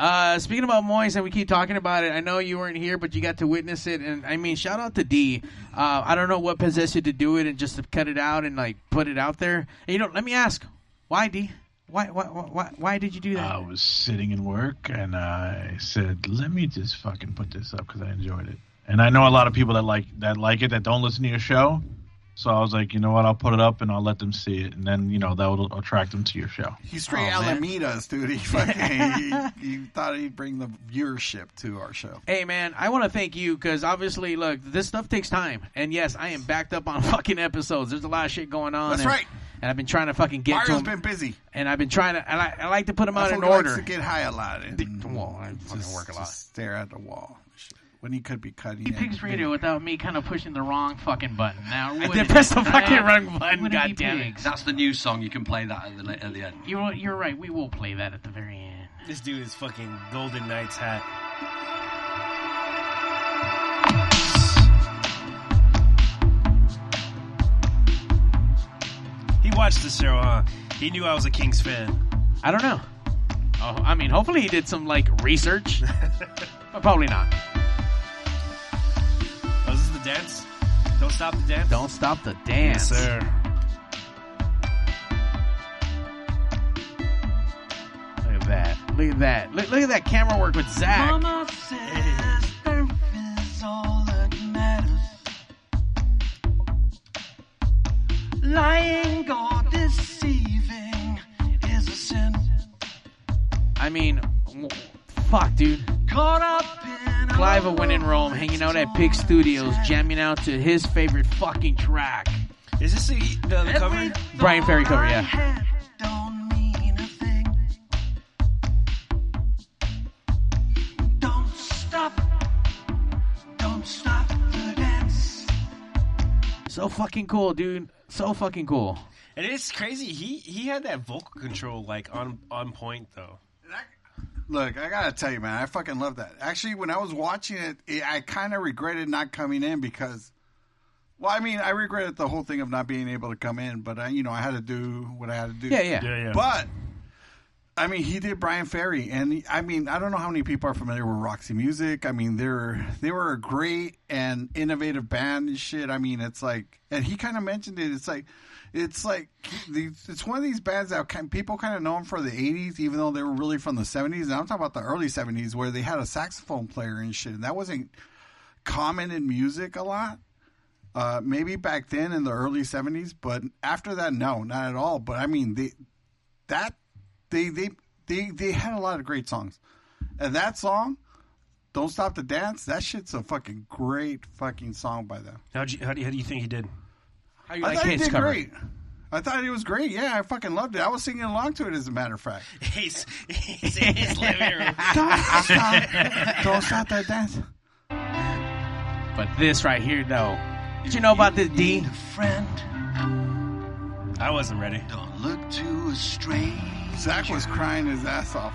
Speaker 2: Uh, speaking about Moist, and we keep talking about it. I know you weren't here, but you got to witness it. And I mean, shout out to D. Uh, I don't know what possessed you to do it and just to cut it out and like put it out there. And you know, let me ask, why D? Why why why why did you do that?
Speaker 7: I was sitting in work and I said, "Let me just fucking put this up because I enjoyed it." And I know a lot of people that like that like it that don't listen to your show, so I was like, you know what, I'll put it up and I'll let them see it, and then you know that will attract them to your show.
Speaker 3: He's straight
Speaker 2: Oh, man.
Speaker 3: Alamedas, dude. He fucking he, he thought he'd bring the viewership to our show.
Speaker 2: Hey man, I want to thank you because obviously, look, this stuff takes time, and yes, I am backed up on fucking episodes. There's a lot of shit going on.
Speaker 3: That's
Speaker 2: and,
Speaker 3: right.
Speaker 2: And I've been trying to fucking get to
Speaker 3: Mario's
Speaker 2: 'em,
Speaker 3: been busy.
Speaker 2: and I've been trying to. And I, I like to put them out
Speaker 3: That
Speaker 2: in
Speaker 3: fool likes
Speaker 2: order.
Speaker 3: to get high a lot. And
Speaker 2: well, I fucking
Speaker 3: just-
Speaker 2: work a lot.
Speaker 3: just stare at the wall. Shit. When he could be cutting.
Speaker 2: He
Speaker 3: it.
Speaker 2: picks radio without me kind of pushing the wrong fucking button. Now I
Speaker 11: did press the fucking wrong button,
Speaker 2: goddammit.
Speaker 12: That's the new song. You can play that at the, li- at the end.
Speaker 2: You're you're right. We will play that at the very end.
Speaker 11: This dude is fucking Golden Knights hat. He watched the show, huh? He knew I was a Kings fan.
Speaker 2: I don't know. Oh, I mean, hopefully he did some like research, but probably not.
Speaker 11: Oh, is this the dance? Don't stop the dance?
Speaker 2: Don't stop the dance. Look at that. Look at that. Look, look at that camera work with Zach.
Speaker 5: Mama says birth is all that matters. Lying or deceiving is a sin.
Speaker 2: I mean, w- fuck, dude.
Speaker 5: Caught up in a
Speaker 2: Clive of When in Rome, hanging out at Pig Studios, jamming out to his favorite fucking track.
Speaker 11: Is this the, the, the cover?
Speaker 5: Every
Speaker 2: Brian Ferry cover,
Speaker 5: thought I
Speaker 2: yeah.
Speaker 5: had don't mean a thing. Don't stop
Speaker 2: So fucking cool, dude. So fucking cool.
Speaker 11: And it's crazy. He he had that vocal control like on on point though.
Speaker 3: Look, I gotta tell you, man, I fucking love that. Actually, when I was watching it, it I kind of regretted not coming in because, well, I mean, I regretted the whole thing of not being able to come in, but I, you know, I had to do what I had to do.
Speaker 2: Yeah, yeah. Yeah, yeah.
Speaker 3: But I mean, he did Brian Ferry, and he- I mean, I don't know how many people are familiar with Roxy Music. I mean, they're they were a great and innovative band and shit. I mean, it's like, and he kind of mentioned it. It's like, it's like these- it's one of these bands that kind, people kind of know them for the '80s, even though they were really from the '70s. And I'm talking about the early '70s, where they had a saxophone player and shit, and that wasn't common in music a lot. Uh, maybe back then in the early '70s, but after that, no, not at all. But I mean, they that they they they they had a lot of great songs, and that song, "Don't Stop the Dance," that shit's a fucking great fucking song by them.
Speaker 11: How do you, how do you, how do you think he did?
Speaker 2: How
Speaker 11: you
Speaker 3: I
Speaker 11: like
Speaker 3: thought he
Speaker 11: his
Speaker 3: did
Speaker 11: cover?
Speaker 3: great. I thought it was great. Yeah, I fucking loved it. I was singing along to it, as a matter of fact.
Speaker 11: He's, he's in his living room.
Speaker 3: Don't stop, don't stop that dance.
Speaker 2: But this right here, though. Did you know about this, D?
Speaker 11: Friend, I wasn't ready.
Speaker 3: Don't look to a stranger. Zach was crying his ass off.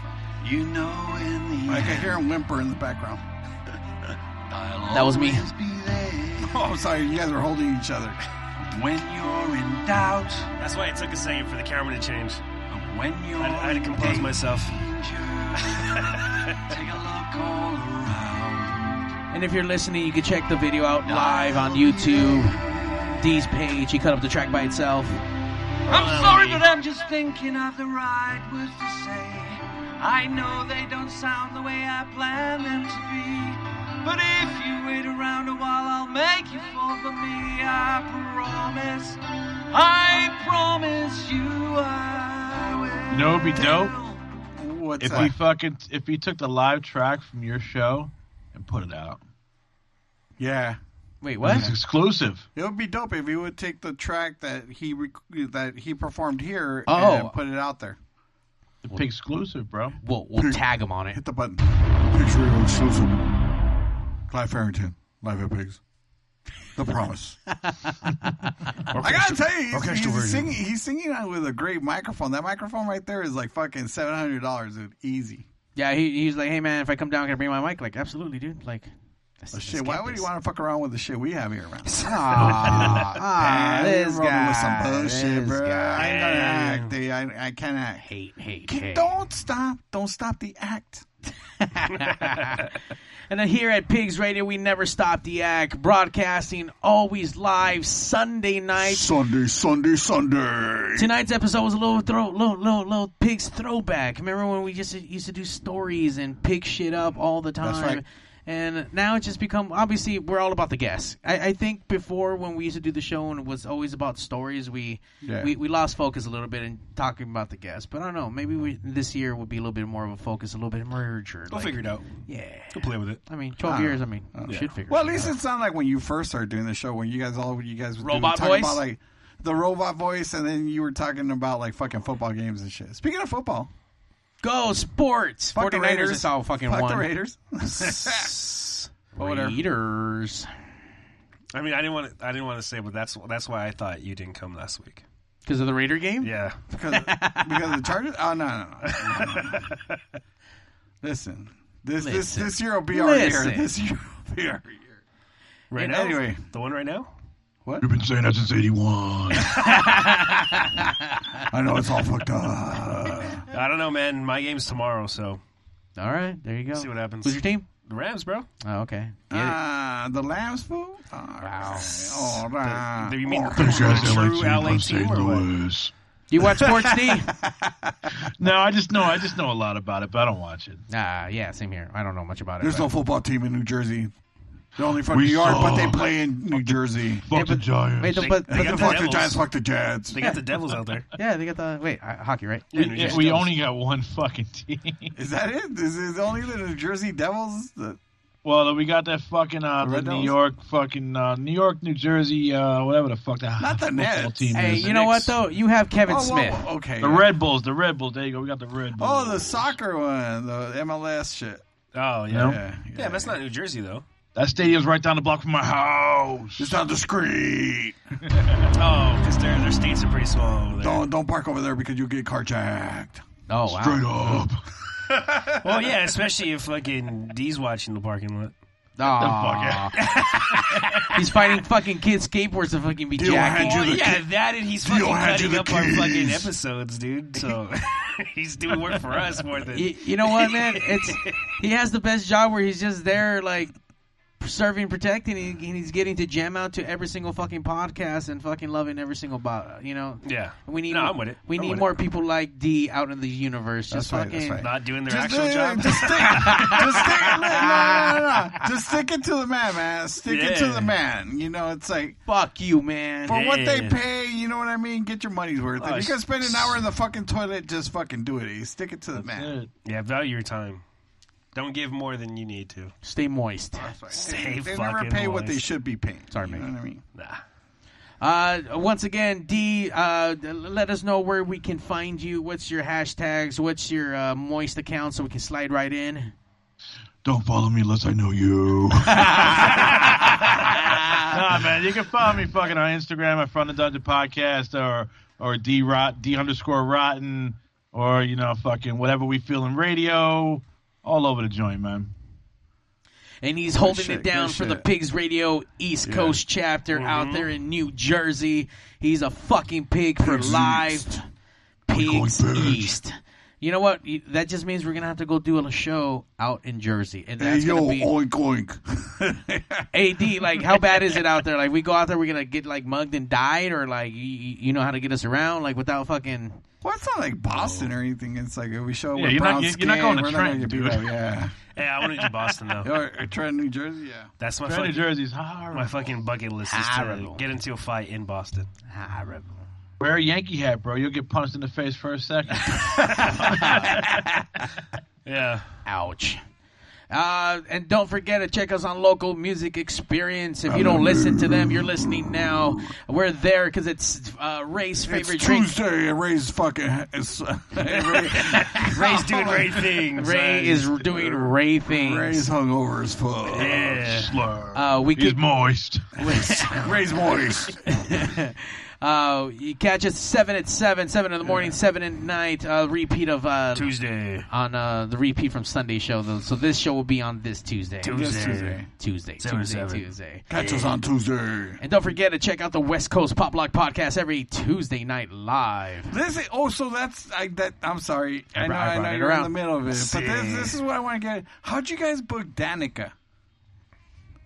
Speaker 3: You know, in the I could hear him whimper in the background.
Speaker 2: That was me.
Speaker 3: Oh, I'm sorry. You guys were holding each other.
Speaker 11: When you're in doubt. That's why it took a second for the camera to change. When you're I, I had to compose myself.
Speaker 2: And if you're listening, you can check the video out live on YouTube. D's page. He cut up the track by itself.
Speaker 9: I'm sorry, but I'm just thinking of the right words to say. I know they don't sound the way I plan them to be. But if you wait around a while, I'll make you fall for me. I promise. I promise you I will.
Speaker 7: You know it'd be dope
Speaker 3: What's
Speaker 7: if
Speaker 3: that?
Speaker 7: we fucking if we took the live track from your show and put it out.
Speaker 3: Yeah.
Speaker 2: Wait,
Speaker 7: what? It's exclusive.
Speaker 3: It would be dope if you would take the track that he rec- that he performed here
Speaker 7: Oh.
Speaker 3: and put it out there.
Speaker 7: It's exclusive, bro.
Speaker 2: We'll, we'll tag him on it.
Speaker 3: Hit the button. Pigs Radio exclusive. Clive Farrington, live at Pigs. The promise. I gotta tell you, he's,
Speaker 1: Orchestral version.
Speaker 3: he's singing. He's singing out with a great microphone. That microphone right there is like fucking seven hundred dollars, dude. Easy.
Speaker 2: Yeah, he, he's like, hey, man, if I come down, can I bring my mic? Like, absolutely, dude. Like, let's-
Speaker 3: Oh,
Speaker 2: let's
Speaker 3: shit, why
Speaker 2: get
Speaker 3: would
Speaker 2: this.
Speaker 3: you want to fuck around with the shit we have here, man?
Speaker 2: ah,
Speaker 3: you're
Speaker 2: this
Speaker 3: rolling with some
Speaker 2: guy, this
Speaker 3: bullshit, bro. I ain't gonna
Speaker 2: guy.
Speaker 3: act. dude. I, I cannot hate,
Speaker 2: hate, hate.
Speaker 3: Don't stop. Don't stop the act.
Speaker 2: and then here at Pigs Radio, we never stop the act. Broadcasting always live Sunday nights.
Speaker 3: Sunday, Sunday, Sunday.
Speaker 2: Tonight's episode was a little throw, little, little, little pigs throwback. Remember when we just used to do stories and pick shit up all the time?
Speaker 3: That's right.
Speaker 2: And now it's just become obviously we're all about the guests. I, I think before when we used to do the show and it was always about stories, we,
Speaker 3: Yeah.
Speaker 2: we we lost focus a little bit in talking about the guests. But I don't know, maybe we, this year would be a little bit more of a focus, a little bit merger.
Speaker 11: We'll figure it out.
Speaker 2: Yeah,
Speaker 11: we'll play with it.
Speaker 2: I mean, twelve
Speaker 3: Ah.
Speaker 2: years. I mean,
Speaker 3: Ah.
Speaker 2: should figure.
Speaker 3: Well, at least it sounded like when you first started doing the show, when you guys all you guys were doing-
Speaker 2: Robot
Speaker 3: talking
Speaker 2: voice?
Speaker 3: about like the robot voice, and then you were talking about like fucking football games and shit. Speaking of football,
Speaker 2: go sports.
Speaker 3: Fuck the
Speaker 2: 49ers
Speaker 3: Raiders.
Speaker 2: is all fucking
Speaker 3: Fuck the
Speaker 2: one.
Speaker 3: Raiders.
Speaker 2: Whatever. Raiders.
Speaker 11: I mean, I didn't want to. I didn't want to say, but that's that's why I thought you didn't come last week.
Speaker 2: Because of the Raider game?
Speaker 11: Yeah.
Speaker 3: because because of the Chargers. Oh no, no, no. Listen, this this
Speaker 11: Listen.
Speaker 3: this year will be our
Speaker 11: Listen.
Speaker 3: year. This year will be our year.
Speaker 11: Right
Speaker 3: And
Speaker 11: now,
Speaker 3: anyway.
Speaker 11: the one right now.
Speaker 3: What?
Speaker 11: You've been saying that since '81.
Speaker 3: I know it's all fucked up.
Speaker 11: I don't know, man. My game's tomorrow, so.
Speaker 2: All right, there you go.
Speaker 11: See what happens.
Speaker 2: Who's your team?
Speaker 11: The Rams, bro.
Speaker 2: Oh, okay. Get it.
Speaker 3: Ah, the Lambs food. wow. All right.
Speaker 11: Do you mean
Speaker 3: All
Speaker 11: the
Speaker 3: right.
Speaker 11: true LA team or what?
Speaker 2: You watch sports, D?
Speaker 7: no, I just know. I just know a lot about it, but I don't watch it.
Speaker 2: Ah, yeah, same here. I don't know much about it.
Speaker 3: There's
Speaker 2: but-
Speaker 3: no football team in New Jersey. They're only from
Speaker 7: We
Speaker 3: New York, but
Speaker 7: suck.
Speaker 3: they play in New Jersey.
Speaker 7: Fuck Yeah, the but- Giants.
Speaker 2: wait, the-
Speaker 3: They-
Speaker 2: but-
Speaker 3: they
Speaker 2: but
Speaker 3: got
Speaker 2: the-
Speaker 3: fuck the
Speaker 2: Devils.
Speaker 3: Giants, fuck the Jets.
Speaker 11: They got the Devils out there.
Speaker 2: Yeah, they got the wait uh, hockey, right?
Speaker 7: We, we only got one fucking team.
Speaker 3: Is that it? Is it only the New Jersey Devils? The,
Speaker 7: Well, we got that fucking uh,
Speaker 3: The
Speaker 7: the
Speaker 3: Red
Speaker 7: New
Speaker 3: Devils?
Speaker 7: York fucking uh, New York, New Jersey, uh, whatever the fuck that
Speaker 3: Not the
Speaker 7: football
Speaker 3: Nets.
Speaker 7: team
Speaker 2: Hey,
Speaker 7: is.
Speaker 2: you know what though? You have Kevin
Speaker 3: Oh, whoa,
Speaker 2: Smith.
Speaker 3: whoa, okay.
Speaker 7: The Red Bulls, the Red Bulls. There you go. We got the Red Bulls.
Speaker 3: oh, the soccer one, the MLS shit.
Speaker 11: Oh yeah.
Speaker 7: No.
Speaker 11: yeah, That's not New Jersey though.
Speaker 7: That stadium's right down the block from my house. It's down the street.
Speaker 3: Oh, because their their states are pretty small. Don't don't park over there because you get carjacked.
Speaker 2: Oh,
Speaker 6: wow.
Speaker 3: straight up.
Speaker 6: well, yeah, especially if fucking D's watching the parking lot.
Speaker 2: Aw. he's fighting fucking kids skateboards to fucking be
Speaker 6: Deal
Speaker 2: jacking.
Speaker 6: hand
Speaker 11: Oh,
Speaker 6: you the Yeah, key. that and he's fucking Deal hand you cutting the up our keys. fucking episodes, dude. So he's doing work for us more than
Speaker 2: you, you know what, man? It's he has the best job where he's just there, like serving, protecting, and he- and he's getting to jam out to every single fucking podcast and fucking loving every single bot. You know?
Speaker 6: Yeah.
Speaker 2: We need.
Speaker 6: No,
Speaker 2: more,
Speaker 6: I'm with it.
Speaker 2: We
Speaker 6: I'm
Speaker 2: need
Speaker 6: with
Speaker 2: more people like D out in the universe.
Speaker 6: That's
Speaker 2: just
Speaker 6: right,
Speaker 2: fucking
Speaker 6: that's right. Not doing their Just
Speaker 3: actual job. just no, no, no. Just stick it to the man, man. Stick it to
Speaker 2: Yeah.
Speaker 3: the man. You know, it's like
Speaker 2: fuck you, man.
Speaker 3: For what they
Speaker 2: Yeah.
Speaker 3: pay, you know what I mean. Get your money's worth.
Speaker 6: Oh,
Speaker 3: if you can
Speaker 6: s-
Speaker 3: spend an hour in the fucking toilet, just fucking do it. eh? Stick it to the man.
Speaker 6: Yeah, value your time. Don't give more than you need to.
Speaker 2: Stay moist.
Speaker 6: Stay
Speaker 3: they
Speaker 6: fucking
Speaker 3: never pay what they
Speaker 6: moist.
Speaker 3: should be paying.
Speaker 2: Sorry,
Speaker 3: you
Speaker 2: man.
Speaker 3: Know what I mean?
Speaker 6: Nah.
Speaker 2: Uh, once again, D, uh, d- let us know where we can find you. What's your hashtags? What's your uh, moist account so we can slide right in?
Speaker 7: Don't follow me unless I know you. nah, man, you can follow me fucking on Instagram at Front of Dungeon Podcast or or D Rot D underscore Rotten or you know fucking whatever we feel in radio, all over the joint, man.
Speaker 2: And he's
Speaker 7: Good
Speaker 2: holding
Speaker 7: shit,
Speaker 2: it down
Speaker 7: good
Speaker 2: for the
Speaker 7: shit.
Speaker 2: Pigs Radio East
Speaker 7: Yeah. Mm-hmm.
Speaker 2: Coast chapter out there in New Jersey. He's a fucking pig for
Speaker 7: Pigs
Speaker 2: life.
Speaker 7: East.
Speaker 2: Pigs East. You know what? You- That just means we're gonna have to go do a show out in Jersey, and
Speaker 3: Hey
Speaker 2: that's
Speaker 3: yo,
Speaker 2: gonna be
Speaker 3: oink oink.
Speaker 2: AD, like, how bad is it out there? Like, we go out there, we're gonna get like mugged and died, or like, you, you know how to get us around, like without fucking.
Speaker 3: Well, it's not like Boston or anything. It's like if we show up
Speaker 2: Oh. Yeah,
Speaker 3: with
Speaker 2: you're not-
Speaker 3: brown
Speaker 2: you're-
Speaker 3: skin,
Speaker 2: you're not going to
Speaker 3: we're not gonna
Speaker 2: Trenton,
Speaker 3: get beat
Speaker 2: dude.
Speaker 3: up. Yeah.
Speaker 6: Yeah, I want to do Boston though.
Speaker 3: Or, or Trenton, New Jersey. Yeah,
Speaker 6: That's my
Speaker 3: Trenton,
Speaker 6: fucking
Speaker 3: New Jersey's
Speaker 6: My fucking bucket list is to
Speaker 3: Horrible.
Speaker 6: get into a fight in Boston.
Speaker 2: Horrible.
Speaker 7: Wear a Yankee hat, bro. You'll get punched in the face first second.
Speaker 6: yeah.
Speaker 2: Ouch. Uh, and don't forget to check us on Local Music Experience. If you don't listen to them, you're listening now. We're there because it's uh, Ray's
Speaker 3: It's
Speaker 2: favorite drink.
Speaker 3: Tuesday. and Ray's fucking. It's, Ray's
Speaker 6: doing Ray things.
Speaker 2: Ray is doing Ray things.
Speaker 3: uh, Ray's hungover as fuck.
Speaker 2: Yeah.
Speaker 7: Slur.
Speaker 2: Uh, we
Speaker 7: He's
Speaker 2: could-
Speaker 7: moist.
Speaker 3: Ray's moist.
Speaker 2: Uh, you catch us seven at seven, seven in the morning, seven at night. Uh, repeat of uh,
Speaker 6: Tuesday
Speaker 2: on uh, the repeat from Sunday show. Though, so this show will be on this Tuesday.
Speaker 3: Tuesday.
Speaker 2: Tuesday,
Speaker 3: Tuesday. Seven to
Speaker 2: Tuesday,
Speaker 3: seven.
Speaker 2: Tuesday.
Speaker 3: Catch us on Tuesday.
Speaker 2: And don't forget to check out the West Coast Pop Lock podcast every Tuesday night live.
Speaker 3: This is, oh, so that's I that I'm sorry.
Speaker 2: I
Speaker 3: I, know,
Speaker 2: brought- I
Speaker 3: I
Speaker 2: brought
Speaker 3: know
Speaker 2: it
Speaker 3: you're
Speaker 2: around.
Speaker 3: in the middle of it,
Speaker 2: Let's
Speaker 3: but this,
Speaker 2: see.
Speaker 3: this is what I want to get. How'd you guys book Danica?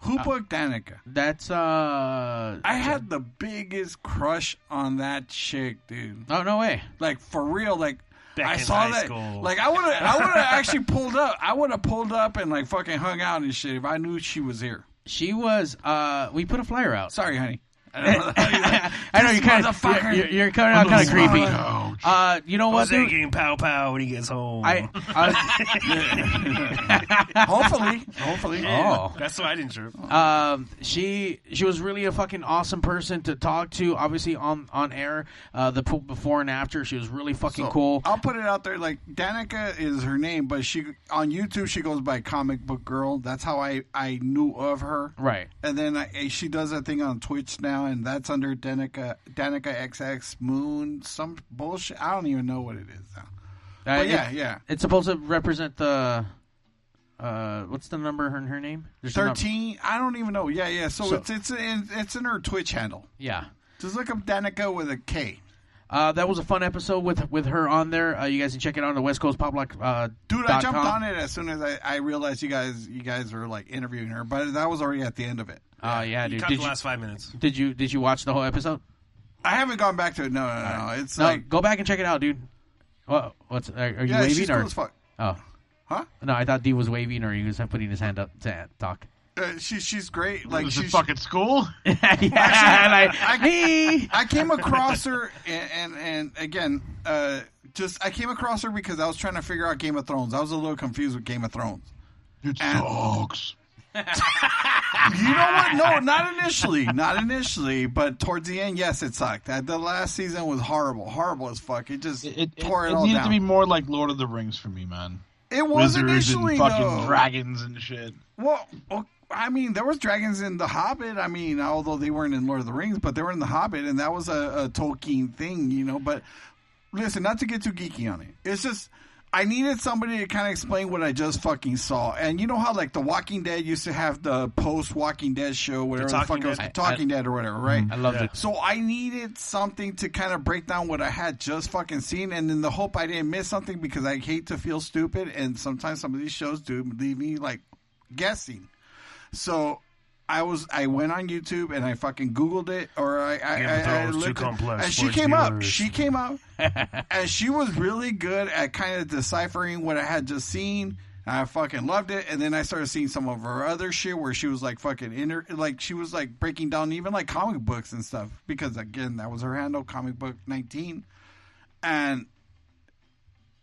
Speaker 3: Who
Speaker 2: Uh,
Speaker 3: booked Danica?
Speaker 2: That's uh.
Speaker 3: I had the biggest crush on that chick, dude.
Speaker 2: Oh no way!
Speaker 3: Like for real, like.
Speaker 6: Back
Speaker 3: I
Speaker 6: in
Speaker 3: saw
Speaker 6: high
Speaker 3: that.
Speaker 6: school.
Speaker 3: Like I would have, I would have actually pulled up. I would have pulled up and like fucking hung out and shit if I knew she was here.
Speaker 2: She was. uh We put a flyer out.
Speaker 3: Sorry, honey. I don't know.
Speaker 2: I know you're kind of
Speaker 3: Motherfucker.
Speaker 2: you're, you're coming out kind of creepy. Uh, you know what?
Speaker 6: Jose
Speaker 2: Dude?
Speaker 6: getting pow pow when he gets home.
Speaker 2: I, I
Speaker 3: hopefully, hopefully.
Speaker 6: Yeah,
Speaker 2: Oh.
Speaker 6: that's why I didn't trip.
Speaker 2: Um, she she was really a fucking awesome person to talk to. Obviously on on air, uh, the p- before and after, she was really fucking
Speaker 3: So,
Speaker 2: cool.
Speaker 3: Oh,
Speaker 2: Uh,
Speaker 3: I'll put it out there. Like Danica is her name, but she on YouTube she goes by Comic Book Girl. That's how I I knew of her.
Speaker 2: Right.
Speaker 3: And then I, eh, she does that thing on Twitch now, and that's under Danica Danica XX Moon. Some bullshit. I don't even know what it is now.
Speaker 2: Uh,
Speaker 3: but yeah,
Speaker 2: it-
Speaker 3: yeah.
Speaker 2: It's supposed to represent the. Uh, what's the number? Her her name? There's a number.
Speaker 3: Thirteen. I don't even know. Yeah, yeah. So,
Speaker 2: So-
Speaker 3: it's it's in, it's in her Twitch handle.
Speaker 2: Yeah.
Speaker 3: Just look up Danica with a K.
Speaker 2: Uh, that was a fun episode with with her on there. Uh, you guys can check it out on the West Coast Pop Lock. Uh,
Speaker 3: Dude, I
Speaker 2: dot
Speaker 3: jumped
Speaker 2: com.
Speaker 3: on it as soon as I, I realized you guys you guys were like interviewing her, but that was already at the end of it.
Speaker 2: Oh yeah, dude.
Speaker 3: caught
Speaker 2: did
Speaker 3: the last five minutes.
Speaker 2: Did you did you watch the whole episode?
Speaker 3: I haven't gone back to it. No, no, no. It's
Speaker 2: No,
Speaker 3: like
Speaker 2: go back and check it out, dude. What? What's are, are you
Speaker 3: Yeah,
Speaker 2: waving
Speaker 3: she's
Speaker 2: or?
Speaker 3: cool as fuck.
Speaker 2: Oh,
Speaker 3: huh?
Speaker 2: No, I thought D was waving or he was putting his hand up to talk.
Speaker 3: uh, she she's great. Like
Speaker 7: Is it
Speaker 3: she's
Speaker 7: fucking school?
Speaker 3: I, I came across her and and, and again, uh, just I came across her because I was trying to figure out Game of Thrones. I was a little confused with Game of Thrones.
Speaker 7: It sucks.
Speaker 3: You know what? No, not initially. Not initially, but towards the end, yes, it sucked. Uh, The last season was horrible. Horrible as fuck. It just tore it,
Speaker 7: It
Speaker 3: all
Speaker 7: needed
Speaker 3: down.
Speaker 7: to be more like Lord of the Rings for me, man.
Speaker 3: It was
Speaker 7: Wizards
Speaker 3: initially,
Speaker 7: and fucking
Speaker 3: though.
Speaker 7: dragons and shit.
Speaker 3: Well, o- I mean, there was dragons in The Hobbit. I mean, although they weren't in Lord of the Rings, but they were in The Hobbit, and that was a, a Tolkien thing, you know. But listen, not to get too geeky on it, it's just I needed somebody to kind of explain what I just fucking saw. And you know how like The Walking Dead used to have the post Walking Dead show, whatever the, fuck
Speaker 13: Talking
Speaker 3: it was,
Speaker 13: Dead. I-
Speaker 3: Talking
Speaker 13: I- Mm-hmm.
Speaker 3: Dead or whatever, right?
Speaker 13: I loved it.
Speaker 3: So I needed something to kind of break down what I had just fucking seen, and in the hope I didn't miss something because I hate to feel stupid, and sometimes some of these shows do leave me like guessing. So I was I went on YouTube and I fucking Googled it, or I I,
Speaker 6: Game of
Speaker 3: I, I
Speaker 6: Thrones, too
Speaker 3: looked it- and
Speaker 6: complex for
Speaker 3: she
Speaker 6: its
Speaker 3: came up.
Speaker 6: viewers.
Speaker 3: She came up, and she was really good at kind of deciphering what I had just seen. And I fucking loved it, and then I started seeing some of her other shit where she was like fucking inter, like she was like breaking down even like comic books and stuff because again that was her handle, comic book nineteen, and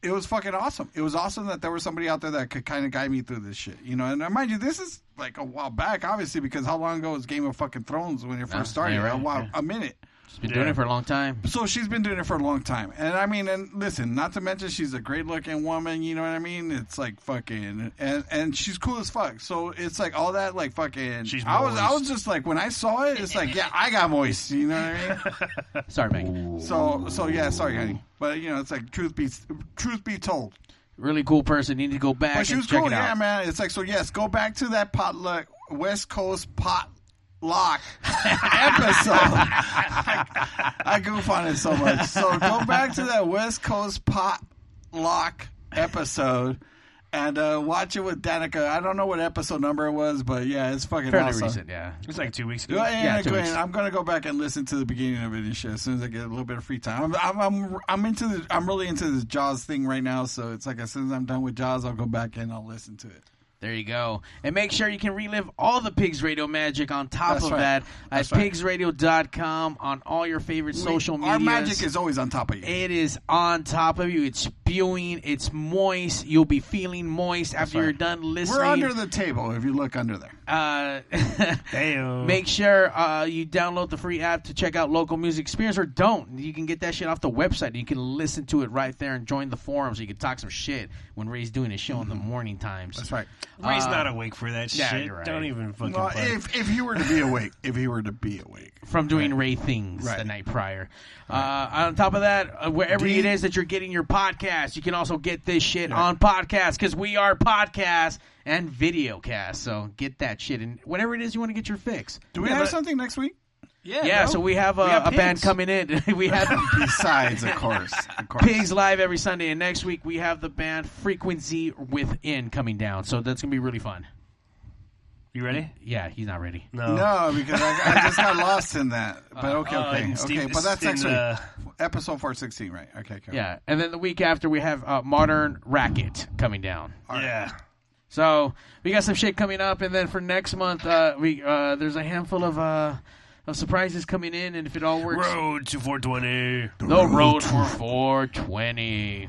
Speaker 3: it was fucking awesome. It was awesome that there was somebody out there that could kind of guide me through this shit, you know. And uh, mind you, this is like a while back, obviously, because how long ago was Game of Fucking Thrones when it
Speaker 2: Yeah,
Speaker 3: first started?
Speaker 2: yeah, right,
Speaker 3: a while,
Speaker 2: yeah.
Speaker 3: a minute. She's
Speaker 2: been doing it for a long time.
Speaker 3: So she's been doing it for a long time, and I mean, and listen, not to mention she's a great looking woman. You know what I mean? It's like fucking, and and she's cool as fuck. So it's like all that like fucking. She's I was I
Speaker 13: moist.
Speaker 3: was just like when I saw it, it's like yeah, I got moist. You know what I mean?
Speaker 2: sorry, Megan.
Speaker 3: So so yeah, sorry, honey. But you know, it's like truth be truth be told.
Speaker 2: Really cool person. Need to go back
Speaker 3: But she
Speaker 2: and
Speaker 3: was
Speaker 2: check
Speaker 3: cool,
Speaker 2: it
Speaker 3: yeah,
Speaker 2: out.
Speaker 3: man. It's like so. Yes, go back to that potluck West Coast potluck episode. I goof on it so much. So go back to that West Coast potluck episode and uh, watch it with Danica. I don't know what episode number it was, but yeah, it's fucking
Speaker 2: Fairly
Speaker 3: awesome.
Speaker 2: recent, yeah.
Speaker 6: It's like two weeks ago.
Speaker 3: Yeah, yeah, yeah,
Speaker 6: two
Speaker 3: go
Speaker 6: weeks.
Speaker 3: ahead. I'm gonna go back and listen to the beginning of it and shit as soon as I get a little bit of free time. I'm I'm I'm, I'm into the I'm really into this Jaws thing right now, so it's like as soon as I'm done with Jaws, I'll go back and I'll listen to it.
Speaker 2: There you go. And make sure you can relive all the Pigs Radio magic on top
Speaker 3: That's
Speaker 2: of
Speaker 3: right.
Speaker 2: that
Speaker 3: That's
Speaker 2: at
Speaker 3: right.
Speaker 2: pigsradio.com on all your favorite social media.
Speaker 3: Our magic is always on top of you.
Speaker 2: It is on top of you. It's spewing. It's moist. You'll be feeling moist after
Speaker 3: right.
Speaker 2: you're done listening.
Speaker 3: We're under the table if you look under there.
Speaker 2: Uh, make sure uh, you download the free app to check out local music experience or don't. You can get that shit off the website. You can listen to it right there and join the forum so you can talk some shit when Ray's doing his show in the morning times. That's
Speaker 3: right.
Speaker 6: Ray's not awake for that
Speaker 2: Uh, yeah,
Speaker 6: shit.
Speaker 2: you're right.
Speaker 6: Don't even fucking.
Speaker 3: Well,
Speaker 6: play.
Speaker 3: if if he were to be awake, if he were to be awake,
Speaker 2: from doing Ray things
Speaker 3: Right.
Speaker 2: the night prior. Uh, on top of that, uh, wherever
Speaker 3: D-
Speaker 2: it is that you're getting your podcast, you can also get this shit on podcast because we are podcast and video cast. So get that shit and whatever it is you want to get your fix.
Speaker 3: do we have something next week?
Speaker 2: Yeah, so we have a,
Speaker 3: We got
Speaker 2: a band
Speaker 3: pigs.
Speaker 2: coming in. we have
Speaker 3: Besides, of course, of course.
Speaker 2: Pigs live every Sunday, and next week we have the band Frequency Within coming down. So that's gonna be really fun.
Speaker 6: You ready?
Speaker 2: Yeah, he's not ready.
Speaker 3: No, because I, I just got lost in that. But
Speaker 2: Uh,
Speaker 3: okay,
Speaker 2: oh,
Speaker 3: okay,
Speaker 2: in
Speaker 3: okay.
Speaker 2: Steve-
Speaker 3: but that's
Speaker 2: in,
Speaker 3: next week.
Speaker 2: uh,
Speaker 3: Episode four sixteen, right? Okay, okay.
Speaker 2: Yeah, and then the week after we have uh, Modern Racket coming down.
Speaker 6: Yeah.
Speaker 2: So we got some shit coming up, and then for next month, uh, we uh, there's a handful of uh, of surprises coming in, and if it all works,
Speaker 6: Road to 420.
Speaker 2: The road road to- for 420.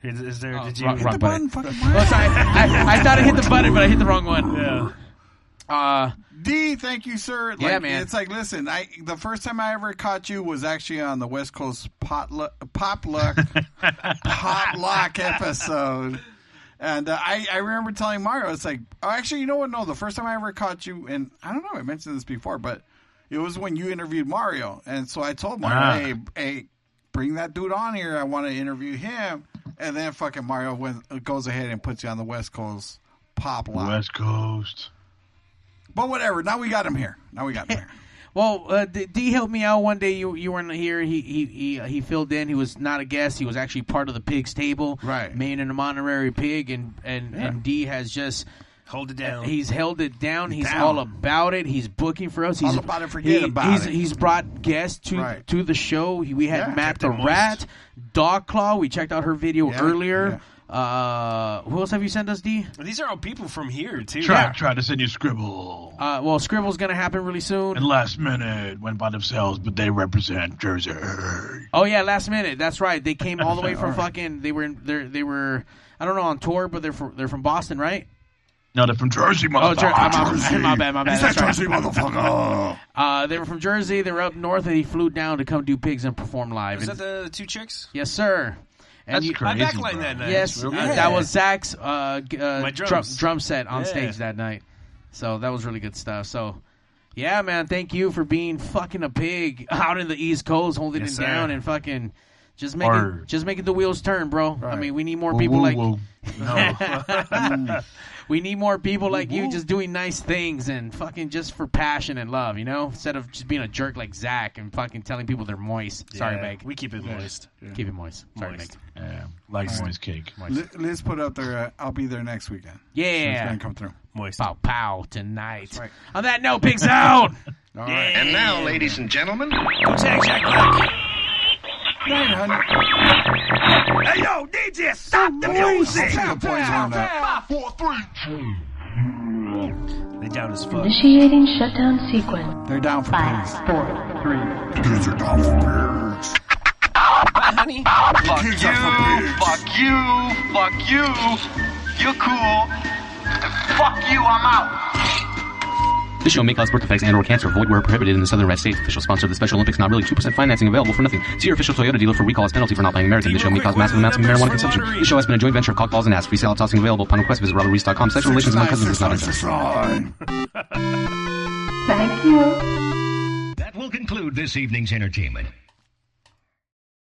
Speaker 6: Is, is there? did you
Speaker 2: wrong- wrong Oh, sorry, I, I thought I hit the button, but I hit the wrong one.
Speaker 6: Yeah.
Speaker 2: Uh,
Speaker 3: D, thank you, sir. Like,
Speaker 2: Yeah, man.
Speaker 3: It's like, listen, I the first time I ever caught you was actually on the West Coast potluck, potluck, potluck episode. And uh, I, I remember telling Mario, it's like, oh, actually, you know what? No, the first time I ever caught you, and I don't know, I mentioned this before, but it was when you interviewed Mario. And so I told
Speaker 2: Ah.
Speaker 3: Mario, hey, hey, bring that dude on here. I want to interview him. And then fucking Mario went, goes ahead and puts you on the West Coast pop lock.
Speaker 7: West Coast.
Speaker 3: But whatever. Now we got him here. Now we got him here.
Speaker 2: Well, uh, D, D helped me out one day. You you weren't here. He he he, uh, he filled in. He was not a guest. He was actually part of the pigs table. Right. Main and an honorary pig, and and and D has just.
Speaker 6: Hold it down.
Speaker 2: He's held it down. He's
Speaker 6: Down.
Speaker 2: all about it. He's booking for us. He's
Speaker 6: All about it, forget
Speaker 2: he-
Speaker 6: about
Speaker 2: he's,
Speaker 6: it.
Speaker 2: He's brought guests to
Speaker 6: Right.
Speaker 2: to the show. He- We had
Speaker 6: Yeah.
Speaker 2: Matt
Speaker 6: Kept it
Speaker 2: the
Speaker 6: moist.
Speaker 2: Rat, Dog Claw. We checked out her video
Speaker 6: Yeah,
Speaker 2: earlier. Uh, who else have you sent us, D?
Speaker 6: These are all people from here too.
Speaker 7: Try, try to send you scribble.
Speaker 2: Uh, well, Scribble's gonna happen really soon.
Speaker 7: And last minute went by themselves, but they represent Jersey.
Speaker 2: Oh yeah, last minute. That's right. They came all the way from
Speaker 7: All right.
Speaker 2: fucking. They were in. They they were. I don't know on tour, but they're from, they're from Boston, right?
Speaker 7: No, they're from Jersey,
Speaker 2: Oh, Jer-
Speaker 7: motherfucker.
Speaker 2: I'm- I'm-
Speaker 7: Jersey.
Speaker 2: my bad, my bad,
Speaker 7: He said
Speaker 2: that's right.
Speaker 7: Jersey, motherfucker.
Speaker 2: Uh, they were from Jersey. They were up north, and he flew down to come do pigs and perform live.
Speaker 6: Is that
Speaker 2: And-
Speaker 6: the two chicks?
Speaker 2: yes, sir. And
Speaker 6: That's crazy, I backlined bro. that night.
Speaker 2: Yes,
Speaker 6: Real
Speaker 2: uh,
Speaker 6: good.
Speaker 2: that was Zach's uh, g- uh,
Speaker 6: My
Speaker 2: drum,
Speaker 6: drums.
Speaker 2: drum set on
Speaker 6: Yeah.
Speaker 2: stage that night. So that was really good stuff. So, yeah, man, thank you for being fucking a pig out in the East Coast, holding
Speaker 6: Yes,
Speaker 2: it down
Speaker 6: sir.
Speaker 2: and fucking just making
Speaker 6: Word.
Speaker 2: just making the wheels turn, bro. I mean, we need more
Speaker 6: Woo,
Speaker 2: people
Speaker 6: woo,
Speaker 2: like
Speaker 6: woo.
Speaker 2: we need more people like you just doing nice things and fucking just for passion and love, you know, instead of just being a jerk like Zach and fucking telling people they're moist. Sorry,
Speaker 3: Yeah,
Speaker 2: Meg.
Speaker 3: we keep it moist.
Speaker 2: Keep it moist. Sorry,
Speaker 3: Moist.
Speaker 2: Meg.
Speaker 14: Yeah,
Speaker 3: All right. Li- Let's put up there. Uh, I'll be there next weekend.
Speaker 2: Yeah.
Speaker 3: Soon as Ben come through.
Speaker 6: Moist.
Speaker 2: Pow pow tonight. On that note, pigs out.
Speaker 3: All
Speaker 2: right.
Speaker 1: And now, ladies and gentlemen,
Speaker 6: Jack, Jack, Black.
Speaker 1: Hey, yo, DJ, stop the music!
Speaker 3: Five,
Speaker 1: four, three, two.
Speaker 6: They down as fuck.
Speaker 8: Initiating shutdown sequence.
Speaker 3: They're down for
Speaker 8: Five, four,
Speaker 3: Three.
Speaker 1: These are down for pigs.
Speaker 15: honey.
Speaker 1: Fuck you, fuck you, fuck you. You're cool. Fuck you, I'm out.
Speaker 16: This show may cause birth defects and/or cancer. Void where prohibited in the southern United States. Official sponsor of the Special Olympics. Not really. Two percent financing available for nothing. See your official Toyota dealer for recall as penalty for not buying American. This show may cause massive amounts of marijuana consumption. This show has been a joint venture of cockballs and ass. Free sale tossing available upon request. Visit robberies.com. Sexual relations among cousins is not acceptable.
Speaker 8: Thank you.
Speaker 1: That will conclude this evening's entertainment.